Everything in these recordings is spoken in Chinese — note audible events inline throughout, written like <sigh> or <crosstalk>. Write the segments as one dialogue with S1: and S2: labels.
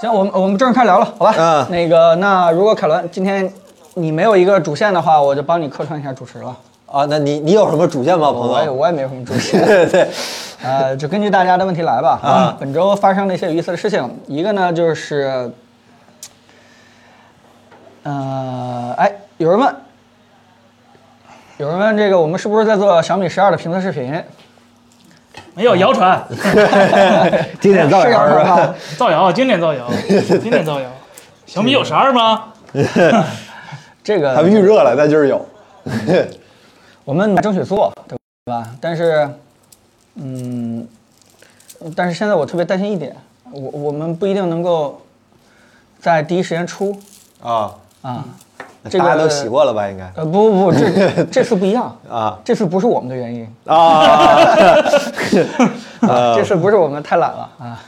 S1: 行，我们我们正式开始聊了，好吧？
S2: 嗯
S1: 那个，那如果凯伦今天你没有一个主线的话，我就帮你客串一下主持了。
S2: 啊，那你你有什么主见吗，
S1: 我
S2: 彭
S1: 也
S2: 总？
S1: 我也没什么主线。
S2: <laughs> 对对，
S1: 呃，就根据大家的问题来吧。嗯
S2: 啊
S1: 本周发生了一些有意思的事情，一个呢就是，呃，哎，有人问，有人问这个我们是不是在做小米十二的评测视频？
S3: 没
S2: 啊
S3: 有谣传， <laughs>
S2: 经典造
S1: 是啊
S2: 谣
S1: 有
S2: 啊是
S1: 人
S2: 吧？
S1: 问
S3: 造谣，经典造谣，经典造谣。小米有十二吗？
S1: 这个
S2: 他们预热了，那就是有。
S1: 我们争取做，对吧？但是，嗯，但是现在我特别担心一点，我我们不一定能够在第一时间出
S2: 啊，
S1: 啊。
S2: 那
S1: 这
S2: 大家
S1: 个
S2: 都洗过了吧？应该
S1: 呃，不不不，
S2: <laughs>
S1: 这这次不一样，
S2: 啊
S1: 这次不是我们的原因， <laughs>
S2: 啊，呃
S1: 啊、这次不是我们太懒了啊。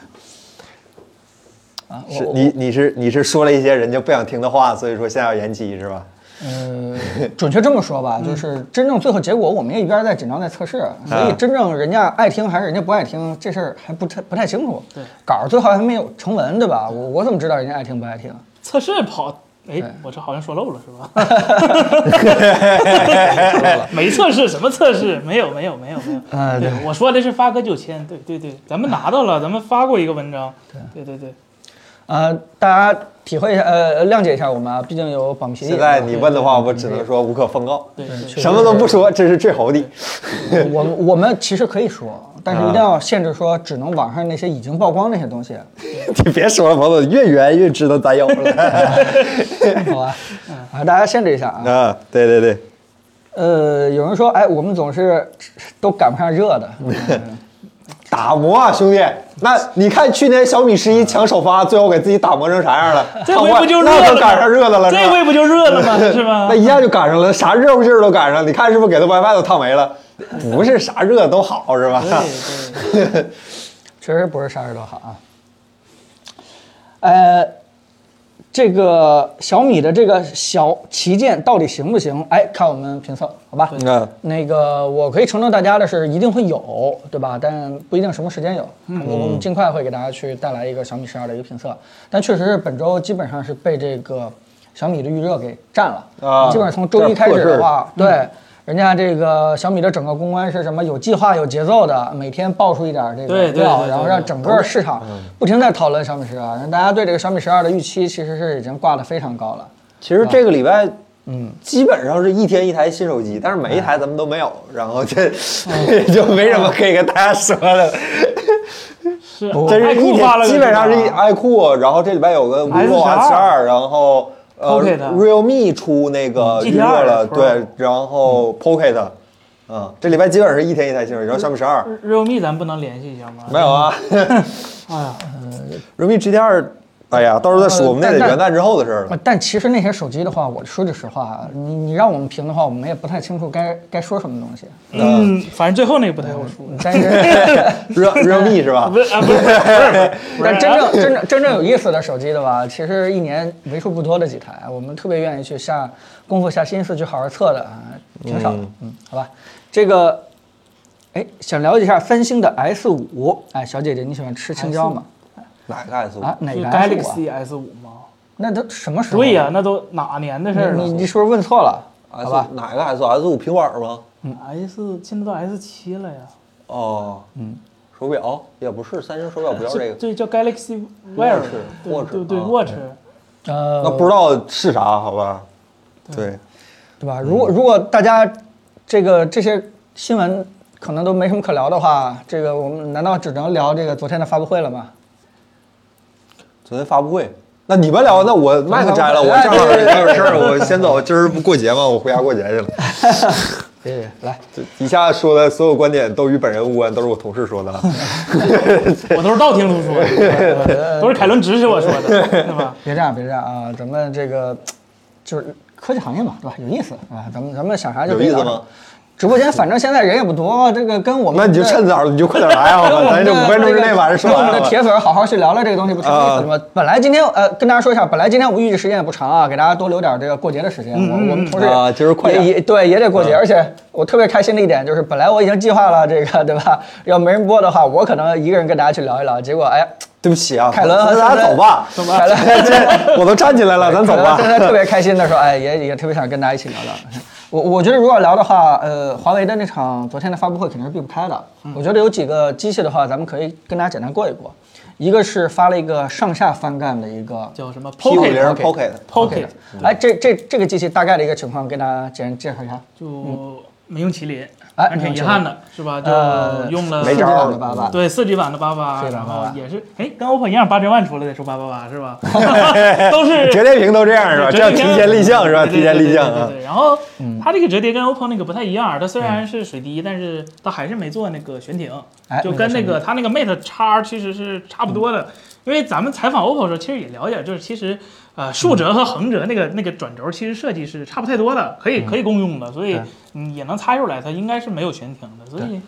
S1: 啊，
S2: 是
S1: 我
S2: 你你是你是说了一些人家不想听的话，所以说现在要延期是吧？ <laughs>
S1: 呃，准确这么说
S2: 嗯
S1: 吧，就是真正最后结果，我们也一边在紧张在测试，
S2: 啊
S1: 所以真正人家爱听还是人家不爱听，这事儿还不太不太清楚。
S3: 对，
S1: 稿儿最后还没有成文，对吧？我我怎么知道人家爱听不爱听？
S3: 测试跑，哎，我这好像说漏了是
S2: <laughs>
S3: 吧？没测试，什么测试？没有，没有，没有，没有。
S1: 啊对
S3: 对，我说的是发个九千，对对对，咱们拿到了，咱们发过一个文章，对对对，
S1: 呃，大家体会一下，呃，谅解一下我们啊，毕竟有保密协议啊。
S2: 现在你问的话，我只能说无可奉告，
S3: 对对
S1: 确实
S2: 什么都不说，这是最猴的。 <laughs>
S1: 我们我们其实可以说，但
S2: 啊
S1: 是一定要限制说，只能网上那些已经曝光那些东西，
S2: 你别说了，彭总，越圆越知道咱有了。 <laughs>
S1: 好吧？啊，大家限制一下啊。
S2: 啊，对对对，
S1: 呃，有人说，哎，我们总是都赶不上热
S2: <laughs>
S1: 的，
S2: 打磨啊，兄弟！那你看去年小米十一抢首发，最后给自己打磨成啥样了？
S3: 这回不就热
S2: 那
S3: 了
S2: 可
S3: 吗？
S2: 赶上热的了，是吧
S3: 这回啊不就热了吗？是吧
S2: 那？一下就赶上了，啥热乎劲儿都赶上。你看是不是给他 WiFi 都烫没了？不是啥热都好是吧？
S3: 对对，
S1: 确实不是啥事都好啊。呃，这个小米的这个小旗舰到底行不行？哎，看我们评测，好吧？
S2: <laughs> 嗯
S1: 那个我可以承诺大家的是，一定会有，对吧？但不一定什么时间有。
S3: 嗯
S1: 我我们尽快会给大家去带来一个小米十二的一个评测。但确实是本周基本上是被这个小米的预热给占了，
S2: 啊
S1: 基本上从周一开始
S2: 这
S1: 的
S2: 破事
S1: 话，对。人家这个小米的整个公关是什么？有计划、有节奏的，每天爆出一点这个
S3: 对对
S1: 料
S3: 对对
S1: 然后
S3: 对
S1: 让整个市场不停在讨论小米十二，大家对这个小米十二的预期其实是已经挂得非常高了。
S2: 其实这个礼拜，嗯，基本上是一天一台新手机，但是每一台咱们都没有，然后这 <laughs>
S3: 哎
S2: 就没什么可以跟大家说的。
S3: 是
S2: 真是
S3: 爱
S2: 一
S3: 酷发了
S2: 天，基
S3: 个
S2: 本上是一
S3: 吧
S2: 爱酷，然后这礼拜有个 vivo S 二，
S3: S12
S2: 然后呃
S3: Pocket
S2: realme 出那个预热
S3: GT2
S2: 了，
S3: Pro
S2: 对，然后 Pocket，嗯，这礼拜基本上是一天一台新手机，然后小米十二
S3: realme 咱不能联系一下吗？
S2: 没有啊。 <laughs>
S3: 哎呀，
S2: realme GT 二，哎呀，到时候再说，
S1: 呃
S2: 我们那得
S1: 但
S2: 元旦之后的事儿了
S1: 啊。但其实那些手机的话，我说句实话啊，你你让我们评的话，我们也不太清楚该该说什么东西。
S3: 嗯，反正最后那个不太好说。
S2: 嗯
S1: 但是，
S2: real realme 是吧
S3: 不？是啊，不是不是不是，
S1: 但真正真正真正有意思的手机的吧，其实一年为数不多的几台，我们特别愿意去下功夫、下心思去好好测的啊，挺少的。嗯，好吧，这个，哎，想了解一下三星的 S 五，哎，小姐姐，你喜欢吃青椒吗？
S2: 哪个 S 五？
S1: 啊，哪
S3: 是
S1: 个 S 五、啊？
S3: Galaxy S 五吗？哦
S1: 那都什么时候？
S3: 对呀，那都哪年的事儿
S1: 你你
S3: 了
S1: 你是不是问错了？好
S2: S
S1: 吧，
S2: 哪个 S 五？S 五平板吗？
S3: 嗯？S 现在到 S 七了呀，
S2: 哦，嗯，手表也不是，三星手表不要这个，
S3: 对，叫 Galaxy Wear，
S2: Watch，
S3: 对
S2: Watch，
S3: 对对
S2: 啊
S3: ，Watch，
S1: 呃，
S2: 那不知道是啥，好吧？对，
S1: 对
S2: 嗯
S1: 吧？如果如果大家这个这些新闻可能都没什么可聊的话，这个我们难道只能聊这个昨天的发布会了吗？
S2: 昨天发布会。那你们聊，那我麦克摘了，我
S1: 哎
S2: 正好还有事儿，我先走。 <laughs> 今儿不过节吗？我回家过节 <laughs> 去了。
S1: 对，来，
S2: 这以下说的所有观点都与本人无关，都是我同事 <laughs> 说的啊。
S3: <laughs> 我都是道听途说的，都是凯伦指使我说的，
S2: <laughs>
S3: 对吧？
S1: 别这样，别这样啊！咱们这个就是科技行业嘛，对吧？有意思啊！咱们咱们想啥就
S2: 有
S1: 别
S2: 意思
S1: 聊
S2: 吗？
S1: 直播间反正现在人也不多，这个跟我们
S2: 那你就
S1: 的
S2: 趁早，你就快点来啊！
S1: 跟我
S2: 咱
S1: 们
S2: 这
S1: 的
S2: 五分钟之内把这说
S1: 跟
S2: 完
S1: 我们的
S2: 了吧。啊
S1: 铁粉好好去聊聊这个东西，不挺有意思的吗？本来今天呃，跟大家说一下，本来今天我们预计时间也不长啊，给大家多留点这个过节的时间。我我们同事
S2: 嗯啊今儿快点啊
S1: 也也对也得过节，而且我特别开心的一点就是，本来我已经计划了这个对吧？要没人播的话，我可能一个人跟大家去聊一聊，结果哎。
S2: <laughs> 对不起啊，
S1: 凯伦
S2: 那咱
S1: 现在
S2: 走吧，
S1: 走
S2: <laughs>
S1: 吧凯伦
S2: 这我都站起来了，咱走
S1: <laughs>
S2: 啊吧。
S1: 现在特别开心的时候，哎，也也特别想跟大家一起聊 <laughs> 聊。我我觉得如果聊的话，呃，华为的那场昨天的发布会肯定是避不开的。
S2: 嗯
S1: 我觉得有几个机器的话，咱们可以跟大家简单过一过。一个是发了一个上下翻盖的一个
S3: 叫什么 p
S2: 屁
S3: o
S2: 股
S3: c k
S2: 铃
S3: e
S2: 儿
S3: t
S2: Pocket
S3: Pocket，
S1: 哎，这这这个机器大概的一个情况，跟大家简介绍一下。
S3: 就没用麒麟，
S1: 哎
S3: 还挺遗憾的，是吧？就呃用
S1: 呃
S3: 了
S2: 没招儿
S1: 的八八，
S3: 对，四 G 版的八八，
S1: 4G 版
S3: 然
S1: 88
S3: 后也是，哎，跟 OPPO 一样，八千万出来得出八八八是 <laughs> 吧？都是
S2: 折叠屏都这样是吧？
S3: 折
S2: 这
S3: 叠
S2: 叫
S3: 屏
S2: 提前立项是吧？
S3: 对对
S2: 提前立项
S3: 对对
S2: 啊
S3: 对。对。然后
S1: 嗯
S3: 它这个折叠跟 OPPO 那个不太一样，它虽然是水滴，但是它还是没做那个悬停
S1: 哎，
S3: 就跟
S1: 没
S3: 那
S1: 做
S3: 个它那个 Mate 叉其实是差不
S1: 嗯
S3: 多的。因为咱们采访 OPPO 的时候，其实也了解，就是其实呃竖折和横折
S1: 嗯
S3: 那个那个转轴其实设计是差不太多的，可以可以共用的，所以
S1: 对
S3: 你也能猜出来它应该是没有悬停的，所以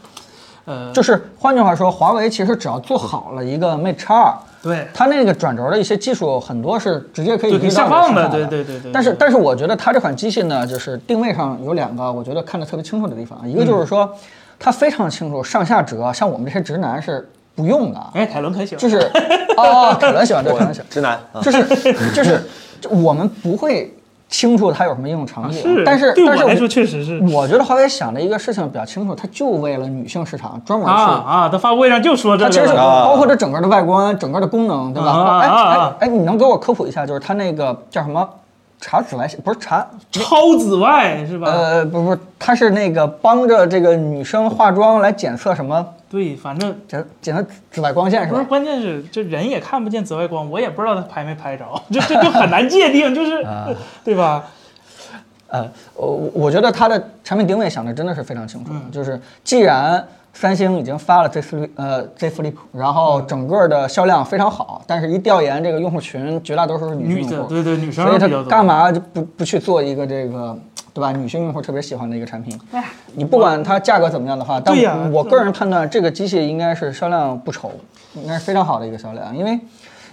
S3: 呃
S1: 就是换句话说，华为其实只要做好了一个 Mate 叉二，
S3: 对。
S1: 它那个转轴的一些技术很多是直接可以
S3: 就可以
S1: 移到
S3: 下放
S1: 的，
S3: 的，对对对对。
S1: 但是，
S3: 对
S1: 但是我觉得它这款机器呢，就是定位上有两个，我觉得看得特别清楚的地方啊。一个就是说，它非常清楚上下折，像我们这些直男是不用的啊，
S3: 哎，凯伦可喜欢，
S1: 就是哦，可能喜欢，对，可能喜欢，
S2: 直男啊，
S1: 就是就是就我们不会清楚它有什么应用场景，
S3: 是，
S1: 但是
S3: 对我
S1: 但是
S3: 来说确实是
S1: 我嗯觉得华为想的一个事情比较清楚，它就为了女性市场专门去。
S3: 啊啊，他发布会上就说这
S1: 它其
S3: 个
S1: 实是
S3: 了，
S2: 啊
S1: 包括这整个的外观、整个的功能，对吧？
S3: 啊
S1: 哎
S3: 啊
S1: 哎
S3: 啊
S1: 哎，你能给我科普一下，就是它那个叫什么查紫外线？不是查
S3: 超紫外是吧？
S1: 呃，不不，他是那个帮着这个女生化妆来检测什么，
S3: 对，反正
S1: 检检测紫外光线是
S3: 不是，
S1: 吧？
S3: 关键是这人也看不见紫外光，我也不知道他拍没拍着， <laughs> 这这就很难界定，就是
S1: 啊
S3: 对吧？
S1: 呃，我我我觉得他的产品定位想的真的是非常清楚，
S3: 嗯
S1: 就是既然三星已经发了 Z Flip 呃 Z Flip，然后
S3: 嗯
S1: 整个的销量非常好，但是一调研这个用户群绝大多数是女
S3: 女
S1: 性
S3: 的
S1: 用，户，
S3: 对对，女生
S1: 所以
S3: 比
S1: 他
S3: 较
S1: 干
S3: 多。
S1: 嘛就不不去做一个这个对吧女性用户特别喜欢的一个产品？
S3: 哎，
S1: 你不管它价格怎么样的话，但
S3: 对呀
S1: 我
S3: 这
S1: 个人判断，这个机器应该是销量不愁，应该是非常好的一个销量，因为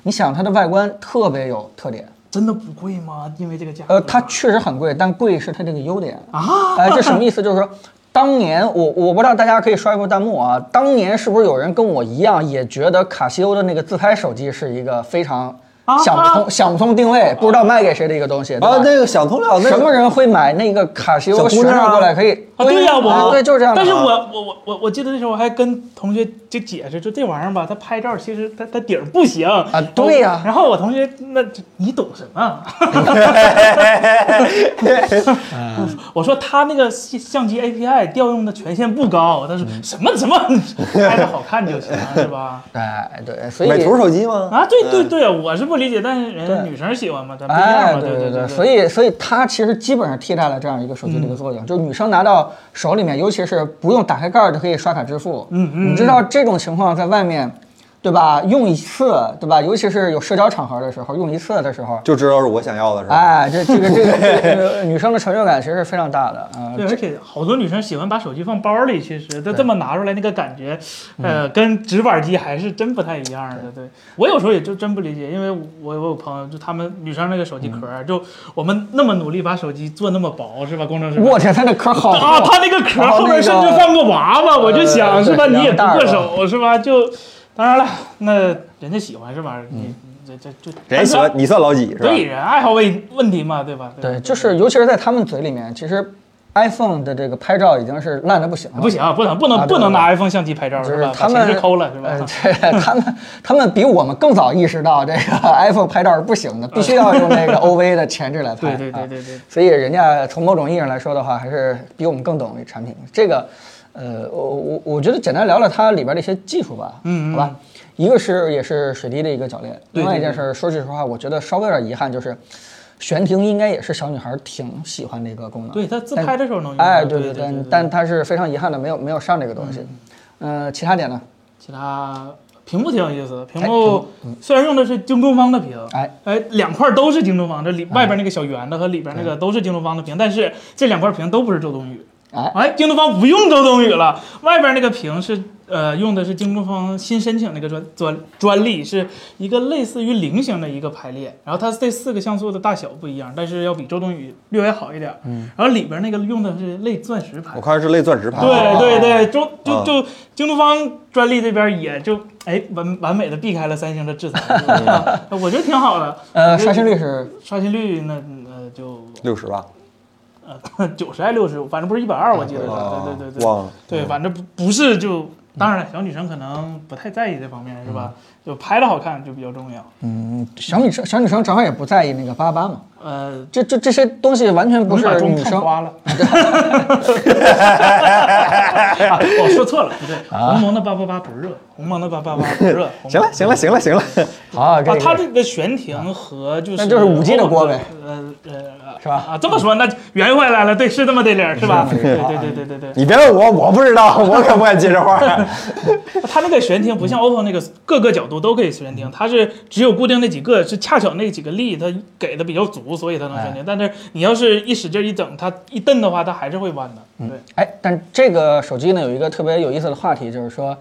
S1: 你想它的外观特别有特点，
S3: 真的不贵吗？因为这个价格，
S1: 呃，它确实很贵，但贵是它这个优点
S3: 啊。
S1: 哎，这什么意思？就是说，当年我我不知道大家可以刷一波弹幕啊，当年是不是有人跟我一样也觉得卡西欧的那个自拍手机是一个非常
S3: 啊
S1: 想不通、想不通定位，不知道卖给谁的一个东西？对吧
S2: 啊，那个想通了，那个
S1: 什么人会买那个卡西欧
S2: 小
S1: 旋
S2: 姑娘啊
S1: 转过来可以？
S3: 啊，对呀、我
S1: 哎对，就是这样的啊。
S3: 但是我我我我我记得那时候我还跟同学就解释，就这玩意儿吧，它拍照其实它它底儿不行啊
S1: 对呀
S3: 然后我同学那你懂什么？啊 <laughs> 我说他那个相机 API 调用的权限不高，他说
S1: 嗯
S3: 什么什么拍的好看就行了，是吧？
S1: 哎，对，所以
S2: 美图手机吗？
S3: 啊，对
S2: 嗯
S3: 对对，我是不理解，但是人家
S1: 嗯对
S3: 女生喜欢嘛，咱不一样
S1: 哎，
S3: 嘛，
S1: 对
S3: 对
S1: 对，
S3: 对，嗯
S1: 所以所以它其实基本上替代了这样一个手机的一个作用，就是女生拿到手里面，尤其是不用打开盖儿就可以刷卡支付。
S3: 嗯嗯
S1: 你知道这种情况在外面，对吧？用一次，对吧？尤其是有社交场合的时候，用一次的时候，
S2: 就知道是我想要的是吧？
S1: 哎，这这个这个这个女生的成就感其实是非常大的啊。
S3: 对，而且好多女生喜欢把手机放包里，其实她这么拿出来那个感觉，呃，
S1: 嗯
S3: 跟直板机还是真不太一样的。对我有时候也就真不理解，因为我我有朋友就他们女生那个手机壳
S1: 嗯
S3: 儿，就我们那么努力把手机做那么薄，是吧？工程师们
S1: 我天，它那壳好
S3: 啊，
S1: 厚
S3: 它那个壳
S1: 然后
S3: 后面
S1: 那
S3: 甚
S1: 个
S3: 至放个娃娃，我就想
S1: 呃
S3: 是吧？
S1: 对
S3: 你也不
S1: 两个
S3: 过
S1: 袋儿
S3: 手是吧？就当然了，那人家喜欢这玩意儿，
S1: 嗯
S3: 你这这这
S2: 人家喜欢，你算老几是吧？
S3: 对人爱好问问题嘛，对吧？
S1: 对，就是尤其是在他们嘴里面，其实 iPhone 的这个拍照已经是烂的不行了。
S3: 不行，不能不
S1: 啊
S3: 能
S1: 对
S3: 不能
S1: 对
S3: 拿 iPhone 相机拍照
S1: 就是
S3: 吧？
S1: 他
S3: 把
S1: 们
S3: 前置抠了是吧？啊
S1: 呃对，他们他们比我们更早意识到这个 <laughs> iPhone 拍照是不行的，必须要用那个 OV 的前置来拍。
S3: 对对对
S1: 啊
S3: 对对。
S1: 所以人家从某种意义上来说的话，还是比我们更懂产品。这个，呃，我我我觉得简单聊聊它里边的一些技术吧，
S3: 嗯嗯
S1: 好吧。一个是也是水滴的一个铰链，
S3: 对
S1: 另外一
S3: 对
S1: 件事，说句实话，我觉得稍微有点遗憾，就是悬停应该也是小女孩挺喜欢的一个功能。
S3: 对他自拍的时候能用。
S1: 哎，
S3: 对
S1: 对对，
S3: 对
S1: 但。但它是非常遗憾的，没有没有上这个东西。嗯，其他点呢？
S3: 其他屏幕挺有意思的，屏幕虽然用的是京东方的屏，
S1: 嗯哎
S3: 两块都是京东方，这里外边那个小圆的和里边那个都是京东方的屏，但是这两块屏都不是周冬雨。
S1: 哎
S3: 哎，京东方不用周冬雨了，外边那个屏是呃，用的是京东方新申请的一个专专专利，是一个类似于菱形的一个排列，然后它这四个像素的大小不一样，但是要比周冬雨略微好一点。嗯，然后里边那个用的是类钻石排
S2: 我，看是类钻石牌。
S3: 对对对，中
S2: 啊
S3: 就就京东方专利这边也就哎完完美的避开了三星的制裁，啊我觉得挺
S2: <laughs>
S3: 好的。
S1: 呃，刷新率是
S3: 刷新率那呃就
S2: 六十吧，
S3: 呃九十还六十，反正不是一百二，我记得是。
S2: 啊
S3: 对对对对，
S2: 忘了。
S3: 对，反正不不是就。当然了，小女生可能不太在意这方面，是吧？就拍的好看就比较重要。
S1: 嗯，小女生小女生正好也不在意那个八八嘛，
S3: 呃，
S1: 这这这些东西完全不
S3: 你
S1: 是
S3: 把钟
S1: 女
S3: 看
S1: 生。 <laughs>
S3: 花了。啊我说错了，不对，鸿蒙的八八八不热，鸿蒙的八八八不热。鸿蒙
S2: 行了，行了，行了，行了，
S1: 好，可
S3: 啊，
S1: 以
S3: 它
S1: 可以
S3: 这个悬停和就是
S1: 那就是 5G 的锅呗，
S3: 呃呃，
S1: 是吧
S3: 啊，这么说那圆回来了，对，是这么的理儿，是吧？对对对对对对对，
S2: 你别问我，我不知道，我可不敢接这话。
S3: <laughs> 它那个悬停不
S1: 嗯
S3: 像 OPPO 那个各个角度都可以悬停，它是只有固定那几个，是恰巧那几个力它给的比较足，所以它能
S1: 哎
S3: 悬停。但是你要是一使劲一整，它一蹬的话，它还是会弯的。对，
S1: 哎，但这个手机呢有一个特别有意思的话题，就是说，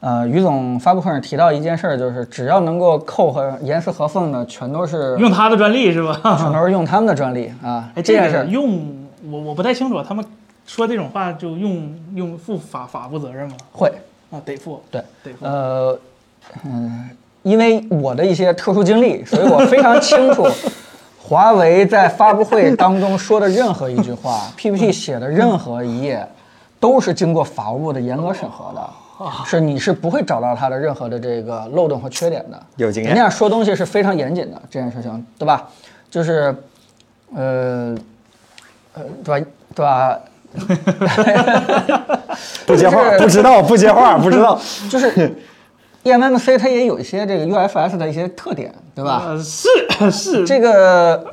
S1: 呃，于总发布会上提到一件事儿，就是只要能够扣和严丝合缝的，全都是
S3: 用它的专利是
S1: 全 <laughs>
S3: 吧？
S1: 都是用他们的专利啊。
S3: 哎，
S1: 这件事
S3: 个
S1: 儿
S3: 用我我不太清楚，他们说这种话就用用负法法务责任吗？
S1: 会
S3: 啊，得负，
S1: 对，
S3: 得负。
S1: 呃，嗯，因为我的一些特殊经历，所 <laughs> 以我非常清楚。华为在发布会当中说的任何一句话，PPT 写的任何一页，都是经过法务部的严格审核的，是你是不会找到它的任何的这个漏洞和缺点的。
S2: 有经验
S1: 人家说东西是非常严谨的，这件事情，对吧？就是，呃，呃，对吧？对吧？ <laughs>
S2: 不接话，不知道，不接话，不知道。
S3: <laughs>
S1: 就是 <laughs> E EMMC 它也有一些这个 UFS 的一些特点，对吧？
S3: 呃，是是，
S1: 这个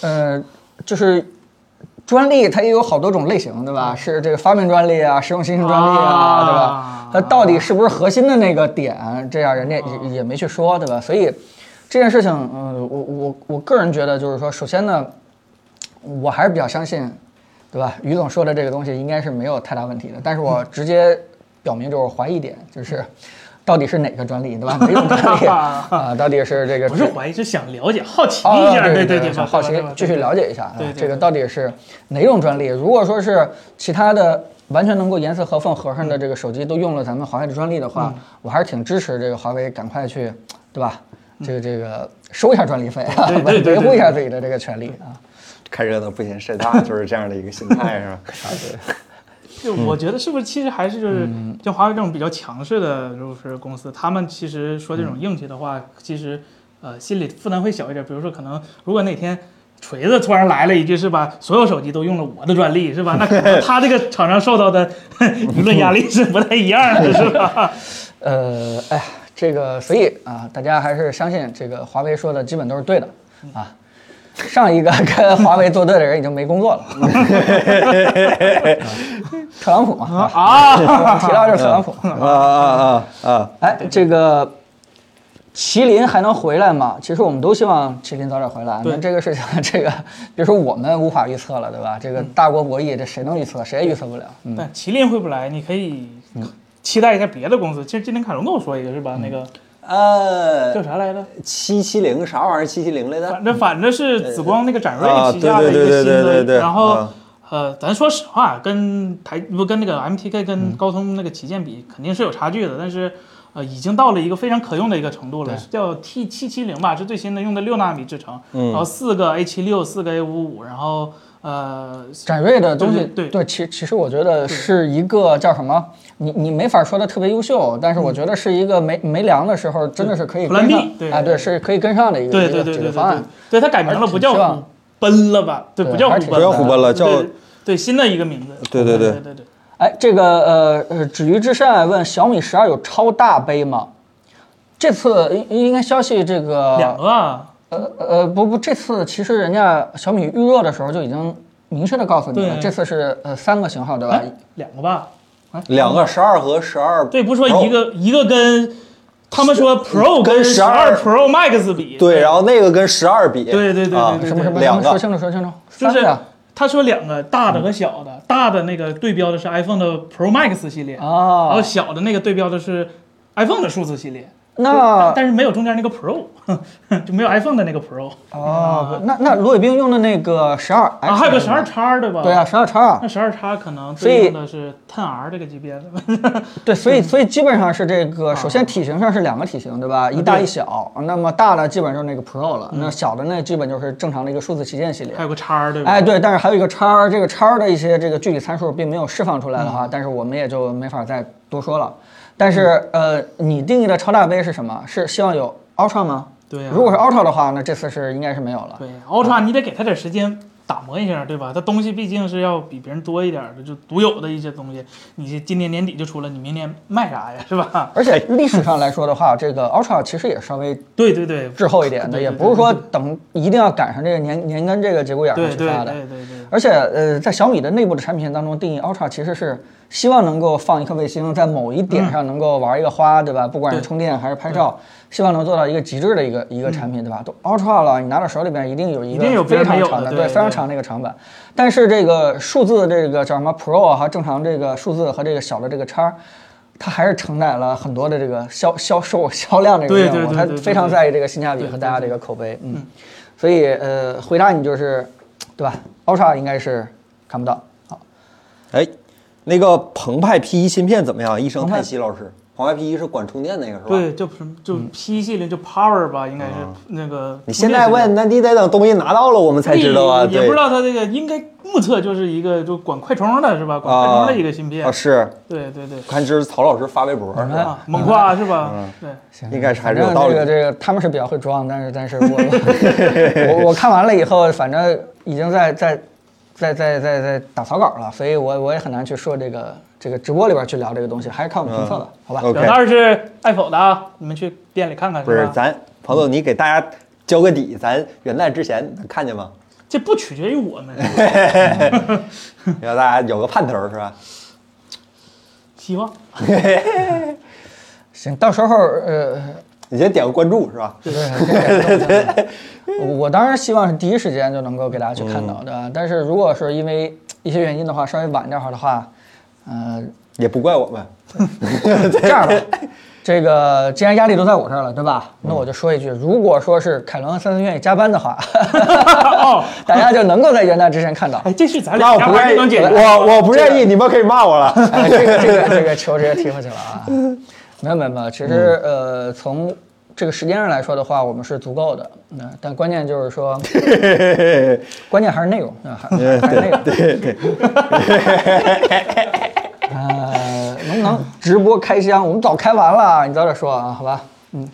S1: 呃，就是专利它也有好多种类型，对吧？是这个发明专利啊，实用新型专利啊，
S3: 嗯啊
S1: 对吧？它到底是不是核心的那个点，这样人
S3: 啊
S1: 家也也没去说，对吧？所以这件事情，嗯、我我我个人觉得就是说，首先呢，我还是比较相信，对吧？于总说的这个东西应该是没有太大问题的，但是
S3: 嗯
S1: 我直接表明就是我怀疑点，就是到底是哪个专利，对吧？哪种专
S3: <laughs>
S1: 利啊？到底是这个
S3: 不是怀疑，是想了解、好奇
S1: 哦，
S3: 一下，
S1: 对对，
S3: 对对，
S1: 好奇继续了
S3: 解。
S1: 解一下啊
S3: 对对，对
S1: 这个到底是哪种专利？如果说是其他的完全能够严丝合缝合上
S3: 嗯
S1: 的这个手机都用了咱们华为的专利的话，我还是挺支持这个华为赶快去，对吧？这个这个收一下专利费，
S3: 嗯
S1: 啊
S3: 对
S1: <laughs>
S3: 对对对
S1: 维护一下自己的这个权利啊。
S2: 看热闹不嫌事大，就是这样的一个心态，是吧？
S3: 就我觉得是不是其实还是就是像华为这种比较强势的，就是公司，他们其实说这种硬气的话，其实呃心理负担会小一点。比如说，可能如果哪天。锤子突然来了一句是吧？所有手机都用了我的专利是吧？那可能他这个厂商受到的舆论压力是不太一样的，是吧？ <laughs>
S1: 呃，哎呀，这个所以啊，大家还是相信这个华为说的基本都是对的
S3: 嗯
S1: 啊。上一个跟华为作对的人已经没工作
S3: <laughs>
S1: 了，啊特朗普嘛，啊， <laughs> 提到就是特
S3: 嗯
S1: 朗普。
S2: <laughs> 啊啊啊啊！
S1: 哎，这个麒麟还能回来吗？其实我们都希望麒麟早点回来。
S3: 对
S1: 那这个事情， <laughs> 这个别说我们无法预测了，对吧？这
S3: 嗯
S1: 个大国博弈，这谁能预测？谁也预测不了。嗯，
S3: 但麒麟会不会来？你可以期待一下别的公司。其实今天卡龙跟我说一个是吧？那个叫
S2: 呃，
S3: 啥来着？
S2: 七七零啥玩意儿？七七零来的？
S3: 反正反正是紫光那个展锐
S2: 啊
S3: 旗下的一
S2: 对
S3: 个
S2: 对对
S3: 新
S2: 对对对
S3: 的，然后
S2: 啊
S3: 呃，咱说实话，跟台不跟那个 MTK
S2: 嗯
S3: 跟高通那个旗舰比，肯定是有差距的，但是。呃，已经到了一个非常可用的一个程度了，叫 T 七七零吧，是最新的，用的六纳米制程，
S2: 嗯
S3: 然后四个 A 七六，四个 A 五五，然后呃，
S1: 展锐的东西，
S3: 对对
S1: 其其实我觉得是一个叫什么？你你没法说它特别优秀，但是我觉得是一个没没粮的时候，真的是可以
S3: 嗯对
S1: 跟上
S3: Plan B，对，
S1: 啊，对，是可以跟上的一个
S3: 对
S1: 一个
S3: 对对
S1: 解
S3: 对
S1: 决
S3: 对
S1: 方
S3: 对
S1: 案。，
S3: 对它改名了，
S1: 还是
S3: 不
S1: 挺
S3: 叫
S1: 希望
S3: 虎奔了吧？对，
S1: 对
S3: 不叫
S1: 还
S3: 虎
S1: 是挺
S3: 奔，
S1: 希望虎
S2: 奔了叫
S3: 对对新的一个名字，
S2: 对对对
S3: 对对对。
S1: 哎，这个呃呃，止于至善问小米十二有超大杯吗？这次应应该消息这个
S3: 两个啊，
S1: 呃呃不不，这次其实人家小米预热的时候就已经明确的告诉你了，
S3: 对哎
S1: 这次是呃三个型号对吧？
S3: 两个吧。
S2: 两个十二和十二，
S3: 对，不是说一个一个跟他们说 Pro
S2: 跟
S3: 跟哦十二
S2: 12
S3: Pro Max 比，
S2: 对，然后那个跟十二比，
S3: 对对对对
S2: 啊
S3: 对
S1: 什么什么
S2: 两
S1: 什么？说
S2: 个
S1: 清楚说清楚，三
S3: 就是
S1: 个
S3: 他说两个大的和小的，大的那个对标的是 iPhone 的 Pro Max 系列，然后
S1: 哦，
S3: 小的那个对标的是 iPhone 的数字系列，
S1: 那
S3: 但是没有中间那个 Pro，就 <laughs> 没有 iPhone 的那个 Pro
S1: 哦，那那罗伟冰用的那个十二
S3: 啊，还有个十二叉对吧？
S1: 对啊，，十二叉
S3: 那十二叉可能
S1: 所以
S3: 对应的是 Ten R 这个级别的， <laughs>
S1: 对，所以所以基本上是这
S3: 啊
S1: 个，首先体型上是两个体型，对吧？一大一小，那么大的基本就是那个 Pro 了，那小的那基本就是正常的一个数字旗舰系列
S3: 嗯还。有个叉对吧？
S1: 哎，对，但是还有一个叉儿，这个叉儿的一些这个具体参数并没有释放出来的
S3: 嗯
S1: 话，但是我们也就没法再多说了。但是
S3: 嗯
S1: 呃，你定义的超大杯是什么？是希望有 Ultra 吗？
S3: 对啊
S1: 如果是 Ultra 的话，那这次是应该是没有了。
S3: 对，Ultra
S2: 嗯
S3: 你得给他点时间打磨一下，对吧？它东西毕竟是要比别人多一点儿的，就独有的一些东西，你今年年底就出了，你明年卖啥呀，是吧？
S1: 而且历史上来说的话，这个 Ultra 其实也稍微
S3: 对对对，
S1: 滞后一点的，
S3: 对对
S1: 也
S3: 对
S1: 不是说
S3: 对
S1: 等一定要赶上这个年年跟这个节骨眼上
S3: 对对
S1: 去发的。
S3: 对对对，
S1: 而且，呃，在小米的内部的产品线当中，定义 Ultra 其实是希望能够放一颗卫星，在某一点上能够玩一个花，对吧？不管是
S3: 嗯对嗯
S1: 充电还是拍照，希望能做到一个极致的一个一个产品，对吧？都 Ultra 了，你拿到手里边一定有一
S3: 一定有
S1: 个
S3: 别
S1: 非
S3: 人
S1: 常
S3: 没有
S1: 长
S3: 的
S1: 对，
S3: 对
S1: 非常
S3: 对
S1: 长的一个长板。但是这个数字的这个叫什么 Pro 啊，和正常这个数字和这个小的这个叉。它还是承载了很多的这个销销售销量这个
S3: 对
S1: 任务，
S3: 对对对对
S1: 它非常
S3: 对
S1: 在意这个性价比和大家这个口碑，嗯，所以呃，回答你就是，对吧？Ultra 应该是看不到，好，
S2: 哎，那个澎湃 P 1芯片怎么样？一声
S1: 澎湃
S2: 叹息，老师，澎湃 P 1是管充电那个是吧？
S3: 对，就什么就 P 系列就 Power 吧，应该是那个。
S2: 嗯你现在问，那你得等东西拿到了，我们才知道啊。
S3: 也
S2: 对
S3: 不知道它这个应该目测就是一个就管快充的是吧？管快充的一个芯片
S2: 啊，，是。嗯
S3: 对对
S2: <laughs>
S3: 对，
S2: 我看这是曹老师发微博是吧？
S3: 啊，猛夸是
S2: 嗯
S3: 吧？对，
S1: 行，
S2: 应该是还
S1: 反
S2: 是
S1: 正
S2: 有道理
S1: 这个这个他们是比较会装，但是但是我我我看完了以后，反正已经在在在在在在打草稿了，所以我我也很难去说这个这个直播里边去聊这个东西，还是看我们评测的，好吧？
S2: 嗯 OK
S3: 表单是爱否的啊，你们去店里看看
S2: 不是
S3: 吧？，
S2: 咱彭总，你给大家交个底，咱元旦之前能看见
S3: <laughs>
S2: 吗？
S3: 这不取决于
S2: <laughs>
S3: 我们，
S2: 让大家有个盼头是吧？
S3: 希望。
S1: 行，到时候呃，
S2: 你先点个关注是吧？
S1: 我当然希望是第一时间就能够给大家去看
S2: 嗯
S1: 到的，但是如果是因为一些原因的话，稍微晚点儿的话，呃，
S2: 也不怪我们，
S1: <laughs> 这样吧，这个既然压力都在我这儿了，对吧？那我就说一句，如果说是凯伦和森森愿意加班的话，
S3: 哦，
S1: 大家就能够在元旦之前看到。
S3: 哎，这是咱
S2: 那
S3: 俩
S2: 我
S3: 加
S2: 不愿
S3: 班就
S2: 意
S3: 能解，决。
S2: 我我不愿意，你们可以骂我
S3: <laughs>
S2: 了。
S1: 哎，这个这个这个球直接踢回去了啊！没有没有没有，其实呃，从这个时间上来说的话，我们是足够的。那但关键就是 <laughs> 说，关键还是内容啊，还还是内容。对对。 <laughs> 呃，能不能直播开箱？我们早开完了，你早点说啊，好吧？嗯，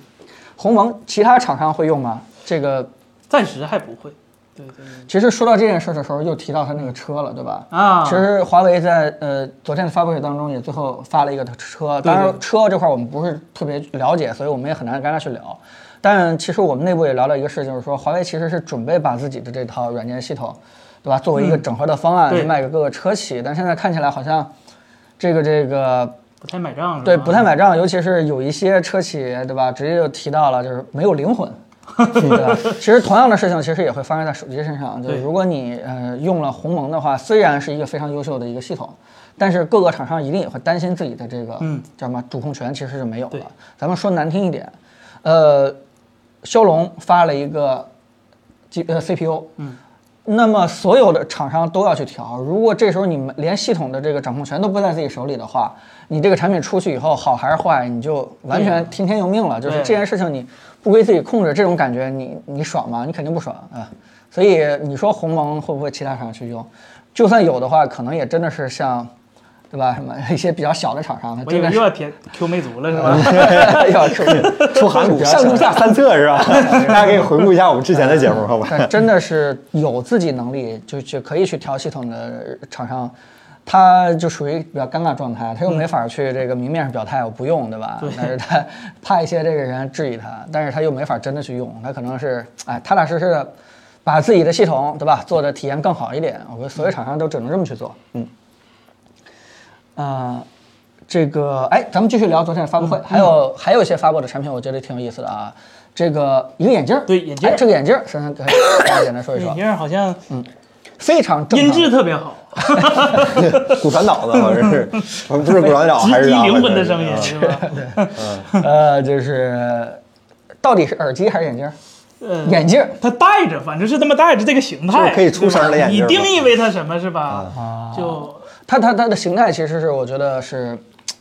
S1: 鸿蒙其他厂商会用吗？这个
S3: 暂时还不会。对对对，
S1: 其实说到这件事的时候，又提到他那个车了，对吧？
S3: 啊
S1: 其实华为在呃昨天的发布会当中也最后发了一个车，当然车这块我们不是特别了解，所以我们也很难跟他去聊。但其实我们内部也聊到一个事情，就是说华为其实是准备把自己的这套软件系统，对吧，作为一个整合的方案
S3: 嗯对
S1: 去卖给各个车企，但现在看起来好像这个这个
S3: 不太买账是吧？
S1: 对，不太买账，尤其是有一些车企，对吧？直接就提到了，就是没有灵
S3: <laughs>
S1: 魂。对吧？其实同样的事情，其实也会发生在手机身上。就是
S3: 对
S1: 如果你呃用了鸿蒙的话，虽然是一个非常优秀的一个系统，但是各个厂商一定也会担心自己的这个、
S3: 嗯
S1: 叫什么主控权其实是没有
S3: 对
S1: 了。咱们说难听一点，呃，骁龙发了一个 G 呃 CPU，
S3: 嗯，
S1: 那么所有的厂商都要去调。如果这时候你们连系统的这个掌控权都不在自己手里的话，你这个产品出去以后好还是坏，你就完全听天由命了。就是
S3: 对
S1: 这件事情你不归自己控制，这种感觉你你爽吗？你肯定不爽啊。所以你说鸿蒙会不会其他厂商去用？就算有的话，可能也真的是像，对吧？什么一些比较小的厂商，它
S3: 我以
S1: 真
S3: 为
S1: 的
S3: 又
S1: 是
S3: 要 <laughs> 填 Q 魅族了是吧？ <laughs>
S1: <laughs> 要出
S2: 出韩股上中下
S1: <laughs>
S2: 三策是吧？ <laughs> 大家可以回顾一下我们之前的节目，好吧？
S1: 但真的是有自己能力就就可以去调系统的厂商，他就属于比较尴尬状态，他又没法去这个明面上表态我不用，对吧？但是他怕一些这个人质疑他，但是他又没法真的去用，他可能是哎踏踏实实的把自己的系统对吧做的体验更好一点，我觉得所有厂商都只能这么去做，嗯，啊、这个哎，咱们继续聊昨天的发布会，还有还有一些发布的产品，我觉得挺有意思的啊。这个一个眼镜儿，
S3: 对眼镜儿 <laughs>
S1: 哎这个眼镜儿，珊珊可以简单说一说
S3: 嗯眼。镜好像，
S1: 非常正
S3: 音
S1: 常
S3: 质特
S2: <laughs>
S3: 别好，
S2: 骨传导呢，好
S1: <laughs>
S2: 像是，好像不是骨传导，还
S3: 直
S2: 是
S3: 击
S2: 啥
S3: 灵魂的
S2: 反正
S3: 声音
S2: <laughs> 啊
S3: 是吧？ <laughs>
S1: 呃，就是到底是耳机还是眼镜儿？
S3: <laughs> 呃，
S1: 眼镜儿，
S3: 它戴着，反正是这么戴着这个形态，
S2: 就是可以出声儿的眼镜
S3: 对
S2: 儿
S3: 吧你定义为它什么是吧？就
S1: 它它它的形态其实是我觉得是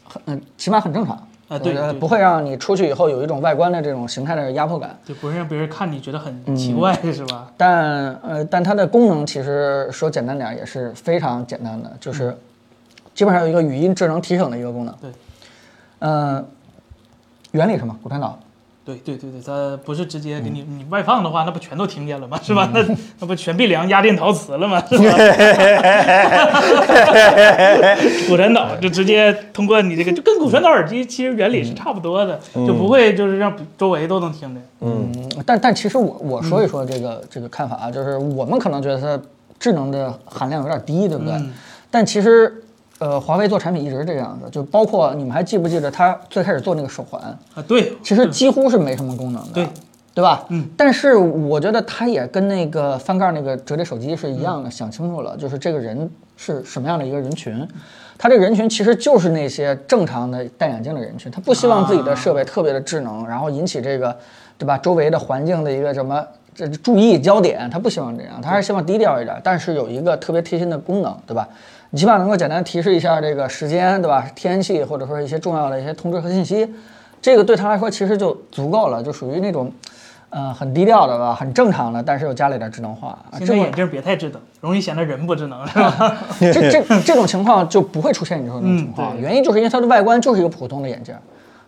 S1: 很嗯起码很正常
S3: 啊对
S1: 我觉得
S3: 对
S1: 不会让你出去以后有一种外观的这种形态的压迫感。
S3: 就不会让别人看你觉得很奇怪是吧？
S1: 但呃，但它的功能其实说简单点儿也是非常简单的，就是基本上有一个语音智能提醒的一个功能。
S3: 对，
S1: 嗯，原理是什么？骨传导。
S3: 对对对对，它不是直接给你
S1: 嗯
S3: 你外放的话，那不全都听见了吗？是吧？那 <laughs> 那不全变梁压电陶瓷了吗？是
S1: <laughs>
S3: 吧？骨传导就直接通过你这个，就跟骨传导耳机其实原理
S1: 嗯
S3: 是差不多的，就不会就是让周围都能听见。
S1: 嗯，但但其实我我说一说这个、这个看法啊，就是我们可能觉得它智能的含量有点低，对不对？
S3: 嗯
S1: 但其实，呃，华为做产品一直是这个样子，就包括你们还记不记得它最开始做那个手环，
S3: 啊，对，
S1: 其实几乎是没什么功能的，
S3: 对
S1: 对吧？
S3: 嗯。
S1: 但是我觉得它也跟那个翻盖那个折叠手机是一样
S3: 嗯
S1: 的，想清楚了，就是这个人是什么样的一个人群，他这个人群其实就是那些正常的戴眼镜的人群，他不希望自己的设备特别的智能，然后引起这个，对吧？周围的环境的一个什么。这注意焦点，他不希望这样，他还是希望低调一点，但是有一个特别贴心的功能，对吧？你起码能够简单提示一下这个时间，对吧？天气或者说一些重要的一些通知和信息，这个对他来说其实就足够了，就属于那种，呃，很低调的吧，很正常的，但是又加了一点智能化。啊
S3: 现
S1: 这
S3: 在
S1: 么
S3: 眼镜别太智能，容易显得人不智
S1: <laughs>
S3: 能，是吧？
S1: 这
S3: <laughs>
S1: 这这种情况就不会出现你说的那种情况，
S3: 嗯对
S1: 原因就是因为它的外观就是一个普通的眼镜，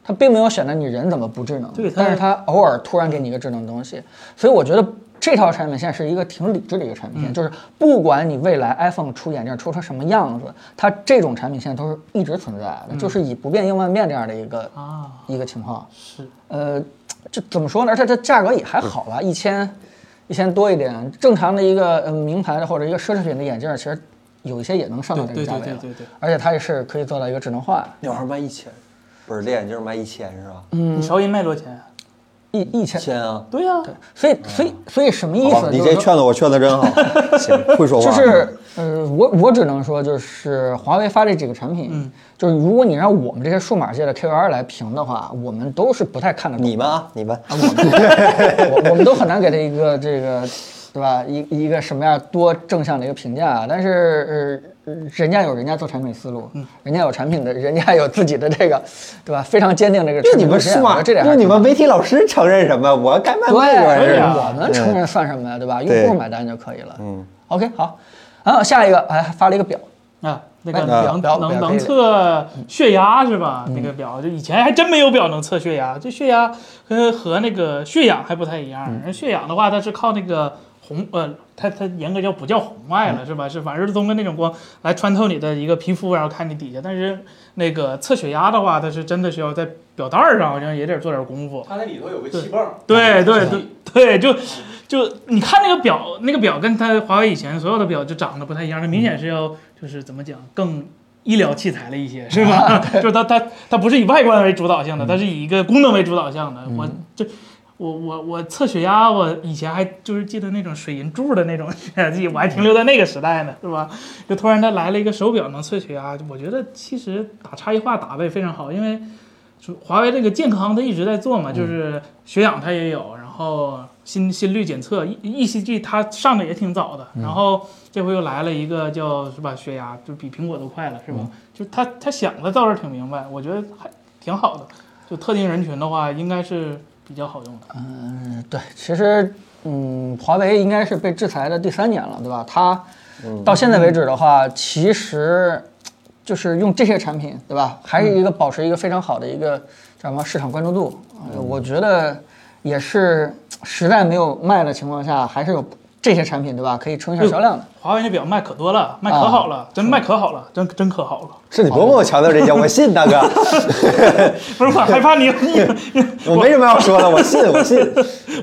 S1: 它并没有显得你人怎么不智能，
S3: 对它
S1: 但是它偶尔突然给你一个智能的东西，所以我觉得这套产品线是一个挺理智的一个产
S3: 嗯
S1: 品线，就是不管你未来 iPhone 出眼镜出成什么样子，它这种产品线都是一直存在的，就是以不变应万变这样的一个、
S3: 嗯啊，
S1: 一个情况。
S3: <laughs> 是
S1: 呃，这怎么说呢？而且它价格也还好吧，一千一千多一点。正常的一个呃名牌的或者一个奢侈品的眼镜儿，其实有一些也能上到这
S3: 对
S1: 个
S3: 对
S1: 价
S3: 对
S1: 位了。
S3: 对对对
S1: 而且它也是可以做到一个智能化，
S2: 那玩意儿卖一千，不是这眼镜卖一千是吧？
S1: 嗯
S3: 你韶音卖多少钱啊？
S1: 一一
S2: 一
S1: 千。
S2: 千啊！
S3: 对呀，
S1: 所以所以所以什么意
S2: 嗯好
S1: 思
S2: 吧，？你这
S1: 就是说
S2: 劝的我劝
S1: <laughs>
S2: 的真好，行，会说嗯话。
S1: 就是呃，我我只能说，就是华为发这几个产品，
S3: 嗯
S1: 就是如果你让我们这些数码界的 KOL 来评的话，我们都是不太看得懂的。
S2: 你们啊，你 <laughs> 们，
S1: <laughs> 我我们都很难给他一个这个，对吧？一一个什么样多正向的一个评价啊？但是呃，人家有人家做产品思路，
S2: 嗯
S1: 人家有产品的，人家有自己的这个，对吧？非常坚定这个
S2: 这
S1: 产
S2: 你
S1: 品
S2: 们
S1: 路线。
S2: 数
S1: 我觉
S2: 码，
S1: 得这点
S2: 这
S1: 还
S2: 你
S1: 挺
S2: 们媒体老师承认什么？我该卖
S1: 对，
S2: 卖这玩意
S1: 所以
S2: 儿
S1: 啊
S2: 啊。
S1: 我们承认算什么呀？对吧？
S2: 对
S1: 用户买单就可以了。嗯，OK，好。然后下一个，哎，还发了一个表，
S3: 啊，那个
S1: 哎
S3: 量
S1: 表
S3: 能
S1: 表
S3: 能
S1: 可以嗯
S3: 测血压是吧？那个表就以前还真没有表能测血压，这血压跟和那个血氧还不太
S1: 嗯
S3: 一样。人血氧的话，它是靠那个红呃，它它严格叫不叫红外
S1: 嗯
S3: 了是吧？是反正是通过那种光来穿透你的一个皮肤，然后看你底下。但是那个测血压的话，它是真的需要在表带儿上好像也得做点功夫。
S4: 它那里头有个气泵，嗯
S3: 对对对对，就就你看那个表，那个表跟它华为以前所有的表就长得不太一样，那明显是要就是怎么讲更。医疗器材了一些是吧？就是它它它不是以外观为主导向的，它是以一个功能为主导向的。我这我我我测血压，我以前还就是记得那种水银柱的那种血压计，我还停留在那个时代呢，是吧？就突然它来了一个手表能测血压，我觉得其实打差异化打得也非常好，因为就华为这个健康它一直在做嘛，就是血氧它也有，然后心心率检测 E E C G 它上的也挺早的，然后这回又来了一个叫是吧血压，就比苹果都快了是吧？就它它想的倒是挺明白，我觉得还挺好的。就特定人群的话，应该是比较好用的。
S1: 嗯，对，其实，嗯，华为应该是被制裁的第三年了，对吧？它
S2: 嗯
S1: 到现在为止的话，其实就是用这些产品，对吧？还是一
S2: 嗯
S1: 个保持一个非常好的一个叫什么市场关注度。呃我觉得也是实在没有卖的情况下，还是有这些产品，对吧？可以冲一下销量的。
S3: 华为那表卖可多了，卖可好了，真卖可好了，真真可好了。 <laughs>
S2: 是你不用跟我强调这些，我
S1: <laughs>
S2: 信大哥，
S3: 不是我害怕你， <laughs> 你
S2: 我没什么要说的，我信，我信。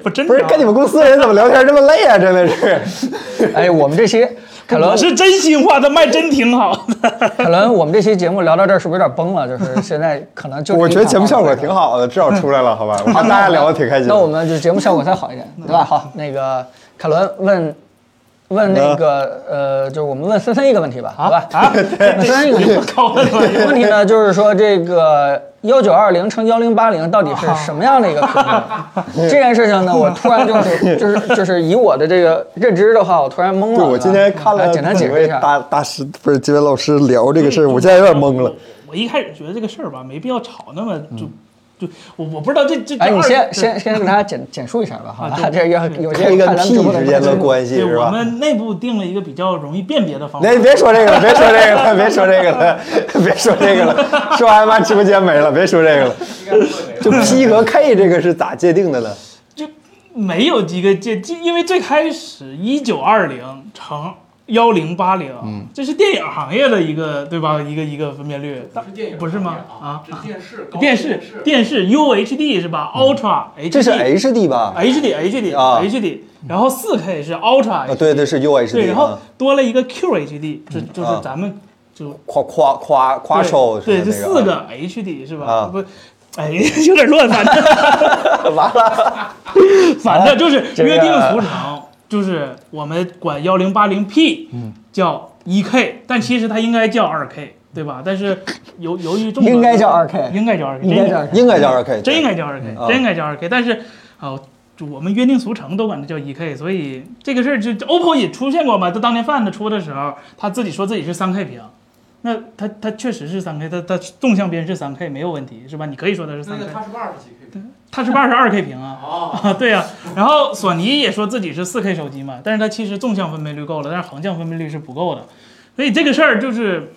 S3: 我真
S2: 不是
S1: 啊
S3: 的
S2: 跟你们公司的人怎么聊天这么累啊？真的是，
S1: 哎，我们这
S2: <laughs>
S1: 期凯伦
S3: 我是真心话，它卖真挺好的。
S1: 凯伦，我们这期节目聊到这儿是不是有点崩了？就是现在可能就
S2: 我觉得节目效果
S1: 挺好。
S2: 挺好的，至少出来了，好吧？
S1: 嗯
S2: 我看大家聊的挺开心的。 <laughs>
S1: 那我们就节目效果再好一点，对吧？好，那个凯伦问问那个呃，就是我们问森森一个问题吧，好吧？
S3: <laughs> 啊，
S1: 森森一个问题。
S3: 高了怎么
S1: 问题呢，就是说这个幺九二零乘幺零八零到底是什么样的一个屏
S2: <laughs>
S1: 幕？这件事情呢，我突然就是就是就是以我的这个认知的话，我突然懵了。啊
S2: 对，我今天看
S1: 来
S2: 了
S1: 简单
S2: 几
S1: 解释
S2: 位
S1: 一下。
S2: 大大师不是几位老师聊这个事儿，我现在有点懵
S1: 嗯
S2: 了。。
S3: 我一开始觉得这个事儿吧，没必要吵那么就就我我不知道这这。这
S1: 哎，你
S3: 二
S1: 先
S2: <laughs>
S3: 对
S1: 先先给大家简简述一下吧，好吧这
S3: 啊？对
S1: 要
S3: 对
S1: 有些
S2: 这
S1: 人
S2: 跟
S1: 看咱们
S2: P
S1: 直播的
S2: 之间
S1: 可能
S2: 的关系
S3: 对，
S2: 是
S3: 我
S2: 吧？
S3: 们内部定了一个比较容易辨别的方法
S2: 那。别说这个了，别说这个了，别说这个了， <laughs> 别说这个了，说完妈直播间没了，别说这个了。就 P 和 K 这个是咋界定的呢？
S3: 就没有几个界，就因为最开始一九二零乘幺零八
S1: 嗯
S3: 零，这是电影行业的一个对吧？一个一个分辨率，
S4: 不是电影，
S3: 不是吗？啊，
S4: 是电视，高
S3: 电
S4: 视
S3: 视电视 UHD 是吧？Ultra HD，
S2: 嗯这是 HD 吧？
S3: HD HD
S2: 啊
S3: HD，然后四 K 是 Ultra，
S2: 啊，对对是 UHD 啊。
S3: 对，然后多了一个 QHD，这就是
S2: 啊
S3: 咱们就
S2: 夸夸夸夸
S3: 对
S2: 手是吧
S3: 对，这
S2: 那
S3: 四个 HD 是吧
S2: 啊？
S3: 不，哎， <laughs> 有点乱，反正
S2: 完了，
S3: <laughs> 反正就是
S1: 这个
S3: 约定俗成，就是我们管幺零八零 P 叫一 K，但其实它应该叫二 K，对吧？但是由由于众多
S1: 应该叫 2K
S3: 应该叫二 K，
S1: 应该叫 2K
S2: 应该叫二 K，
S3: 真应该叫二 K，
S2: 嗯
S3: 真应该叫二 K。但是啊，就我们约定俗成都管它叫一 K，所以这个事儿就就 OPPO 也出现过嘛。就当年 Find 出的时候，他自己说自己是三 K 屏，那他他确实是三 K，他他纵向边是三 K 没有问题，是吧？你可以说它是
S4: 那
S3: 三 K，
S4: 个它是二十几 K
S3: 它是二十二 K 屏啊。
S4: 哦，
S3: 啊，对呀、然后索尼也说自己是4 K 手机嘛，但是它其实纵向分辨率够了，但是横向分辨率是不够的，所以这个事儿就是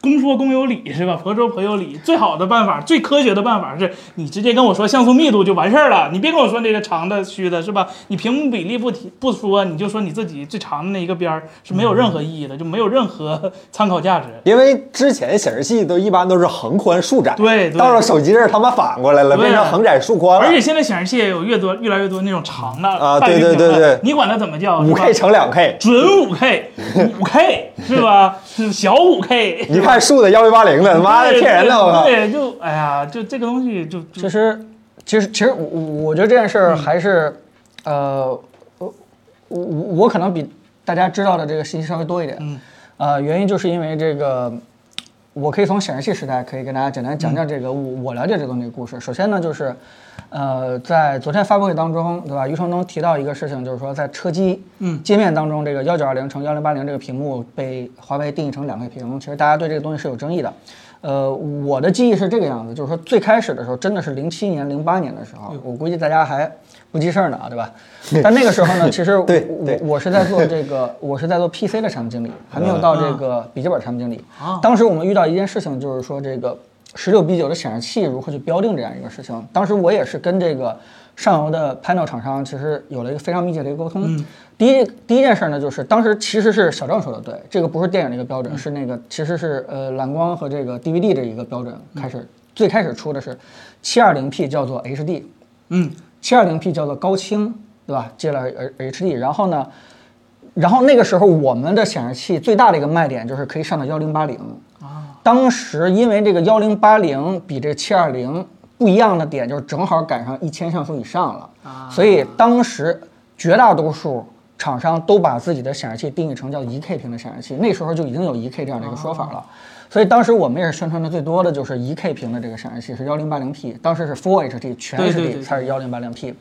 S3: 公说公有理是吧？婆说婆有理。最好的办法，最科学的办法是你直接跟我说像素密度就完事儿了，你别跟我说那个长的虚的是吧？你屏幕比例不提不说，你就说你自己最长的那一个边儿是没有任何意义的，就没有任何 <laughs> 参考价值。
S2: 因为之前显示器都一般都是横宽竖窄，
S3: 对对
S2: 到了手机这儿他妈反过来了，
S3: 对啊
S2: 变成横窄竖宽
S3: 而且
S2: 了，
S3: 现在显示器也有越多越来越多那种长的
S2: 啊
S3: 半
S2: 对
S3: 圆
S2: 对
S3: 形
S2: 对
S3: 的
S2: 对
S3: 你管它怎么叫
S2: 五
S3: 是吧
S2: K 乘两
S3: <laughs>
S2: K。
S3: 准五 K，五 K 是吧？是小五 K。
S2: 一看竖的幺零八零的，妈的
S3: 对
S2: 骗人的，我靠！
S3: 对，就哎呀，就这个东西就就
S1: 其实，其实，其实我我觉得这件事儿还是，呃，我我我可能比大家知道的这个信息稍微多一点。
S3: 嗯。
S1: 呃，原因就是因为这个，我可以从显示器时代可以跟大家简单讲讲这个、我我了解这东西的故事。首先呢，就是，呃，在昨天发布会当中，对吧？余承东提到一个事情，就是说在车机
S3: 嗯
S1: 界面当中，这个幺九二零乘幺零八零这个屏幕被华为定义成两个屏，其实大家对这个东西是有争议的。呃，我的记忆是这个样子，就是说最开始的时候，真的是零七年、零八年的时候，我估计大家还不记事儿呢，啊对吧？但那个时候呢，其实我
S2: 对对
S1: 我我是在做这个，我是在做 PC 的产品经理，还没有到这个笔记本产品经理。
S3: 啊
S1: 当时我们遇到一件事情，就是说这个十六比九的显示器如何去标定这样一个事情。当时我也是跟这个上游的 panel 厂商其实有了一个非常密切的一个沟通。第一第一件事呢，就是当时其实是小郑说的对，这个不是电影的一个标准，是那个其实是呃蓝光和这个 DVD 的一个标准开始。最开始出的是 720P 叫做 HD，
S3: 嗯，
S1: 七二零 P 叫做高清，对吧？接了 H D，然后呢，然后那个时候我们的显示器最大的一个卖点就是可以上到幺零八零
S3: 啊。
S1: 当时因为这个幺零八零比这七二零不一样的点就是正好赶上一千像素以上了，
S3: 啊
S1: 所以当时绝大多数。厂商都把自己的显示器定义成叫一 K 屏的显示器，那时候就已经有一 K 这样的一个说法了，所以当时我们也是宣传的最多的就是一 K 屏的这个显示器是幺零八零 P，当时是 Full HD 全
S3: 对对对
S1: HD 才是幺零八零 P，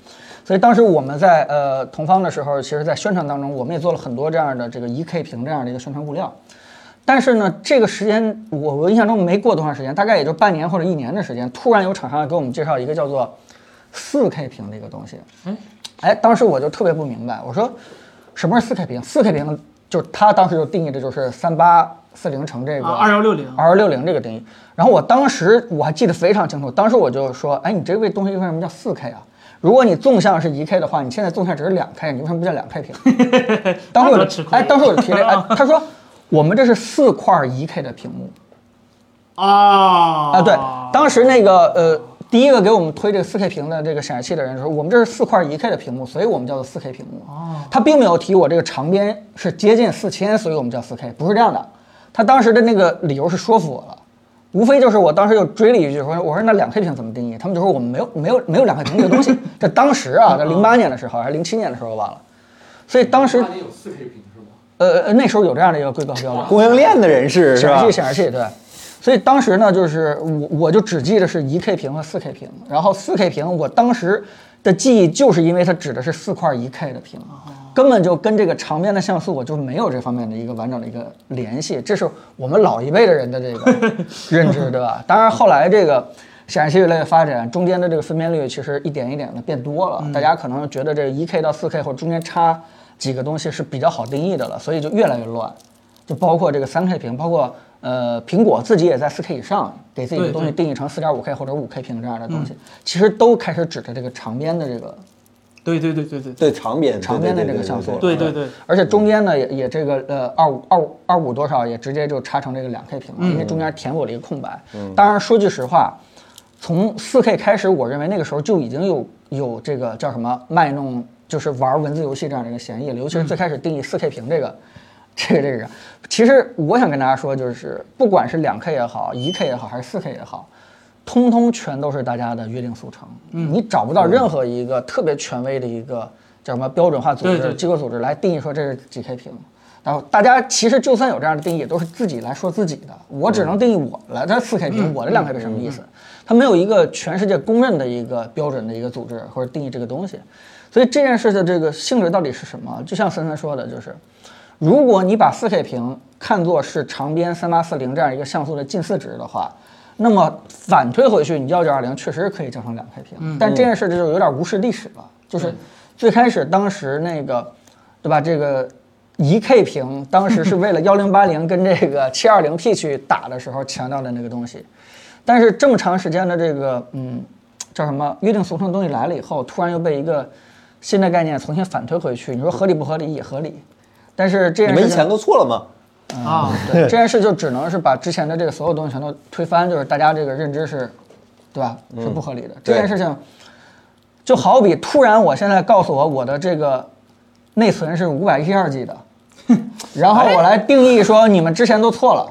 S1: 所以当时我们在呃同方的时候，其实在宣传当中，我们也做了很多这样的这个一 K 屏这样的一个宣传物料。但是呢，这个时间我我印象中没过多长时间，大概也就半年或者一年的时间，突然有厂商给我们介绍一个叫做四 K 屏的一个东西。
S3: 哎
S1: 哎，当时我就特别不明白，我说什么是四 K 屏？四 K 屏就是他当时就定义的就是三八四零乘这个
S3: 啊，二幺六零，
S1: R 六零这个定义。然后我当时我还记得非常清楚，当时我就说，哎，你这个东西为什么叫四 K 啊？如果你纵向是一 K 的话，你现在纵向只是两 K，你为什么不叫两 K 屏？
S3: <laughs>
S1: 当时我
S3: 那
S1: 就
S3: 多吃亏
S1: 哎，当时我就提了，哎，他说我们这是四块一 K 的屏幕
S3: 啊
S1: 啊，对，
S3: 哦
S1: 当时那个呃。第一个给我们推这个四 K 屏的这个显示器的人说，我们这是四块一 K 的屏幕，所以我们叫做四 K 屏幕。
S3: 哦，
S1: 他并没有提我这个长边是接近四千，所以我们叫四 K，不是这样的。他当时的那个理由是说服我了，无非就是我当时又追了一句，我说我说那两 K 屏怎么定义？他们就说我们没有没有没有两 K 屏这个东西。这当时啊，这零八年的时候还是零七年的时候我忘了。所以当时
S4: 那，你有四 K 屏是吗？
S1: 呃，呃那时候有这样的一个规格和标准，
S2: 供应链的人士
S1: 显示
S2: 是吧
S1: 器，？显示器，对。所以当时呢，就是我我就只记得是一 K 屏和四 K 屏，然后四 K 屏我当时的记忆就是因为它指的是四块一 K 的屏，根本就跟这个长边的像素我就没有这方面的一个完整的一个联系，这是我们老一辈的人的这个认知，对吧？当然后来这个。显示器越来越发展，中间的这个分辨率其实一点一点的变多了。大家可能觉得这一 K 到四 K 或者中间差几个东西是比较好定义的了，所以就越来越乱。就包括这个三 K 屏，包括呃苹果自己也在四 K 以上给自己的
S3: 对嗯
S1: 东西
S3: 对
S1: 定义成四点五 K 或者五 K 屏这样的东西，其实都开始指着这个长边的这个
S3: 对对对对对对
S2: 对长边
S1: 长边的这个像素了。
S3: 对对嗯对
S1: 而且中间呢也也这个呃二五二五二五多少也直接就插成这个两 K 屏了，因为中
S3: 嗯
S1: 间填补了一个空白。当然说句实话，从四 K 开始，我认为那个时候就已经有有这个叫什么卖弄，就是玩文字游戏这样的一个嫌疑了，尤
S3: 嗯
S1: 其是最开始定义四 K 屏这个。这个这个，其实我想跟大家说，就是不管是两 K 也好，一 K 也好，还是四 K 也好，通通全都是大家的约定俗成。嗯，你找不到任何一个特别权威的一个叫什么标准化组织、
S3: 对对对
S1: 机构组织来定义说这是几 K 屏。然后大家其实就算有这样的定义，也都是自己来说自己的。我只能定义我
S3: 嗯
S1: 来这四 K 屏，我这两 K 屏什么意思？它没有一个全世界公认的一个标准的一个组织或者定义这个东西。所以这件事的这个性质到底是什么？就像森森说的，就是如果你把 4K 屏看作是长边三八四零这样一个像素的近似值的话，那么反推回去，你1 9 2 0确实可以叫成两 K 屏，但这件事就有点无视历史了。就是最开始当时那个，对吧？这个一 K 屏当时是为了幺零八零跟这个七二零 P 去打的时候强调的那个东西，但是这么长时间的这个嗯叫什么约定俗成的东西来了以后，突然又被一个新的概念重新反推回去，你说合理不合理也合理，但是这
S2: 你
S1: 件
S2: 们
S1: 事
S2: 以前
S1: 情
S2: 都错了吗？
S3: 啊，
S1: 嗯对这件事就只能是把之前的这个所有东西全都推翻，就是大家这个认知是，对吧？是
S2: 嗯
S1: 不合理的。这件事情就好比突然我现在告诉我我的这个内存是五百一十二
S2: <laughs>
S1: G 的，然
S2: 哎
S1: 后我来定义说你们之前都错了，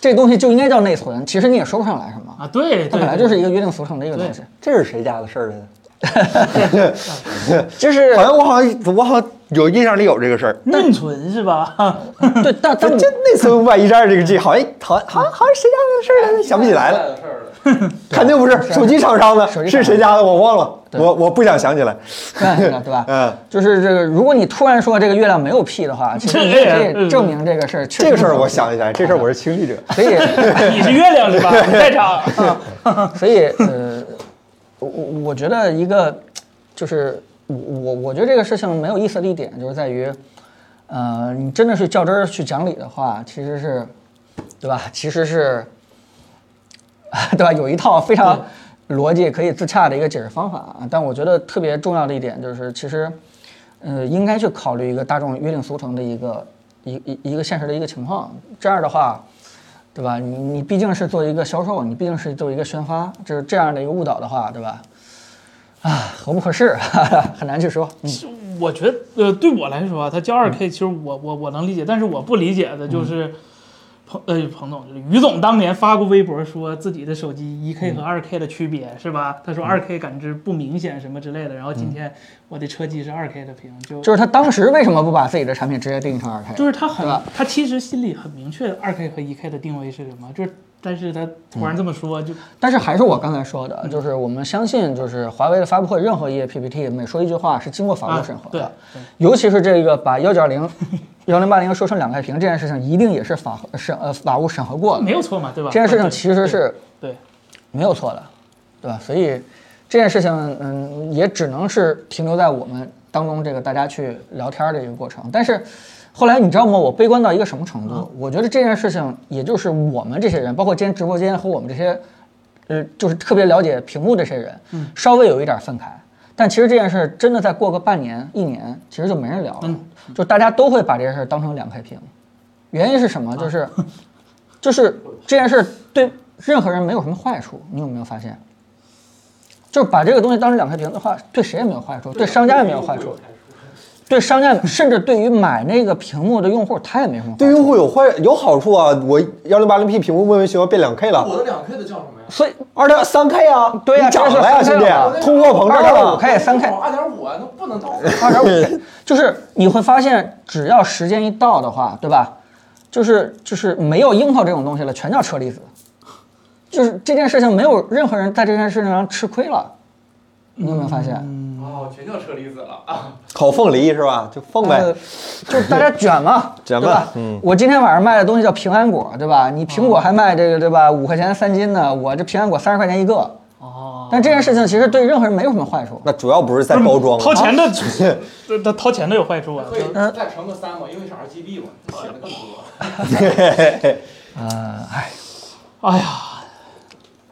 S1: 这东西就应该叫内存，其实你也说不上来什么，
S3: 啊，对，
S1: 它本
S3: 对
S1: 来就是一个约定俗成的一个东西
S3: 对。
S2: 这是谁家的事儿 <laughs> 呢？
S1: 就是
S2: 好像我好像我好像有印象里有这个事儿。
S3: 内存是吧？ <laughs>
S1: 对，但但
S2: 不
S1: 我
S2: 是，这内存五百一十二这个 G，好像好像好像好像谁家的事儿来着，想不起来了，
S4: 的事儿了。
S2: 肯定不是手机厂商的
S1: 手，机厂商
S2: 是谁家的我忘了，我我不想想起来。
S1: 对的，对吧？
S2: 嗯，
S1: <laughs> 就是这个，如果你突然说这个月亮没有屁的话，其实你也可以证明这个事儿确实
S2: 嗯这个事儿我
S1: 没有屁
S2: 想起来，这事儿我是亲历者。
S1: 所
S2: <laughs>
S1: 以，
S3: 你是月亮是吧？你在场啊，
S1: <laughs> 所以，呃，我我我觉得一个就是我我我觉得这个事情没有意思的一点就是在于，呃，你真的是较真儿去讲理的话，其实是，对吧？其实是， <laughs> 对吧？有一套非常逻辑可以自洽的一个解释方法啊。但我觉得特别重要的一点就是，其实，呃，应该去考虑一个大众约定俗成的一个一一一个现实的一个情况。这样的话，对吧？你你毕竟是做一个销售，你毕竟是做一个宣发，就是这样的一个误导的话，对吧？啊，合不合适 <laughs> 很难去说。嗯，
S3: 我觉得呃，对我来说啊，它叫二 K，其实我我我能理解，但是我不理解的
S1: 嗯
S3: 就是彭呃彭总，于总当年发过微博说自己的手机一
S1: 嗯
S3: K 和二 K 的区别是吧？他说二 K 感知不明显什么之类的，然后今天我的车机是二 K 的屏，就
S1: 嗯就是他当时为什么不把自己的产品直接定义成二 K？
S3: 就是他很
S1: 对吧
S3: 他其实心里很明确二 K 和一 K 的定位是什么，就是但是他突然这么说就
S1: 但是还是我刚才说的，就是我们相信，就是华为的发布会，任何一页 PPT 每说一句话是经过法
S3: 啊
S1: 律审核
S3: 对
S1: 的，尤其是这个把幺九零、幺零八零说成两开屏这件事情，一定也是法审呃法务审核过的。
S3: 没有错嘛，对吧？
S1: 这件事情
S3: 对
S1: 其实是
S3: 对
S1: 没有错的，对吧？所以这件事情，嗯，也只能是停留在我们当中这个大家去聊天儿的一个过程。但是后来你知道吗？我悲观到一个什么程度？我觉得这件事情，也就是我们这些人，包括今天直播间和我们这些，呃，就是特别了解屏幕这些人，稍微有一点愤慨。但其实这件事真的再过个半年、一年，其实就没人聊了，就大家都会把这件事当成两开屏。原因是什么？就是。就是这件事对任何人没有什么坏处，你有没有发现？就是把这个东西当成两开屏的话，对谁也没有坏处，对商家也没有坏处，对商家甚至对于买那个屏幕的用户，他也没什么坏
S2: 对
S1: 处。
S2: 用户有坏有好处啊！我幺零八零 P 屏幕莫名其妙变两 K
S4: 我
S2: 了，
S4: 的两 K 的叫什么呀？
S1: 所以
S2: 二点三 K 啊，
S1: 对呀
S2: 你涨
S1: 这是
S2: 了呀，
S1: 3K
S2: 兄弟
S1: 了，
S2: 通货膨胀
S1: 2.5
S2: 了
S1: K 3K
S4: 二点五啊，那不能到。
S1: 二点五，就是你会发现，只要时间一到的话，对吧？就是就是没有樱桃这种东西了，全叫车厘子。就是这件事情，没有任何人在这件事情上吃亏了。你有没有发现？
S2: 嗯
S4: 哦，全叫车厘子了啊！
S2: 烤凤梨是吧？就凤呗
S1: 呃，就大家卷嘛，
S2: 卷吧
S1: 对吧？
S2: 嗯
S1: 我今天晚上卖的东西叫平安果，对吧？你苹果还卖这个，对吧？五块钱三斤呢，我这平安果三十块钱一个。
S3: 哦，
S1: 但这件事情其实对任何人没有什么坏处。
S2: 那主要不是在包装，啊
S3: 掏钱
S1: <laughs>
S3: 的，这这掏钱的有坏处啊。
S2: 嗯
S4: 可以再乘个三吧，因为是 RGB 嘛，就显得更多。
S1: 呃，哎，
S3: 哎呀，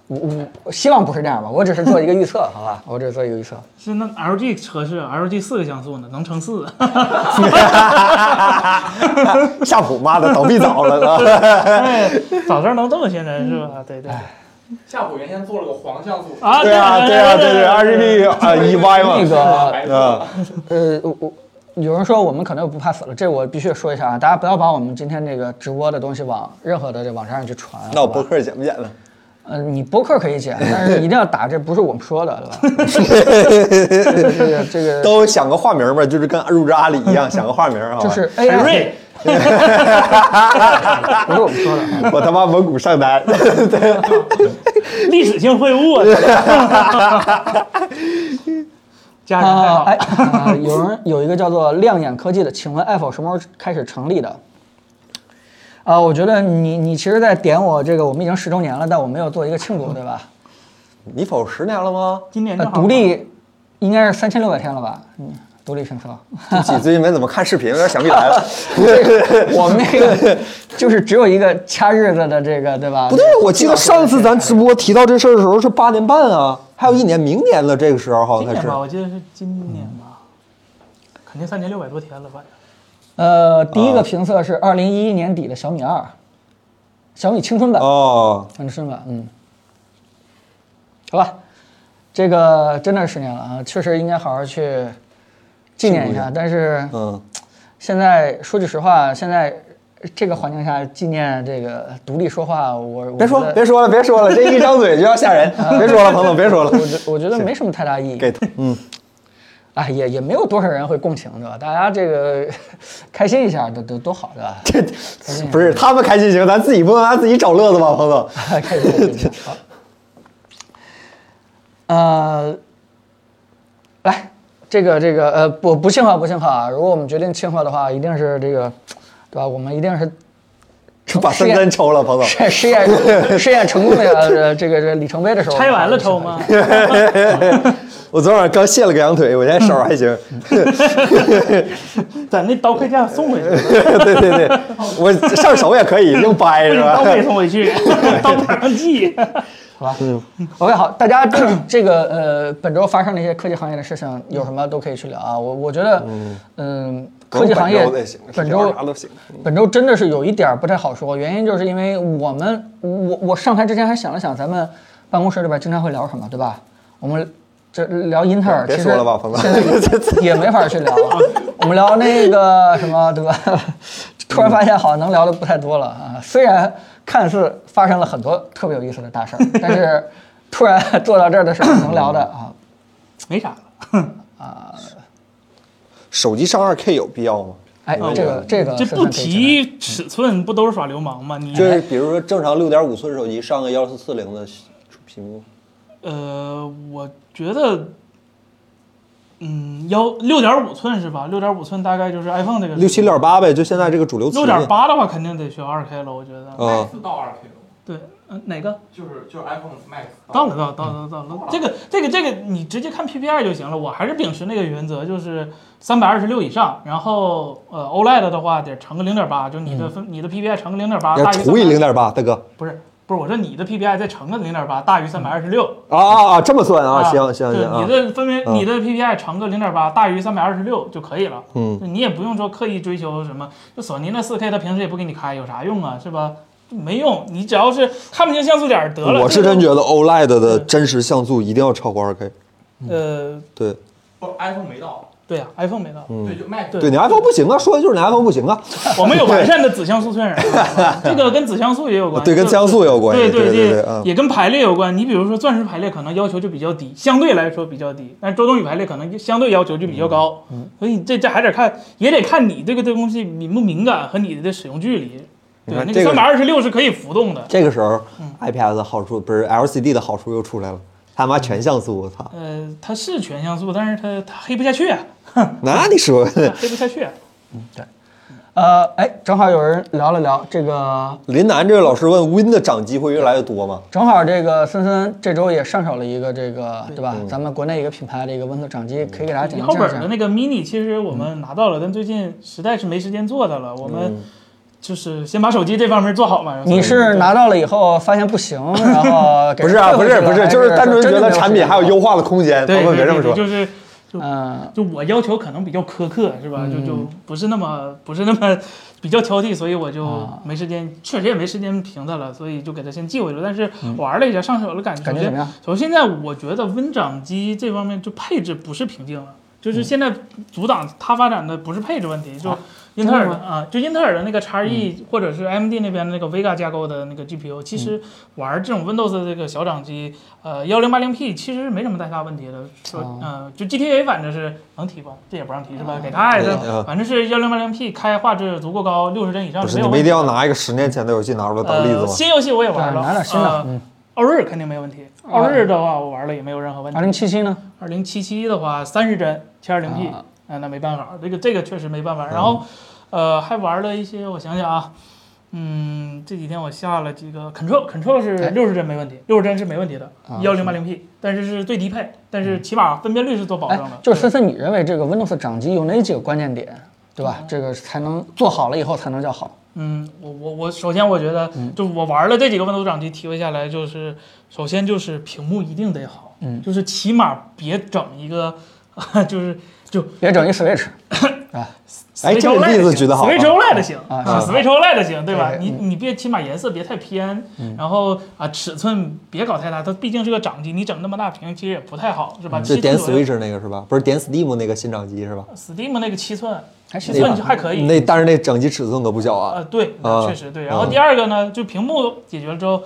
S1: 我我我希望不是这样吧，我只是做一个预测，好吧？我只是做一个预测。
S3: 是那 LG 车是 LG 四个像素呢，能乘四。 <laughs>
S2: 夏普妈的倒闭早了啊！
S3: 哎，早知道能这么些人是吧？对对
S4: 夏普原先做了个黄像素，
S3: 啊
S2: 对啊，哎对啊，对对
S3: 对
S2: ，RGB 啊，EY 嘛，
S1: 那个，
S4: 白色
S2: 啊，
S1: 呃，我我有人说我们可能不怕死了，这我必须说一下啊，大家不要把我们今天这个直播的东西往任何的这网站上去传。啊
S2: 那我
S1: 好吧
S2: 博客剪不剪了？
S1: 呃，你博客可以剪，但是一定要打，这不是我们说的，对吧？这个这个
S2: <laughs> 都想个化名吧，就是跟入职阿里一 <laughs> 样，想个化名啊。
S1: 就是
S3: 对，海
S1: AI，
S3: 瑞，
S1: 不是我们说的。
S2: 我他妈蒙古上单，
S3: 历史性会晤啊！家人太
S1: 啊，
S3: 好，
S1: 哎，啊有人有一个叫做亮眼科技的，请问 Apple 什么时候开始成立的？啊，我觉得你你其实在点我这个，我们已经十周年了，但我没有做一个庆祝，对吧？
S2: <laughs> 你否十年了吗？
S3: 今年
S1: 呃，
S3: 正好
S1: 独立应该是三千六百天了吧？嗯，独立评测。
S2: <laughs> 对不起，最近没怎么看视频，有点想不起 <laughs> 来了。
S1: 我们那个就是只有一个掐日子的这个，对吧？
S2: 不对，我记得上次咱直播提到这事儿的时候是八年半啊，还有一年，明年了，这个时候好
S3: 今
S2: 像才
S3: 年
S2: 是嗯
S3: 吧，。我记得是今年吧，肯定三千六百多天了吧？
S1: 呃，第
S2: 啊
S1: 一个评测是二零一一年底的小米二，小米青春版，
S2: 哦，
S1: 青春版，嗯，好吧，这个真的是十年了啊，确实应该好好去纪念一下。但是
S2: 嗯，
S1: 现在说句实话，现在这个环境下纪念这个独立说话，我
S2: 别说，别
S1: 说，
S2: 说了，别说了，这一张嘴就要吓 <laughs> 人，别说了，彭总，别 <laughs> 说了，
S1: 我觉我觉得没什么太大意义。
S2: 给他，嗯，
S1: 啊，也也没有多少人会共情，对吧？大家这个 <laughs> 开心一下，都都多好，对吧？ <laughs>
S2: 这 <laughs> 不是他们开心行，咱自己不能拿自己找乐子吧，彭 <laughs> 总。
S1: 开心开心。好，呃，来，这个这个呃，不不庆贺不庆贺啊！如果我们决定庆贺的话，一定是这个，对吧？我们一定是
S2: 哦就把三根抽了，彭总。
S1: 试试验试验成功的呃这个这个里程碑的时候，
S3: 拆完了
S2: <laughs>
S3: 抽吗？
S2: 我昨晚上刚卸了个羊腿，我现在手还行。 <laughs>
S3: 咱那刀配架送回去了，
S2: <laughs> 对啊对对，我上手也可以，硬掰
S3: 不
S2: 是
S3: 行， <laughs>
S2: 吧
S3: 刀？没送
S2: <laughs>
S3: 回去，刀板上系。
S1: 好吧？嗯，OK，好，大家 <clears throat> 这这个呃，本周发生的一些科技行业的事情，有什么都可以去聊啊。我我觉得，嗯，科技行业
S2: 甭本周的行
S1: 本
S2: 聊
S1: 周
S2: 啥都行。
S1: 本周真的是有一点儿不太好说，原因就是因为我们我我上台之前还想了想，咱们办公室里边经常会聊什么，对吧？我们这聊英特尔，
S2: 别
S1: 其
S2: 说
S1: 实
S2: 了吧彭总
S1: 现在也
S2: <laughs>
S1: 也没法去聊了。我们聊那个什么，对吧？突然发现好像能聊的不太多了啊。虽然看似发生了很多特别有意思的大事儿，但是突然 <laughs> 做到这儿的时候，能聊的啊，
S3: <laughs> 没啥了。
S2: 手机上二 K 有必要吗？
S1: 哎，这个这个
S2: 啊
S3: 这
S1: 森森
S3: 不
S1: 可以讲讲
S3: 提尺寸，不都是耍流氓吗？你
S2: 就是比如说正常六点五寸手机上个幺四四零的屏幕，
S3: 呃，我觉得，嗯，幺六点五寸是吧？六点五寸大概就是 iPhone 这个
S2: 六七六点八呗，就现在这个主流词。
S3: 六点八的话，肯定得需要二 K 了，我觉得。
S2: 啊
S4: Max 到 2K 了，
S3: 对，嗯、哪个？
S4: 就是就是 iPhone Max
S3: 到了，到了，到了，到了。这个，这个，这个，你直接看 PPI 就行了。我还是秉持那个原则，就是三百二十六以上，然后呃 OLED 的话得乘个零点八，就你的分、你的 PPI 乘个零点八
S2: 要
S3: 大于
S2: 除以零
S3: 320
S2: 点八，大哥。
S3: 不是不是，我说你的 PPI 再乘个零点八大于三百二十六，
S2: 啊啊啊！这么算啊？行行
S3: 对
S2: 行啊
S3: 你！的分别，
S2: 嗯
S3: 你的 PPI 乘个零点八大于三百二十六就可以了。
S2: 嗯，
S3: 你也不用说刻意追求什么，就索尼那四 K 它平时也不给你开，有啥用啊？是吧？没用，你只要是看不清像素点儿得了。
S2: 啊我是真
S3: 这
S2: 觉
S3: 个
S2: 得 E OLED 的真实像素一定要超过二 K。
S3: 呃，
S2: 对，
S4: 不 iPhone 没到，
S3: 对呀、i p h o n e 没到。 <laughs>
S4: 对，就 Mac
S2: 嗯
S3: 对
S2: 对你 iPhone 不行啊，说的就是你 iPhone 不行啊。
S3: 我们有完善的子像素渲染，啊这个跟子像素也有关，
S2: <laughs> 对跟
S3: 就
S2: 像素也有关系
S3: 对
S2: 对对
S3: 对
S2: 对嗯
S3: 也跟排列有关。你比如说钻石排列可能要求就比较低，相对来说比较低，但是周冬雨排列可能就相对要求就比较高，
S2: 嗯
S3: 所以这这还得看，也得看你对个对东西敏不敏感和你的使用距离。
S2: 你
S3: 对，
S2: 看
S3: 那
S2: 这
S3: 个
S2: 个
S3: 三百二十六是可以浮动的，
S2: 这个时候，IPS
S3: 嗯
S2: 的好处不是 LCD 的好处又出来了，他妈全像素，我操！
S3: 呃，它是全像素，但是它它黑不下去啊，
S2: 那你说 <laughs>
S3: 它黑不下去啊。
S1: 呃，哎，正好有人聊了聊这个，
S2: 林楠这位老师问 Win 的掌机会越来越多吗？
S1: 正好这个森森这周也上手了一个这个，对吧？
S2: 嗯
S1: 咱们国内一个品牌的一个 Windows 掌机，可以给大家简
S3: 一
S1: 单
S3: 号
S1: 讲
S3: 本
S1: 一
S3: 的
S1: 讲。
S3: 那个 mini，其实我们拿到了，但最近实在是没时间做它了。我
S2: 嗯
S3: 们就是先把手机这方面做好嘛。然后
S1: 你是拿到了以后发现不
S3: <laughs>
S1: 行，然后给
S2: 不是啊，
S1: 退
S2: 不
S1: 回去
S2: 是
S1: 了
S2: 不是，
S1: 还
S2: 就是是单纯
S1: 说
S2: 觉
S1: 真的
S2: 得
S1: 没有
S2: 产品
S1: 时间
S2: 还有
S1: 做
S2: 优化的空间，
S3: 对
S2: 朋友们别这么
S3: 对
S2: 说。
S3: 对就是
S1: 嗯，
S3: 就我要求可能比较苛刻，是吧？就就不是那么不是那么比较挑剔，所以我就
S1: 啊
S3: 没时间，确实也没时间评它了，所以就给它先寄回去了。但是玩了一下，上手了，感觉
S1: 嗯感觉怎么样？
S3: 首先，现在我觉得 Win 掌机这方面就配置不是瓶颈了，
S2: 嗯
S3: 就是现在阻挡它发展的不是配置问题，就英特尔的啊，就英特尔的那个 x E
S2: 嗯
S3: 或者是 AMD 那边那个 Vega 架构的那个 GPU，其实玩这种 Windows 的这个小掌机，呃，幺零八零 P 其实是没什么太大问题的，说
S1: 哦
S3: 嗯、就 GTA 反正是能提吧，这也不让提是吧？给它爱的
S2: 对啊，
S3: 反正是幺零八零 P 开画质足够高，六十帧以上
S2: 不是
S3: 没
S2: 你
S3: 有
S2: 们
S3: 问
S2: 一
S3: 题
S2: 定
S3: 的。
S2: 要拿一个十年前的游戏拿出来当例子
S3: 呃，
S2: 吗？
S3: 新游戏我也玩了，
S1: 啊对拿点新的嗯
S3: 呃奥日肯定没问题，奥日的话我玩了也没有任何问题
S1: 二。零七七呢？
S3: 二零七七的话，三十帧，七二零 P，
S1: 啊嗯
S3: 啊，那没办法，这个这个确实没办法。然后，呃，还玩了一些，我想想啊，嗯，这几天我下了几个 Control，Control 是
S1: 哎
S3: 六十帧没问题，六十帧是没问题的，
S1: 啊嗯
S3: 幺零八零 P，但是是最低配，但是起码分辨率是做保
S1: 哎
S3: 证的，。
S1: 就是
S3: 对
S1: 森森，你认为这个 Windows 掌机有哪几个关键点，对吧？这个才能做好了以后才能叫好。
S3: 嗯，我我我首先我觉得，
S2: 嗯
S3: 就我玩了这几个 Windows 掌机体会下来，就是首先就是屏幕一定得好，
S1: 嗯
S3: 就是起码别整一个， <laughs> 就是就
S1: 别整一 Switch，
S2: 哎这个例子举得好啊哎
S3: Switch E OLED 行
S1: 啊
S2: 是
S3: ，Switch OLED 行，对吧？
S1: 对
S3: 你
S2: 嗯
S3: 你别起码颜色别太偏，然后啊尺寸别搞太大，它毕竟是个掌机，你整那么大屏其实也不太好，是吧？
S2: 嗯就
S3: 七
S2: 是点
S3: 寸左右
S2: Switch 那个是吧？不是点 Steam 那个新掌机是吧？
S3: Steam 那个七寸，
S1: 还
S3: 七
S1: 是
S3: 寸就还可以。
S2: 那但是那掌机尺寸可不小啊。
S3: 呃，对，
S2: 啊
S3: 确实对。然后
S2: 嗯
S3: 第二个呢，就屏幕解决了之后，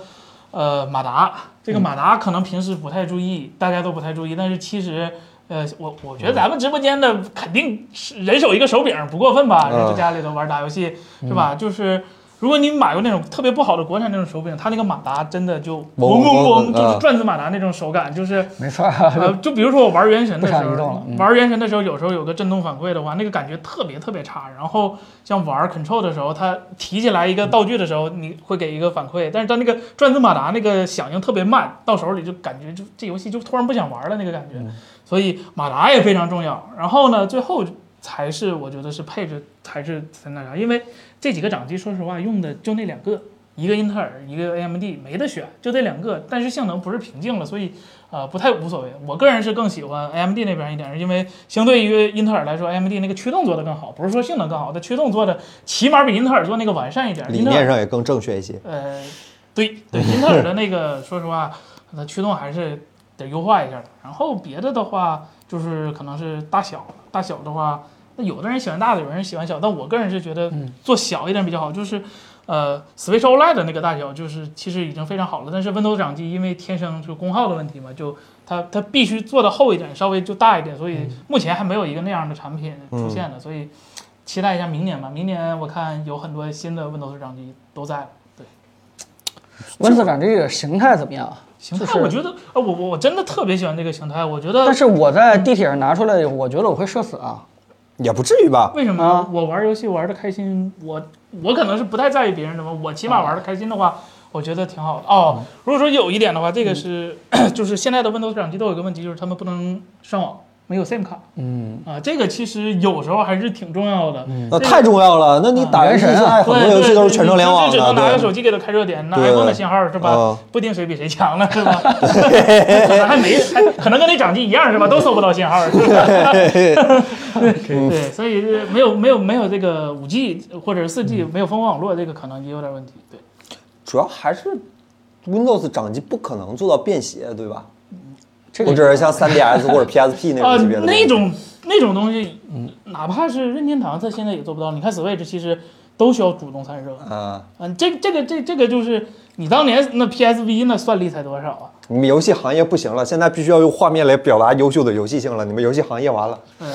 S3: 呃，马达这个
S2: 嗯
S3: 马达可能平时不太注意，大家都不太注意，但是其实。呃，我我觉得咱们直播间的肯定是人手一个手柄不过分吧？
S2: 嗯
S3: 人在家里头玩打游戏是吧？就是如果你买过那种特别不好的国产那种手柄，它那个马达真的就
S2: 嗡
S3: 嗡嗡
S2: 嗡
S3: 嗡，
S2: 嗯
S3: 就是转子马达那种手感，就是
S1: 没错啊，
S3: 呃，就比如说我玩原神的时
S1: 不想移动
S3: 候
S1: 了，嗯
S3: 玩原神的时候有时候有个震动反馈的话，那个感觉特别特别差。然后像玩 Control 的时候，它提起来
S1: 嗯
S3: 一个道具的时候，你会给一个反馈，但是它那个转子马达那个响应特别慢，到手里就感觉就这游戏就突然不想玩了那个感觉。
S1: 嗯
S3: 所以马达也非常重要。然后呢，最后才是我觉得是配置才是才那啥，因为这几个掌机说实话用的就那两个，一个英特尔，一个 AMD，没得选，就这两个。但是性能不是瓶颈了，所以呃不太无所谓。我个人是更喜欢 AMD 那边一点，因为相对于英特尔来说，AMD 那个驱动做的更好，不是说性能更好，它驱动做的起码比英特尔做那个完善一点。
S2: 理
S3: 英特尔
S2: 念上也更正确一些。
S3: 呃，对对，英特尔的那个，说实话，它驱动还是得优化一下的。然后别的的话，就是可能是大小，大小的话，那有的人喜欢大的，有人喜欢小，但我个人是觉得做小一点比较好，就是。呃，Switch OLED 的那个大小就是其实已经非常好了，但是 Windows 掌机因为天生就功耗的问题嘛，就它它必须做的厚一点，稍微就大一点，所以目前还没有一个那样的产品出现的，所以期待一下明年吧。明年我看有很多新的 Windows 掌机都在了。对，
S1: Windows 掌机的形态怎么样？
S3: 形
S1: 就
S3: 态
S1: 是
S3: 我觉得，呃，我我我真的特别喜欢这个形态。我觉
S1: 但
S3: 得
S1: 是我在地铁上拿出来，我觉得我会社死啊。
S2: 也不至于吧？
S3: 为什么、
S1: 啊
S3: 我玩游戏玩的开心，我我可能是不太在意别人怎么，我起
S1: 啊
S3: 码玩的开心的话，我觉得挺好的。
S1: 嗯
S3: 哦，如果说有一点的话，这个是、就是现在的 Windows 掌机都有个问题，就是他们不能上网，没有 SIM 卡
S1: 嗯，
S3: 啊、这个其实有时候还是挺重要的。
S2: 那太重要了。那你打游戏现在很
S3: 对
S2: 多游戏都是全程联网
S3: 啊对对对你就只能拿个
S2: 的，
S3: 手机给它开热点，那
S2: 对
S3: iPhone 的信号是吧
S2: 嗯？
S3: 不一定谁比谁强了
S2: <laughs>
S3: 是吧？可能还没，还可能跟那掌机一样是吧？都搜不到信号
S2: <laughs>
S3: 是吧？对对，
S2: 嗯
S3: 所以这没有没有没有这个五 G 或者是四
S2: 嗯
S3: G 没有蜂窝网络，这个可能也有点问题。对，
S2: 主要还是 Windows 掌机不可能做到便携，对吧？
S1: 这
S2: 我
S1: 个
S2: 只是像 3DS 或者 PSP 那
S3: 啊
S2: 种级别，的东西。嗯
S3: 那种那种东西，哪怕是任天堂，它现在也做不到。你看 Switch 其实都需要主动参射，
S2: 啊，
S3: 嗯，这这个这这个就是你当年那 PSV 那算力才多少啊？
S2: 你们游戏行业不行了，现在必须要用画面来表达优秀的游戏性了。你们游戏行业完了，
S3: 嗯，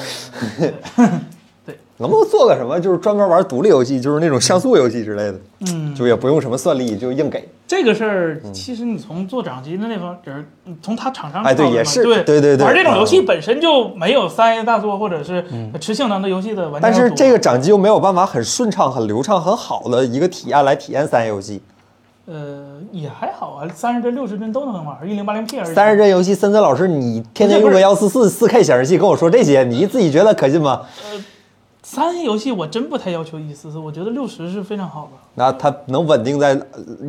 S2: 能不能做个什么，就是专门玩独立游戏，就是那种像素游戏之类的，
S3: 嗯，
S2: 就也不用什么算力，就硬给。
S3: 这个事儿其实你从做掌机的那方人，嗯从他厂商
S2: 嗯哎对
S3: 角度
S2: 也
S3: 嘛
S2: 是
S3: 对
S2: 对对对
S3: 玩这种游戏
S2: 嗯
S3: 本身就没有三 A 大作或者是吃性能的游戏的玩家
S2: 但
S3: 多，
S2: 是这个掌机又没有办法很顺畅、很流畅、很好的一个体验来体验三 A 游戏。
S3: 呃也还好啊，三十帧、六十帧都能玩，一零八零 P 而已。
S2: 三十帧游戏，森森老师，你天天用个幺四四四 K 显示器跟我说这些，你自己觉得可信吗？
S3: 三 A 游戏我真不太要求一丝丝，我觉得六十是非常好的。
S2: 那它能稳定在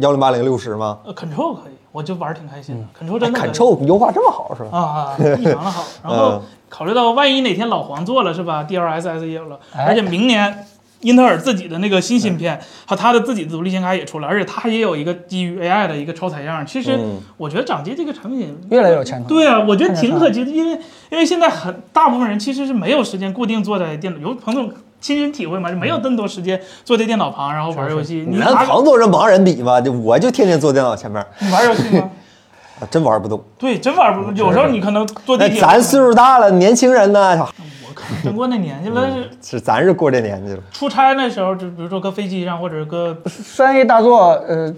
S2: 幺零八零六十吗哎
S3: 呃，Control 可以，我就玩儿挺开心的。Control 真的可以
S2: 嗯？Control 优化这么好是吧？
S3: 啊啊，异常的好。然
S2: 嗯
S3: 后考虑到万一哪天老黄做了是吧？DLSS E 也有了，
S1: 哎
S3: 而且明年英特尔自己的那个新芯片和它的自己的独立显卡也出了，而且它也有一个基于 AI 的一个超采样。其实
S2: 嗯
S3: 我觉得掌机这个产品
S1: 越来越有前途。
S3: 对啊，我觉得挺可惜的，因为因为现在很大部分人其实是没有时间固定坐在电脑，有彭总亲身体会嘛，就没有那么多时间坐在电脑旁然后玩游戏。
S2: 你
S3: 你
S2: 拿
S3: 拿
S2: 唐总这盲人比吗？就我就天天坐电脑前面，
S3: 你玩游戏吗？
S2: 啊真玩不动。
S3: 对，真玩不，有时候你可能坐地
S2: 那嗯哎
S3: 铁。
S2: 咱岁数大了，年轻人呢，
S3: 我靠，真过那年纪了，是
S2: 是咱是过这年纪了。
S3: 出差那时候，就比如说搁飞机上或者搁
S1: 三 A 大作，呃，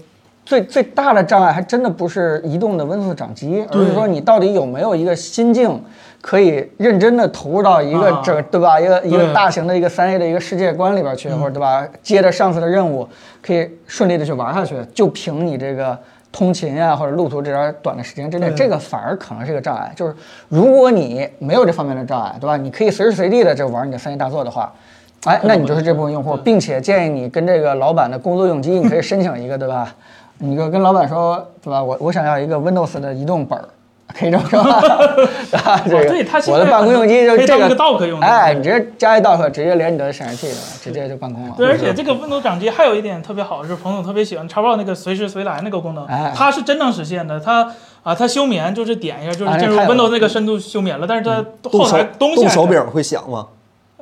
S1: 最最大的障碍还真的不是移动的 Windows 掌机，而是说你到底有没有一个心境，可以认真的投入到一个
S3: 啊
S1: 整、嗯对嗯吧，一个一个
S3: 对
S1: 大型的一个三 A 的一个世界观里边去，或者对吧，接着上次的任务可以顺利的去玩下去，就凭你这个。通勤啊，或者路途这点短的时间之内，这个反而可能是一个障碍。就是如果你没有这方面的障碍，对吧？你可以随时随地的就玩你的三 A 大作的话，哎，那你就是这部分用户，并且建议你跟这个老板的工作用机，你可以申请一个，对 <laughs> 吧？你就跟老板说，对吧？我我想要一个 Windows 的移动本儿，可以这么 <laughs> 说吧？啊，这个、
S3: 哦对它现
S1: 我
S3: 在
S1: 的办公用机就
S3: 可
S1: 是
S3: 以当
S1: 这
S3: 一个 dock 用的
S1: 哎，
S3: 对
S1: 你直接加一 dock，直接连你的显示器，对吧直接就办公了。
S3: 对，而且这个 Windows 掌机还有一点特别好，就是彭总特别喜欢 Xbox 那个随时随来那个功能
S1: 哎，
S3: 它是真能实现的。它啊，它休眠就是点一下，就是进入
S1: 啊那太有嗯
S3: Windows 那个深度休眠了，但是它
S2: 动
S3: 后
S2: 手
S3: 台东西
S2: 动
S3: 还
S2: 手柄会响吗？